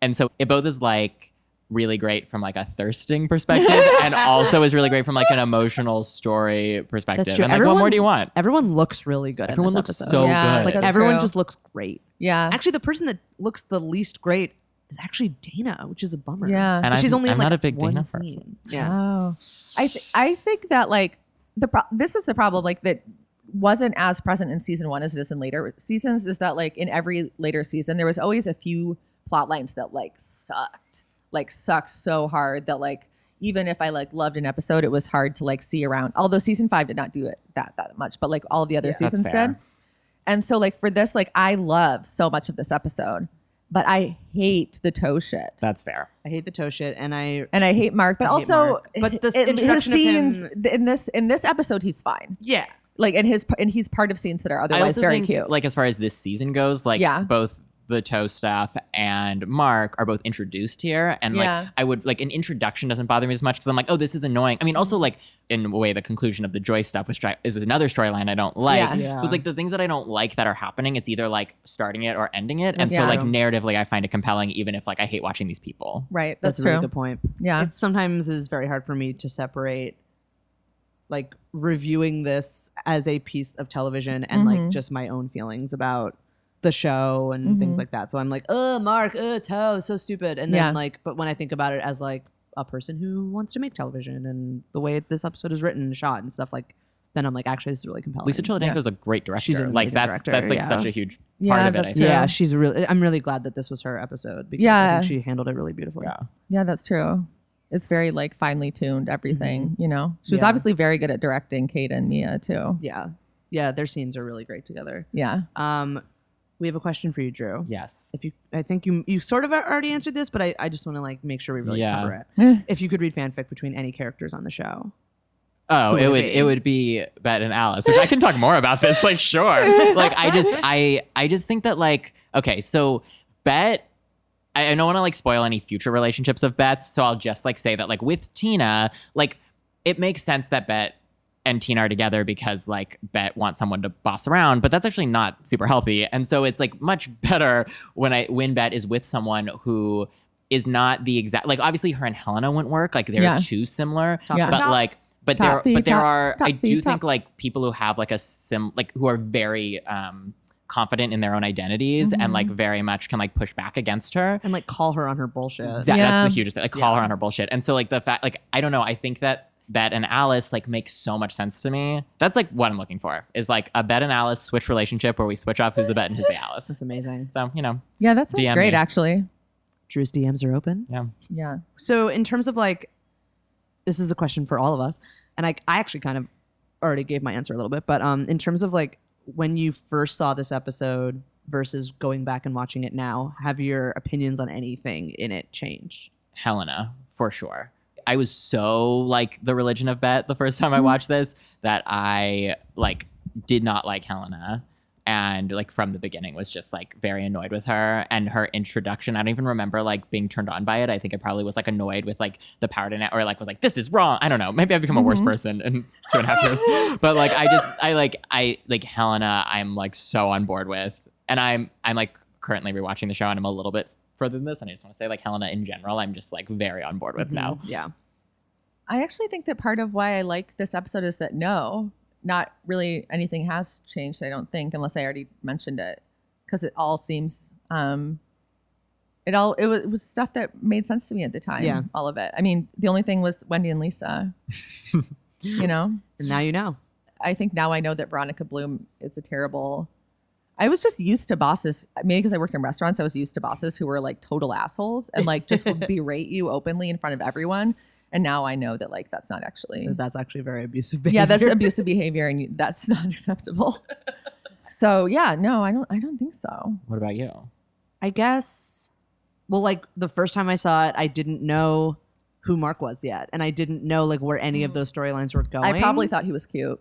Speaker 4: and so it both is like really great from like a thirsting perspective, and also is really great from like an emotional story perspective.
Speaker 3: true.
Speaker 4: And like, what more do you want?
Speaker 3: everyone looks really good.
Speaker 4: Everyone
Speaker 3: in this
Speaker 4: looks
Speaker 3: episode.
Speaker 4: so
Speaker 2: Yeah,
Speaker 4: good.
Speaker 3: like
Speaker 2: That's
Speaker 3: everyone
Speaker 2: true.
Speaker 3: just looks great.
Speaker 2: yeah,
Speaker 3: Actually, the person that looks the least great is actually Dana, which is a bummer.
Speaker 2: yeah.
Speaker 4: And
Speaker 3: But she's
Speaker 4: I'm-
Speaker 3: only in,
Speaker 4: I'm
Speaker 3: like
Speaker 4: not a big
Speaker 3: one
Speaker 4: Dana fan.
Speaker 3: scene. Yeah.
Speaker 2: Oh, I th- I think that like the pro- this is the problem like that wasn't as present in season one as it is in later seasons is that like in every later season there was always a few plot lines that like sucked like sucked so hard that like even if I like loved an episode it was hard to like see around although season five did not do it that that much but like all of the other
Speaker 4: Yeah, that's
Speaker 2: seasons
Speaker 4: fair.
Speaker 2: did and so like for this like I love so much of this episode but I hate the toe shit
Speaker 4: That's fair.
Speaker 3: I hate the toe shit, and I
Speaker 2: and I hate Mark, but
Speaker 3: I hate
Speaker 2: also,
Speaker 3: Mark. But the
Speaker 2: in- in his
Speaker 3: introduction of him-
Speaker 2: scenes th- in this in this episode, he's fine.
Speaker 3: yeah.
Speaker 2: Like in his and he's part of scenes that are
Speaker 4: I
Speaker 2: otherwise
Speaker 4: also
Speaker 2: very
Speaker 4: think,
Speaker 2: cute.
Speaker 4: Like as far as this season goes, like
Speaker 2: Yeah.
Speaker 4: both the toe stuff and Mark are both introduced here, and
Speaker 2: Yeah.
Speaker 4: like I would like an introduction doesn't bother me as much because I'm like, oh, this is annoying. I mean, also like in a way, the conclusion of the Joy stuff, which I- is another storyline I don't like.
Speaker 2: Yeah.
Speaker 3: Yeah.
Speaker 4: So it's like the things that I don't like that are happening. It's either like starting it or ending it, and
Speaker 2: Yeah.
Speaker 4: so like narratively, I find it compelling, even if like I hate watching these people.
Speaker 2: right, that's,
Speaker 3: That's, a
Speaker 2: true.
Speaker 3: really good point.
Speaker 2: yeah,
Speaker 3: It sometimes is very hard for me to separate like reviewing this as a piece of television and like
Speaker 2: Mhm.
Speaker 3: just my own feelings about the show and things
Speaker 2: Mhm.
Speaker 3: like that. So I'm like, oh, Mark, oh, toe, so stupid. And then
Speaker 2: Yeah.
Speaker 3: like, but when I think about it as like a person who wants to make television and the way this episode is written and shot and stuff like, then I'm like, actually, this is really compelling.
Speaker 4: Lisa Cholodenko is a great director.
Speaker 3: She's an
Speaker 4: like
Speaker 3: amazing
Speaker 4: that's
Speaker 3: director,
Speaker 4: that's like
Speaker 3: yeah.
Speaker 4: such a huge
Speaker 2: yeah,
Speaker 4: part of it, I
Speaker 2: that's
Speaker 4: think.
Speaker 2: true.
Speaker 3: Yeah, she's really. I'm really glad that this was her episode because I
Speaker 2: Yeah.
Speaker 3: think she handled it really beautifully.
Speaker 4: Yeah.
Speaker 2: Yeah, that's true. It's very like finely tuned everything. You know, she was
Speaker 3: Mm-hmm. Yeah.
Speaker 2: obviously very good at directing Kate and Mia too.
Speaker 3: yeah, yeah. Their scenes are really great together.
Speaker 2: Yeah,
Speaker 3: Um, we have a question for you, Drew.
Speaker 4: yes.
Speaker 3: If you, I think you you sort of already answered this, but I, I just want to like make sure we really
Speaker 4: Yeah.
Speaker 3: cover
Speaker 2: Eh.
Speaker 3: it. if you could read fanfic between any characters on the show,
Speaker 4: Oh,
Speaker 3: Who
Speaker 4: it
Speaker 3: would
Speaker 4: would
Speaker 3: it be?
Speaker 4: it would be Bet and Alice. Which I can talk more about this. Like, sure. Like, I just I I just think that like okay, so Bet. I, I don't want to like spoil any future relationships of Bet's, so I'll just like say that like with Tina, like it makes sense that Bet and Tina are together because like Bet wants someone to boss around, but that's actually not super healthy. And so it's like much better when I when Bet is with someone who is not the exact like obviously her and Helena wouldn't work like they're
Speaker 2: Yeah.
Speaker 4: too similar
Speaker 3: Top
Speaker 2: Yeah.
Speaker 3: to
Speaker 4: but
Speaker 3: top.
Speaker 4: like but
Speaker 2: Top
Speaker 4: there
Speaker 2: fee,
Speaker 4: but there
Speaker 2: top-
Speaker 4: are
Speaker 2: top
Speaker 4: i
Speaker 2: fee,
Speaker 4: do
Speaker 2: top.
Speaker 4: think like people who have like a sim like who are very um confident in their own identities
Speaker 2: Mhm.
Speaker 4: and like very much can like push back against her
Speaker 3: and like call her on her bullshit.
Speaker 4: that,
Speaker 2: Yeah.
Speaker 4: that's the hugest thing like call her
Speaker 3: Yeah.
Speaker 4: on her bullshit and so like the fact like i don't know i think that Bet and Alice like makes so much sense to me. That's like what I'm looking for is like a Bet and Alice switch relationship where we switch off who's the Bet and who's the Alice.
Speaker 5: That's amazing.
Speaker 4: So you know,
Speaker 2: Yeah, that sounds
Speaker 4: DM
Speaker 2: great,
Speaker 4: me.
Speaker 2: actually.
Speaker 3: Drew's DMs are open.
Speaker 4: yeah.
Speaker 2: Yeah.
Speaker 3: So in terms of like, this is a question for all of us, and I I actually kind of already gave my answer a little bit, but um, in terms of like when you first saw this episode versus going back and watching it now, have your opinions on anything in it changed?
Speaker 4: Helena for sure. I was so like the religion of Bet the first time I watched this that I like did not like Helena and like from the beginning was just like very annoyed with her and her introduction. I don't even remember like being turned on by it. I think I probably was like annoyed with like the power dynamic or like was like this is wrong. I don't know. Maybe I've become a worse
Speaker 2: Mhm.
Speaker 4: person in two and a half years. But like I just I like I like Helena. I'm like so on board with and I'm I'm like currently rewatching the show and I'm a little bit further than this and I just want to say like Helena in general I'm just like very on board with now.
Speaker 3: Mm-hmm. Yeah.
Speaker 2: I actually think that part of why I like this episode is that no, not really anything has changed, I don't think, unless I already mentioned it. Because it all seems um it all it was, it was stuff that made sense to me at the time.
Speaker 3: Yeah.
Speaker 2: All of it. I mean, the only thing was Wendy and Lisa. you know?
Speaker 3: And now you know.
Speaker 2: I think now I know that Veronica Bloom is a terrible. I was just used to bosses, maybe because I worked in restaurants. I was used to bosses who were like total assholes and like just would berate you openly in front of everyone. And now I know that like that's not actually.
Speaker 3: that That's actually very abusive behavior.
Speaker 2: Yeah, that's abusive behavior, and you, that's not acceptable. So yeah, no, I don't. I don't think so.
Speaker 4: Mm-hmm. What about you?
Speaker 3: I guess. Well, like the first time I saw it, I didn't know who Mark was yet, and I didn't know like where any of those storylines were going.
Speaker 2: Mm. I probably thought he was cute.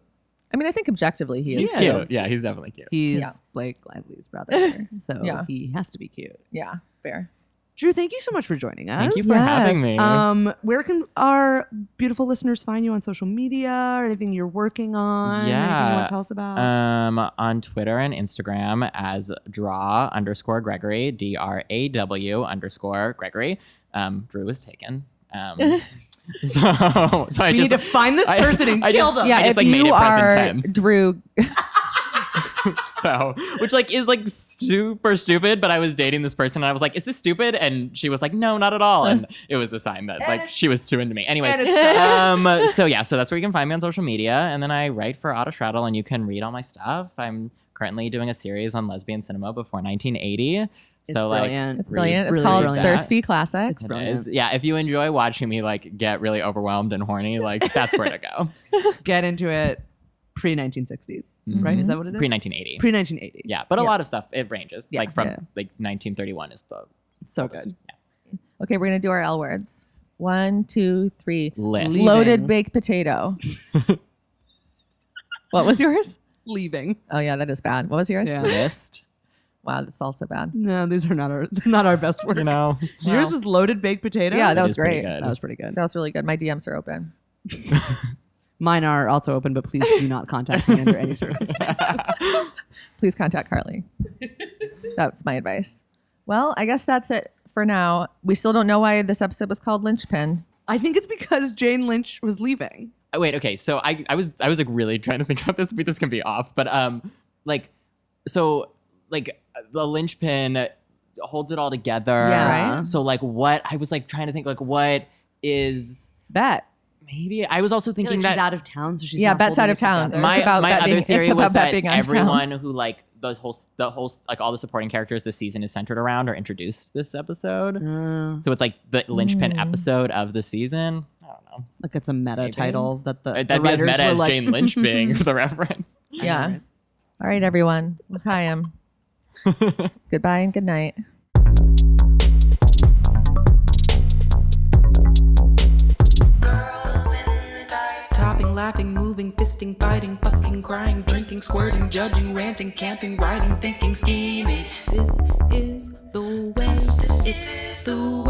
Speaker 2: I mean, I think objectively he is
Speaker 4: He's
Speaker 3: Yeah.
Speaker 2: cute.
Speaker 4: cute. Yeah, he's definitely cute.
Speaker 3: he's
Speaker 2: Yeah.
Speaker 3: Blake Lively's brother, so
Speaker 2: Yeah.
Speaker 3: he has to be cute.
Speaker 2: Yeah, fair.
Speaker 3: Drew, thank you so much for joining us.
Speaker 4: Thank you for
Speaker 2: Yes.
Speaker 4: having me.
Speaker 3: Um, where can our beautiful listeners find you on social media or anything you're working on? Anything you
Speaker 4: Yeah.
Speaker 3: want to tell us about?
Speaker 4: Um, on Twitter and Instagram as draw underscore Gregory, D R A W underscore Gregory. Um, Drew was taken. Um, so, so I
Speaker 3: we
Speaker 4: just
Speaker 3: need to find this
Speaker 4: I-
Speaker 3: person and
Speaker 4: I
Speaker 3: kill
Speaker 4: just-
Speaker 3: them.
Speaker 4: Yeah, I
Speaker 2: Yeah,
Speaker 4: just,
Speaker 2: if
Speaker 4: if like, made
Speaker 2: you
Speaker 4: you it present
Speaker 2: are
Speaker 4: are tense.
Speaker 2: Drew,
Speaker 4: so which like is like super stupid. But I was dating this person and I was like, "Is this stupid?" And she was like, "No, not at all." And it was a sign that like she was too into me. Anyways,
Speaker 3: Eh. And
Speaker 4: um, so yeah, so that's where you can find me on social media. And then I write for Auto Straddle, and you can read all my stuff. I'm currently doing a series on lesbian cinema before 1980.
Speaker 3: It's
Speaker 4: so like.
Speaker 3: brilliant.
Speaker 2: it's
Speaker 4: Really,
Speaker 2: brilliant. It's
Speaker 3: really
Speaker 2: called
Speaker 4: brilliant.
Speaker 2: Thirsty Classics.
Speaker 3: It's
Speaker 4: it
Speaker 3: brilliant.
Speaker 4: is. Yeah, if you enjoy watching me like get really overwhelmed and horny, like that's where to go.
Speaker 3: Get into it pre 1960s, right? Is that what it is?
Speaker 4: Pre 1980.
Speaker 3: Pre 1980.
Speaker 4: Mm-hmm. yeah, but a
Speaker 3: Yeah.
Speaker 4: lot of stuff it ranges.
Speaker 3: Yeah.
Speaker 4: like from
Speaker 3: Yeah.
Speaker 4: like 1931 is the
Speaker 3: So
Speaker 4: focus.
Speaker 3: good.
Speaker 2: Okay, we're gonna do our L words. One, two, three.
Speaker 4: list.
Speaker 3: Leaving.
Speaker 2: Loaded baked potato. what was yours?
Speaker 3: Leaving.
Speaker 2: Oh yeah, that is bad. What was yours?
Speaker 3: Yeah.
Speaker 4: list.
Speaker 2: Wow, that's also bad.
Speaker 3: No, these are not our not our best work.
Speaker 4: You know,
Speaker 3: Yours was loaded baked potato.
Speaker 2: Yeah, that
Speaker 4: It
Speaker 2: was
Speaker 4: is pretty
Speaker 2: great.
Speaker 4: good.
Speaker 3: that was pretty good.
Speaker 2: That was really good. My DMs are open.
Speaker 3: Mine are also open, but please do not contact me under any circumstance.
Speaker 2: Please contact Carly. that's my advice. Well, I guess that's it for now. We still don't know why this episode was called Lynchpin.
Speaker 3: I think it's because Jane Lynch was leaving.
Speaker 4: Oh, Wait, okay. So I, I was, I was like really trying to think about this, but this can be off. But um, like, so like the linchpin holds it all together.
Speaker 2: Yeah.
Speaker 3: Right.
Speaker 4: So like, what I was like trying to think like what is
Speaker 2: Bet.
Speaker 4: maybe I was also thinking that
Speaker 3: she's out of town, so she's
Speaker 2: Yeah,
Speaker 3: not
Speaker 2: Bet's
Speaker 3: holding
Speaker 2: out of
Speaker 3: it
Speaker 2: town.
Speaker 3: together.
Speaker 2: It's
Speaker 4: my,
Speaker 2: about
Speaker 4: my
Speaker 2: that being-
Speaker 4: other
Speaker 2: it's
Speaker 4: theory
Speaker 2: about
Speaker 4: was
Speaker 2: that
Speaker 4: that
Speaker 2: being on town.
Speaker 4: everyone who like the whole the whole like all the supporting characters this season is centered around or introduced this episode.
Speaker 3: Uh,
Speaker 4: So it's like the linchpin
Speaker 3: Hmm.
Speaker 2: Mm.
Speaker 4: episode of the season. I don't know.
Speaker 3: like it's a meta
Speaker 4: Maybe.
Speaker 3: title that the,
Speaker 4: That'd
Speaker 3: the
Speaker 4: be as
Speaker 3: writers
Speaker 4: meta
Speaker 3: were
Speaker 4: as
Speaker 3: like,
Speaker 4: Jane Lynch being the reference.
Speaker 2: Yeah. All right, everyone. L'chaim. Goodbye and good night.
Speaker 1: Topping, laughing, moving, fisting, fighting, fucking, crying, drinking, squirting, judging, ranting, camping, writing, thinking, scheming. This is the way. It's the Oh,